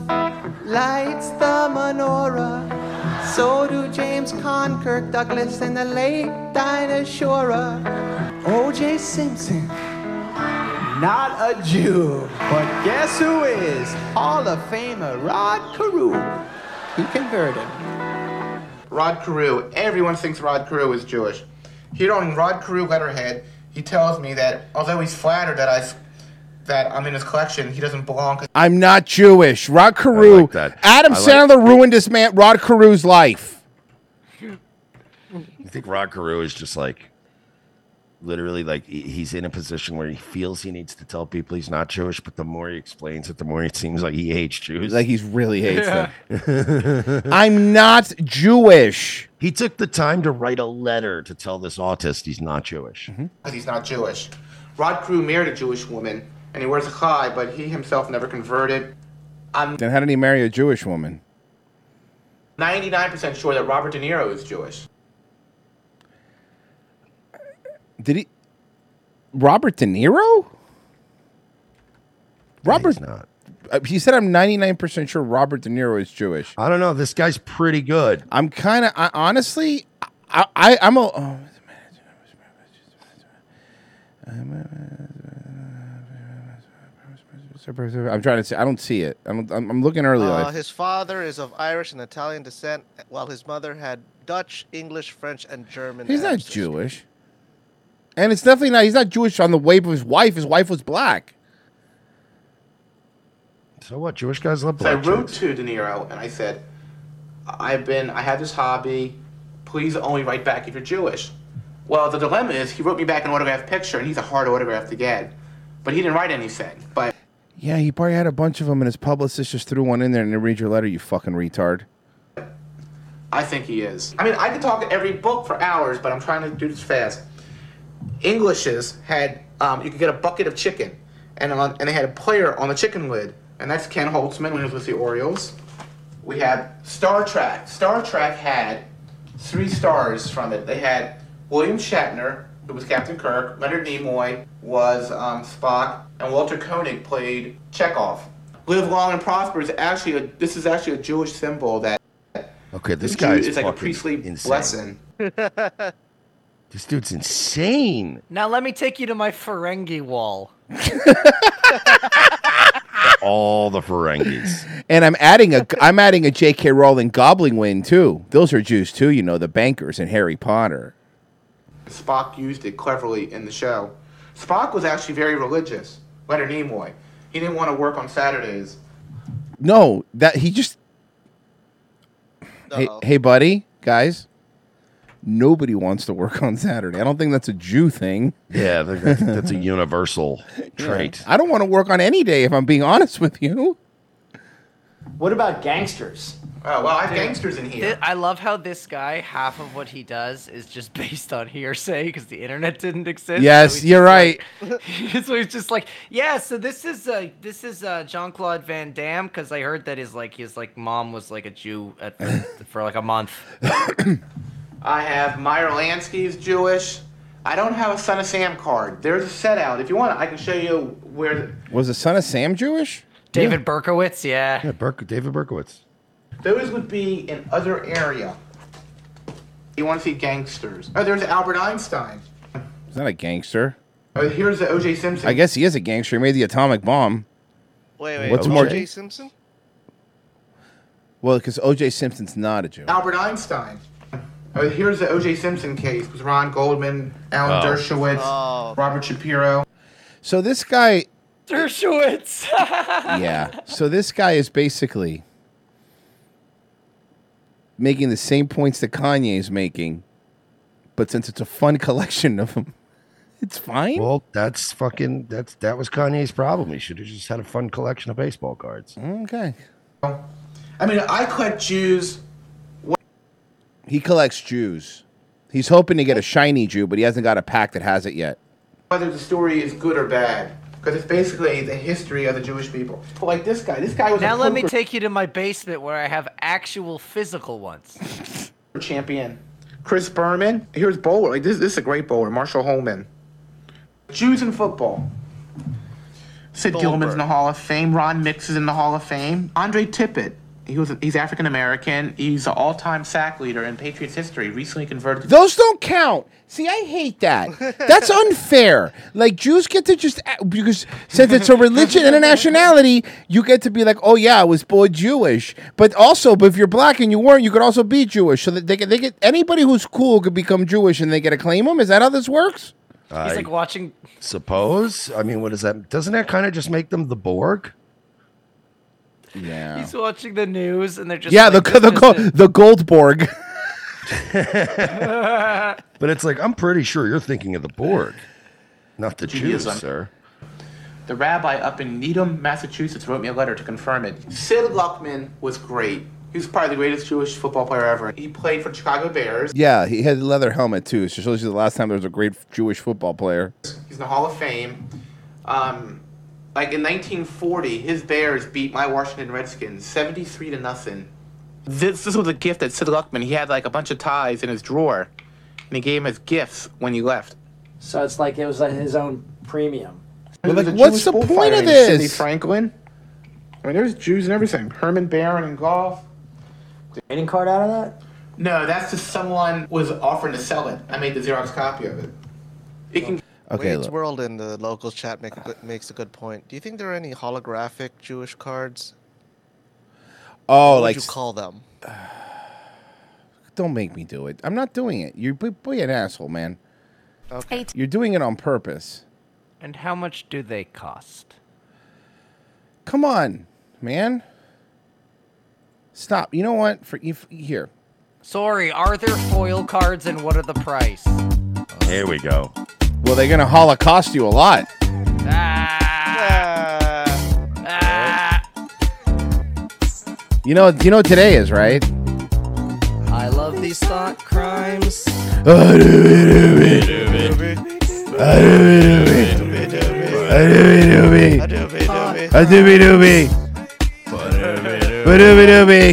lights the menorah. So do James Conkirk Douglas and the late Dinah Shore. O.J. Simpson, not a Jew, but guess who is? Hall of Famer Rod Carew. He converted.
Rod Carew. Everyone thinks Rod Carew is Jewish. Here on Rod Carew letterhead, he tells me that although he's flattered that I, that I'm in his collection, he doesn't belong. 'cause
I'm not Jewish. Rod Carew. Adam
I like-
Sandler ruined this man. Rod Carew's life.
I think Rod Carew is just like literally like he- he's in a position where he feels he needs to tell people he's not Jewish, but the more he explains it, the more it seems like he hates Jews.
Like he's really hates
them.
them. *laughs* I'm not Jewish.
He took the time to write a letter to tell this autist he's not Jewish.
Mm-hmm.
because he's not Jewish. Rod Carew married a Jewish woman, and he wears a chai, but he himself never converted. I'm
Then how did he marry a Jewish woman?
99% sure that Robert De Niro is Jewish.
Did he? Robert De Niro? Robert. uh,
not.
He said, "I'm 99 percent sure Robert De Niro is Jewish."
I don't know. This guy's pretty good.
I'm kind of I, honestly. I, I I'm a. Oh, I'm trying to see. I don't see it. I'm I'm, I'm looking early.
Uh,
like-
his father is of Irish and Italian descent, while his mother had Dutch, English, French, and German.
He's not Jewish. And it's definitely not. He's not Jewish on the way of his wife. His wife was black.
So what? Jewish guys love
So I
black
wrote
Jews.
to De Niro and I said, I've been, I have this hobby. Please only write back if you're Jewish. Well, the dilemma is he wrote me back an autographed picture, and he's a hard autograph to get, but he didn't write anything. But
Yeah, he probably had a bunch of them, and his publicist just threw one in there and didn't read your letter. You fucking retard.
I think he is. I mean, I could talk every book for hours, but I'm trying to do this fast. Englishes had, um, you could get a bucket of chicken, and on, and they had a player on the chicken lid, and that's Ken Holtzman when he was with the Orioles. We have Star Trek. Star Trek had three stars from it. They had William Shatner, who was Captain Kirk, Leonard Nimoy was um, Spock, and Walter Koenig played Chekhov. Live long and prosper is actually a, this is actually a Jewish symbol that
Okay, this
Jew
guy is
is like a
fucking
priestly
insane.
blessing.
This dude's insane.
Now let me take you to my Ferengi wall.
all the Ferengis.
*laughs* And I'm adding a I'm adding a J.K. Rowling Goblin Wing too. Those are Jews too, you know, the bankers and Harry Potter.
Spock used it cleverly in the show. Spock was actually very religious, Leonard Nimoy. He didn't want to work on Saturdays.
No, that he just. Hey, hey, buddy, guys. Nobody wants to work on Saturday. I don't think that's a Jew thing.
Yeah, I think
*laughs*
that's, that's a universal trait.
I don't want to work on any day if I'm being *laughs* honest with you.
What about gangsters?
Oh, well, I have gangsters in here.
I love how this guy, half of what he does is just *laughs* based on hearsay because the internet didn't exist.
Yes,
he's
you're
just
right.
like- *laughs* so he's just like, yeah. So this is uh, this is uh, Jean Claude Van Damme because I heard that his like his like mom was like a Jew at,
*laughs*
for, for like a month.
I have Meyer Lansky's Jewish. I don't have a Son of Sam card. There's a set out. If you want, I can show you where.
Was the son of Sam Jewish?
David Berkowitz, yeah.
Yeah, Berk- David Berkowitz.
Those would be in other area. You want to see gangsters? Oh, there's Albert Einstein.
He's not a gangster.
Oh, here's the O.J. Simpson.
I guess he is a gangster. He made the atomic bomb.
Wait,
What's more?
O.J. Simpson?
Well, because O.J. Simpson's not a Jew.
Albert Einstein. Oh, here's the O.J. Simpson case with Ron Goldman, Alan
Oh.
Dershowitz, Robert Shapiro.
So this guy,
Dershowitz.
yeah. So this guy is basically making the same points that Kanye's making, but since it's a fun *laughs* collection of them, it's fine.
Well, that's fucking that's that was Kanye's problem. He should have just had a fun collection of baseball cards.
Okay.
I mean, I collect Jews.
He collects Jews. He's hoping to get a shiny Jew, but he hasn't got a pack that has it yet.
whether the story is good or bad because it's basically the history of the Jewish people. But like this guy, this guy was
now
a
let me
poker
take you to my basement where I have actual physical
*laughs*
ones.
champion. Chris Berman, here's bowler. Like this, this is a great bowler. Marshall Holman. Jews in football. Sid Gilman's in the Hall of Fame. Ron Mix is in the Hall of Fame. Andre Tippett. He was he's African American. He's an all-time sack leader in Patriots history. Recently converted. to
Those don't count. See, I hate that. That's unfair. Like Jews get to just a- because since it's a religion and a nationality, you get to be like, oh yeah, I was born Jewish. But also, but if you're black and you weren't, you could also be Jewish. So that they get, they get anybody who's cool could become Jewish and they get to claim them. Is that how this works?
I
He's like watching.
suppose. I mean, what is that? Doesn't that kind of just make them the Borg?
Yeah.
He's watching the news and they're just
yeah,
like,
the the,
this
go-
is
the *laughs* Goldborg. *laughs*
*laughs* it.
But it's like I'm pretty sure you're thinking of the Borg, not the
Judaism.
Jews, sir.
The rabbi up in Needham, Massachusetts, wrote me a letter to confirm it. Sid Luckman was great. He was probably the greatest Jewish football player ever. He played for Chicago Bears.
yeah, he had a leather helmet too. So it shows you the last time there was a great Jewish football player.
He's in the Hall of Fame. Um, like in 1940, his Bears beat my Washington Redskins 73 to nothing. This this was a gift that Sid Luckman. He had like a bunch of ties in his drawer, and he gave him as gifts when he left.
So it's like it was like his own premium.
But like,
what's the point of
Sidney
this?
Franklin. I mean, there's Jews and everything. Herman Barron and golf.
Trading card out of that?
No, that's just someone was offering to sell it. I made the Xerox copy of it. It can.
Okay,
Wade's
look.
World in the local chat make, makes a good point. Do you think there are any holographic Jewish cards?
Oh,
what
like
would you call them?
don't make me do it. I'm not doing it. You're b- boy an asshole, man.
Okay.
You're doing it on purpose.
and how much do they cost?
Come on, man. Stop. You know what? For if, here,
Sorry, are there foil cards and what are the price?
Here we go.
well, they're gonna holocaust you a lot. You know. You know what today is right.
I love these thought crimes.
Adoobie doobie.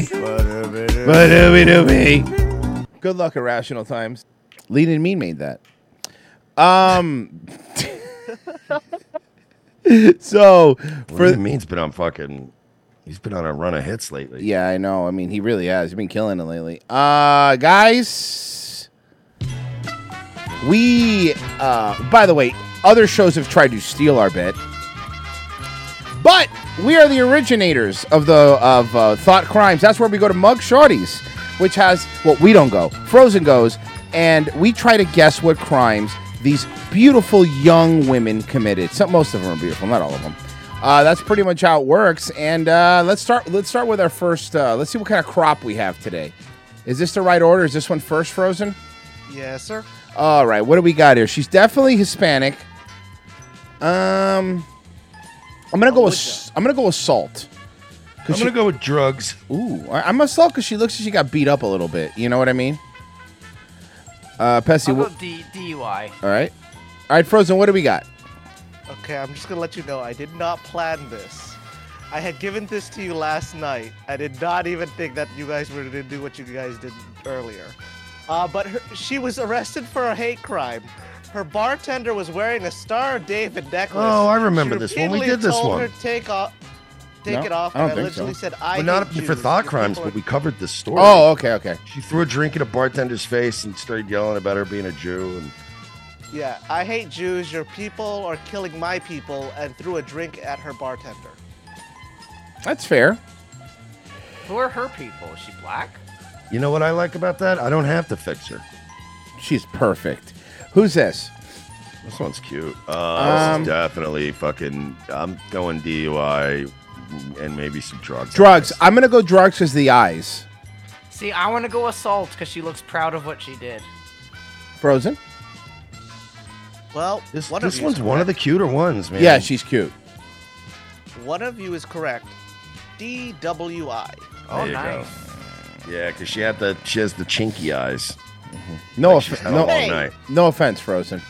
Adoobie doobie. Good luck, irrational times. Lean and Mean made that. Um. *laughs* so
What
for
do you mean? He's been on fucking. He's been on a run of hits lately.
yeah, I know. I mean, he really has. He's been killing it lately. Uh, guys, we. Uh, by the way, other shows have tried to steal our bit, but We are the originators of the of uh, thought crimes. That's where we go to Mug Shorties, which has well, we don't go. Frozen goes, and we try to guess what crimes these beautiful young women committed. Some, most of them are beautiful, not all of them. Uh, that's pretty much how it works. And uh, let's start. Let's start with our first. Uh, let's see what kind of crop we have today. Is this the right order? Is this one first, Frozen?
Yes, sir.
All right, what do we got here? She's definitely Hispanic. Um, I'm gonna go with s- I'm gonna go with salt. I'm
gonna
go with drugs. Ooh, I, I'm a salt because she looks like she got beat up a little bit. You know what I mean? Uh, Pessy.
I'll go
wh-
D- DUI.
all right, all right, Frozen. What do we got?
Okay, I'm just gonna let you know I did not plan this. I had given this to you last night. I did not even think that you guys were gonna do what you guys did earlier. Uh, but her, she was arrested for a hate crime. Her bartender was wearing a Star of David necklace.
Oh, I remember
She
this one. We
repeatedly
did this
told
one.
her to take off, take
No,
it off,
I don't
and I
think
literally
so.
said I.
Well, not
hate
for
Jews.
thought
If
crimes,
people are-
but we covered this story.
Oh, okay, okay.
She threw a drink in a bartender's face and started yelling about her being a Jew. And
Yeah, I hate Jews. Your people are killing my people, and threw a drink at her bartender.
That's fair.
Who are her people? Is she black?
you know what I like about that? I don't have to fix her.
She's perfect. Who's this?
This one's cute. Uh,
Um,
this is definitely fucking. I'm going DUI and maybe some drugs.
Drugs. I'm gonna go drugs as the eyes.
See, I want to go assault because she looks proud of what she did.
Frozen.
Well,
This,
one of
this
you
one's
is
one of the
correct.
cuter ones, man.
Yeah, she's cute.
One of you is correct. DWI.
There you go. Yeah, because she had the she has the chinky eyes.
Mm-hmm. No,
Like she's
off-
had
no,
all night.
no offense, Frozen.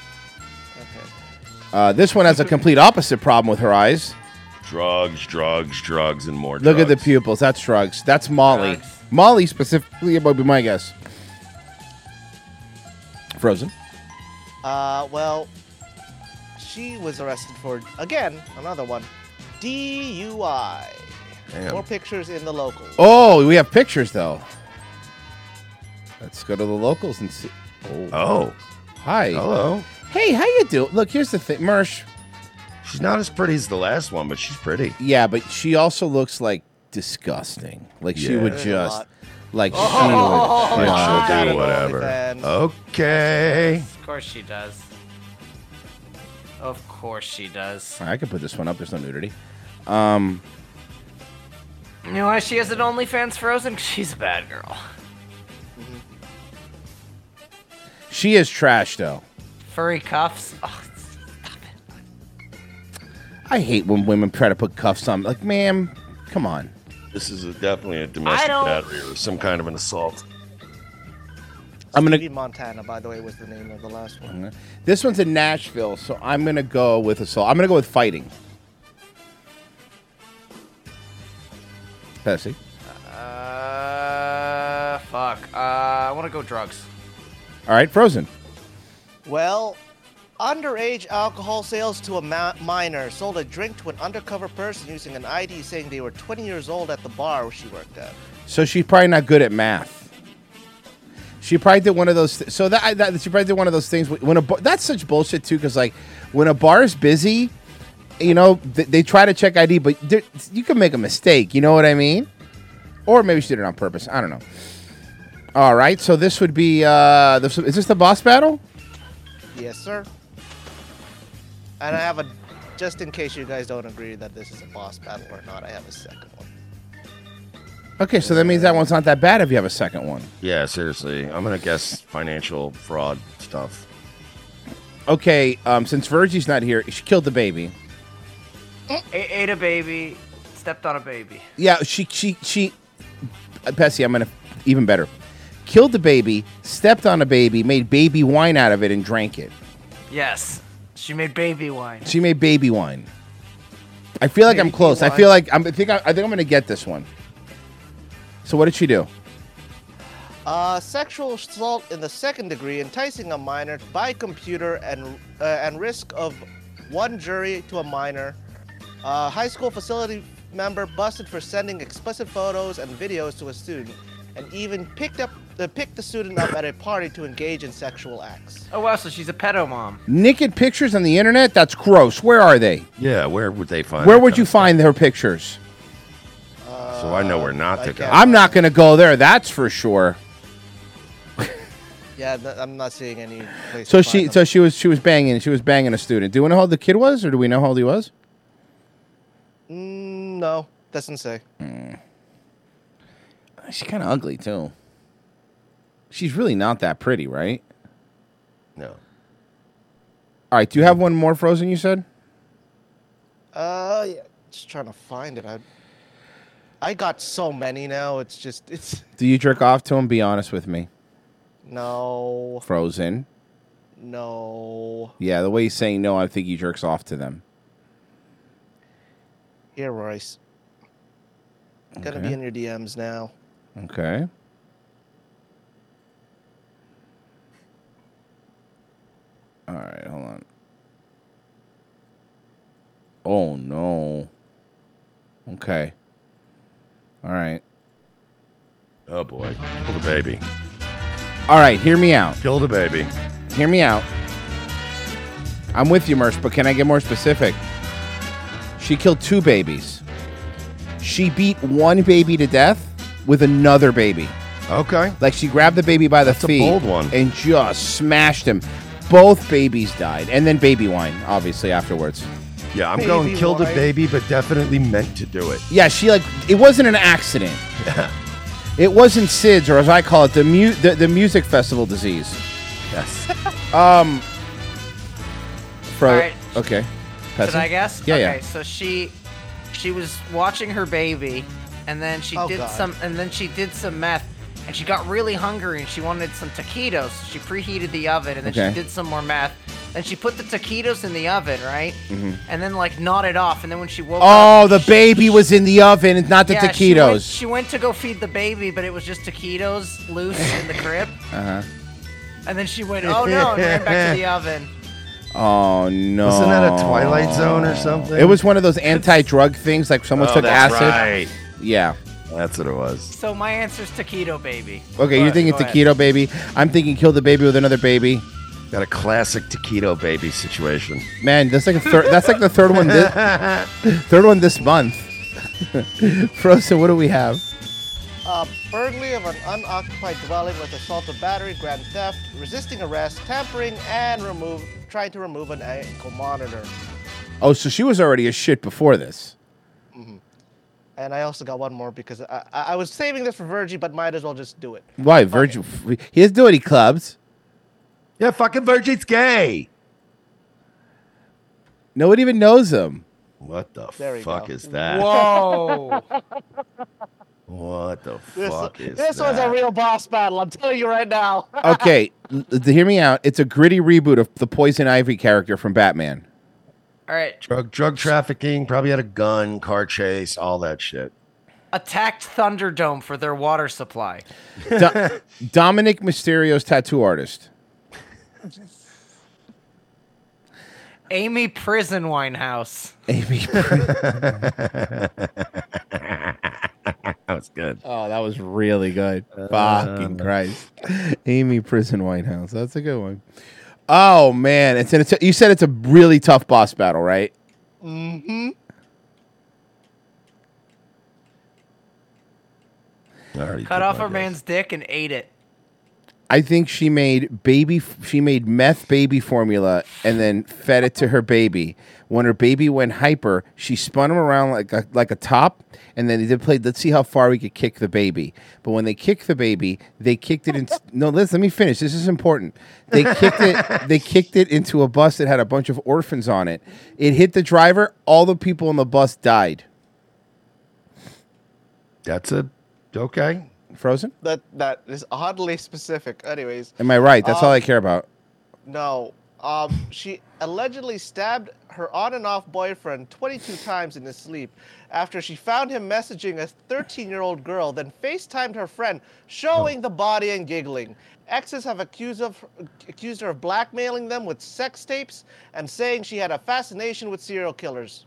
Uh, this one has a complete opposite problem with her eyes.
Drugs, drugs, drugs, and more.
Look at the pupils. That's drugs. That's Molly. Molly specifically would be my guess. Frozen.
Uh, well, she was arrested for again another one, DUI.
Damn.
More pictures in the local.
Oh, we have pictures though. Let's go to the locals and see. Oh.
Oh.
Hi.
Hello.
Hey, how you doing? Look, here's the thing, Mersh.
She's not as pretty as the last one, but she's pretty.
Yeah, but she also looks like disgusting. Like she
Yeah.
would
There's a
just
lot.
like she
Oh,
would.
like she'll
Yeah.
do whatever. Okay.
Of course she does. Of course she does.
I could put this one up. There's no nudity. Um,
You know why she has an OnlyFans Frozen? 'Cause she's a bad girl.
she is trash though.
Furry cuffs. Ugh,
I hate when women try to put cuffs on. Like, ma'am, come on.
This is a, definitely a domestic
don't-
battery or some kind of an assault.
I'm gonna.
Stevie Montana, by the way, was the name of the last one.
This one's in Nashville, so I'm gonna go with assault. I'm gonna go with fighting. Pessy.
Uh, fuck. Uh, I want to go drugs.
All right, Frozen.
Well, underage alcohol sales to a ma- minor sold a drink to an undercover person using an ID saying they were 20 years old at the bar where she worked at.
So she's probably not good at math. She probably did one of those. Th- so that, I- that she probably did one of those things wh- when a bar, that's such bullshit too. Because like when a bar is busy, you know th- they try to check ID, but there- you can make a mistake. You know what I mean? Or maybe she did it on purpose. I don't know. All right, so this would be. Uh, this, is this the boss battle?
Yes, sir. And I have a, just in case you guys don't agree that this is a boss battle or not, I have a second one.
Okay, so that means that one's not that bad if you have a second one.
Yeah, seriously. I'm gonna guess financial fraud stuff.
Okay, um, since Virgie's not here, she killed the baby. Eh.
A- ate a baby, stepped on a baby.
Yeah, she she she. uh, Pessy, I'm gonna even better. Killed the baby, stepped on a baby, made baby wine out of it, and drank it.
Yes, she made baby wine.
She made baby wine. I feel like I'm close. I feel
wine.
like I'm, I think I, I think I'm gonna get this one. So what did she do?
Uh, sexual assault in the second degree, enticing a minor by computer and uh, and risk of one jury to a minor. Uh, high school facility member busted for sending explicit photos and videos to a student, and even picked up uh, pick the student up at a party to engage in sexual acts.
Oh wow, so she's a pedo mom.
Naked pictures on the internet? That's gross. Where are they?
Yeah, where would they find?
Where would you find their pictures?
So I know where not to go.
I'm not going to go there. That's for sure.
Yeah, th- I'm not seeing any. Place
So
to find
she, so she was, she was banging, she was banging a student. Do we know how old the kid was, or do we know how old he was?
Mm, no, doesn't say.
Hmm. She's kind of ugly too. She's really not that pretty, right?
No.
All right. Do you have one more frozen? You said.
Uh, yeah, just trying to find it. I, I got so many now. It's just it's
Do you jerk off to him? Be honest with me.
no,
Frozen.
no.
Yeah, the way he's saying no, I think he jerks off to them.
Here, Royce. Gonna
Okay.
be in your DMs now.
Okay. All right, hold on. Oh no. Okay. All right.
Oh boy, kill the baby.
All right, hear me out.
Kill the baby.
Hear me out. I'm with you, Merce, but can I get more specific? She killed two babies. She beat one baby to death with another baby.
Okay.
Like she grabbed the baby by the
a
feet
bold one.
and just smashed him. Both babies died, and then baby wine, obviously afterwards.
Yeah, I'm going kill the baby, but definitely meant to do it.
Yeah, she like it wasn't an accident. It wasn't SIDS, or as I call it, the mu- the, the music festival disease.
Yes.
*laughs* um. Fro-
All right.
Okay.
Did
Patsy?
I guess?
Yeah,
okay,
yeah.
So she, she was watching her baby, and then she
Oh,
did
God.
some, and then she did some meth, and she got really hungry, and she wanted some taquitos. So she preheated the oven, and then
Okay.
she did some more meth. Then she put the taquitos in the oven, right?
Mm-hmm.
Mhm.
And then like nodded off, and then when she woke up.
Oh, the baby was in the oven, and not the
yeah, She went,
taquitos.
she went to go feed the baby, but it was just taquitos loose in the crib.
Uh huh.
And then she went, oh no, and ran back
*laughs*
to the oven.
Oh no!
Wasn't that a Twilight Zone or something?
It was one of those anti-drug things, like someone
Oh,
took
that's
acid.
right.
Yeah.
That's what it was.
So my answer's taquito baby.
Okay, you're thinking taquito baby. I'm thinking kill the baby with another baby.
Got a classic taquito baby situation.
Man, that's like a third. that's like the third one. This,
*laughs*
third one this month. *laughs* Frozen. What do we have?
Uh, burglary of an unoccupied dwelling with assault of battery, grand theft, resisting arrest, tampering, and remove trying to remove an ankle monitor.
Oh, so she was already a shit before this.
hmm And I also got one more because I, I, I was saving this for Virgie, but might as well just do it.
Why, Virgil? He doesn't do any clubs.
Yeah, fucking Virgil's gay.
No one even knows him.
What the
There we
fuck
go.
is that?
Whoa!
Oh. *laughs* What the
this
fuck is
this
that?
was a real boss battle. I'm telling you right now. *laughs*
Okay, l- l- hear me out. It's a gritty reboot of the Poison Ivy character from Batman.
All right.
drug drug trafficking. Probably had a gun, car chase, all that shit.
attacked Thunderdome for their water supply.
Do- Dominic Mysterio's tattoo artist.
Amy Prison Winehouse.
Amy.
*laughs*
*laughs*
that was good.
Oh, that was really good.
Um,
Fucking Christ. Amy Prison Winehouse. That's a good one. Oh man, it's, an, it's you said it's a really tough boss battle, right?
Mm-hmm.
Cut off
Oh
a man's dick and ate it.
I think she made baby. She made meth baby formula and then fed it to her baby. When her baby went hyper, she spun him around like a, like a top, and then they played. Let's see how far we could kick the baby. But when they kicked the baby, they kicked it in. *laughs* no, let's let me finish. This is important. They kicked it. They kicked it into a bus that had a bunch of orphans on it. It hit the driver. All the people on the bus died.
That's a okay.
Frozen.
That that is oddly specific. Anyways,
Am I right?
Uh,
That's all I
um,
care about.
No. Um, she allegedly stabbed her on and off boyfriend 22 times in his sleep after she found him messaging a 13 year old girl, then FaceTimed her friend,
Oh.
showing the body and giggling. Exes have accused, of, accused her of blackmailing them with sex tapes and saying she had a fascination with serial killers.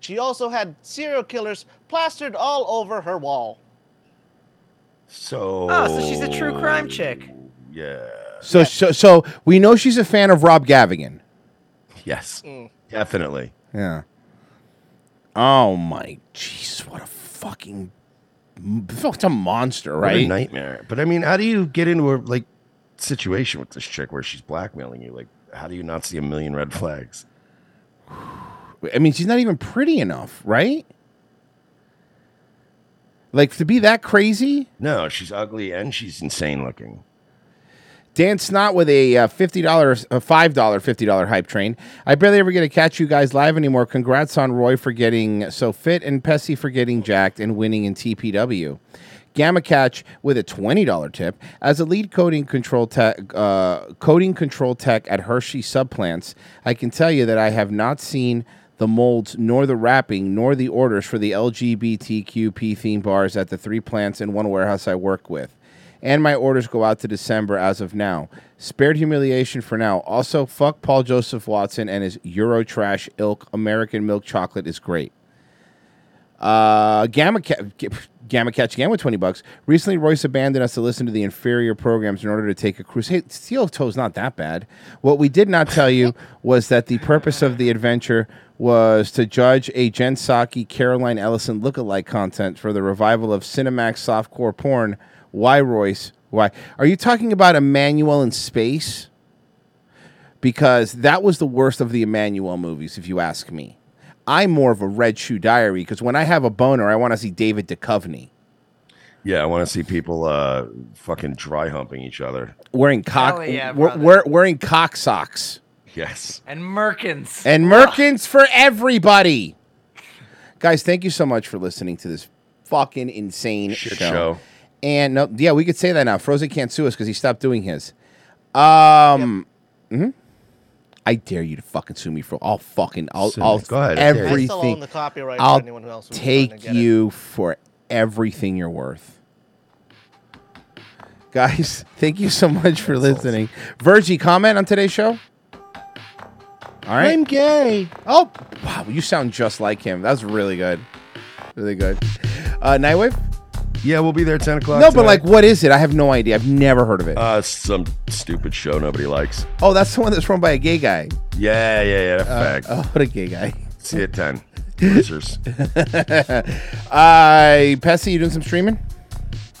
She also had serial killers plastered all over her wall.
So.
Oh, so she's a true crime chick.
Yeah.
So, so so we know she's a fan of Rob Gavigan.
Yes. Definitely.
Yeah. Oh my Jesus! What a fucking it's a monster,
What a
right?
nightmare. But I mean, how do you get into a like situation with this chick where she's blackmailing you? Like, how do you not see a million red flags?
I mean, she's not even pretty enough, right? Like to be that crazy.
No, she's ugly and she's insane looking.
Dan Snot with a uh, fifty dollars, a five dollar, fifty dollar hype train. I barely ever get to catch you guys live anymore. Congrats on Roy for getting so fit and Pessy for getting jacked and winning in TPW. Gamma Catch with a twenty dollar tip. As a lead coding control tech, uh, coding control tech at Hershey Subplants, I can tell you that I have not seen the molds, nor the wrapping, nor the orders for the LGBTQP theme bars at the three plants and one warehouse I work with and my orders go out to December as of now. Spared humiliation for now. Also, fuck Paul Joseph Watson and his Euro trash ilk. American milk chocolate is great. Uh, Gamma, Ca- Gamma Catch again with 20 bucks. Recently, Royce abandoned us to listen to the inferior programs in order to take a cruise. Hey, Steel Toe's not that bad. What we did not tell you was that the purpose of the adventure was to judge a Jen Psaki, Caroline Ellison lookalike content for the revival of Cinemax softcore porn. Why, Royce? Why? Are you talking about Emmanuel in space? because that was the worst of the Emmanuel movies, if you ask me. I'm more of a Red Shoe Diary because when I have a boner, I want to see David Duchovny
Yeah, I want to see people uh, fucking dry humping each other.
wearing cock,
Hell yeah,
wear- wear- wearing cock socks
Yes.
And Merkins.
and merkins for everybody. Guys, thank you so much for listening to this fucking insane show.
show.
And no, yeah, we could say that now. Frozen can't sue us because he stopped doing his. Um, mhm. I dare you to fucking sue me for all fucking. I'll,
Sue me.
I'll
Go ahead, I dare you.
everything.
I still own the copyright for
I'll
anyone who else who's trying to
take
get
you for everything you're worth. Guys, *laughs* thank you so much for listening. Virgie, comment on today's show. All right. I'm gay. Oh, wow. You sound just like him. That's really good. Really good. Uh, Nightwave?
Yeah, we'll be there at 10 o'clock.
No, but
tonight.
like, what is it? I have no idea. I've never heard of it.
Uh, some stupid show nobody likes.
oh, that's the one that's run by a gay guy.
Yeah, yeah, yeah. fact.
oh, *laughs* what a gay guy.
See you
*laughs*
at 10. Losers.
uh, Pessy, you doing some streaming?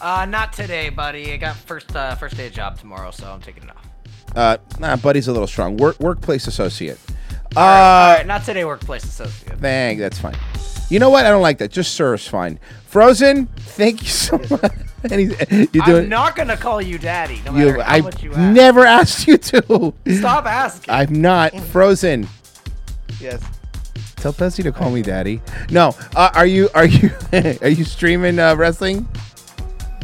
Uh, not today, buddy. I got first uh, first day of job tomorrow, so I'm taking it off.
Uh, nah, buddy's a little strong. Work, workplace associate. Uh,
All right, not today, workplace associate.
Bang, that's fine. You know what? I don't like that. Just sir is fine. Frozen, thank you so *laughs* much. And he's- you
I'm
do it.
not gonna call you daddy, no matter
You,
how
I
much you ask.
never *laughs* asked you to.
Stop asking.
I'm not Frozen.
Yes.
Tell Pessy to call me daddy. No, uh, are you are you *laughs* are you streaming uh, wrestling?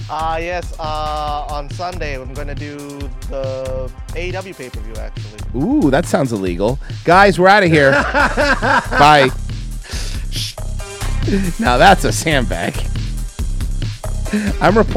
Uh, yes, uh, on Sunday, I'm going to do the AEW pay per view, actually.
Ooh, that sounds illegal. Guys, we're out of
*laughs*
*laughs*
here. Bye. Now that's a sandbag. I'm reporting.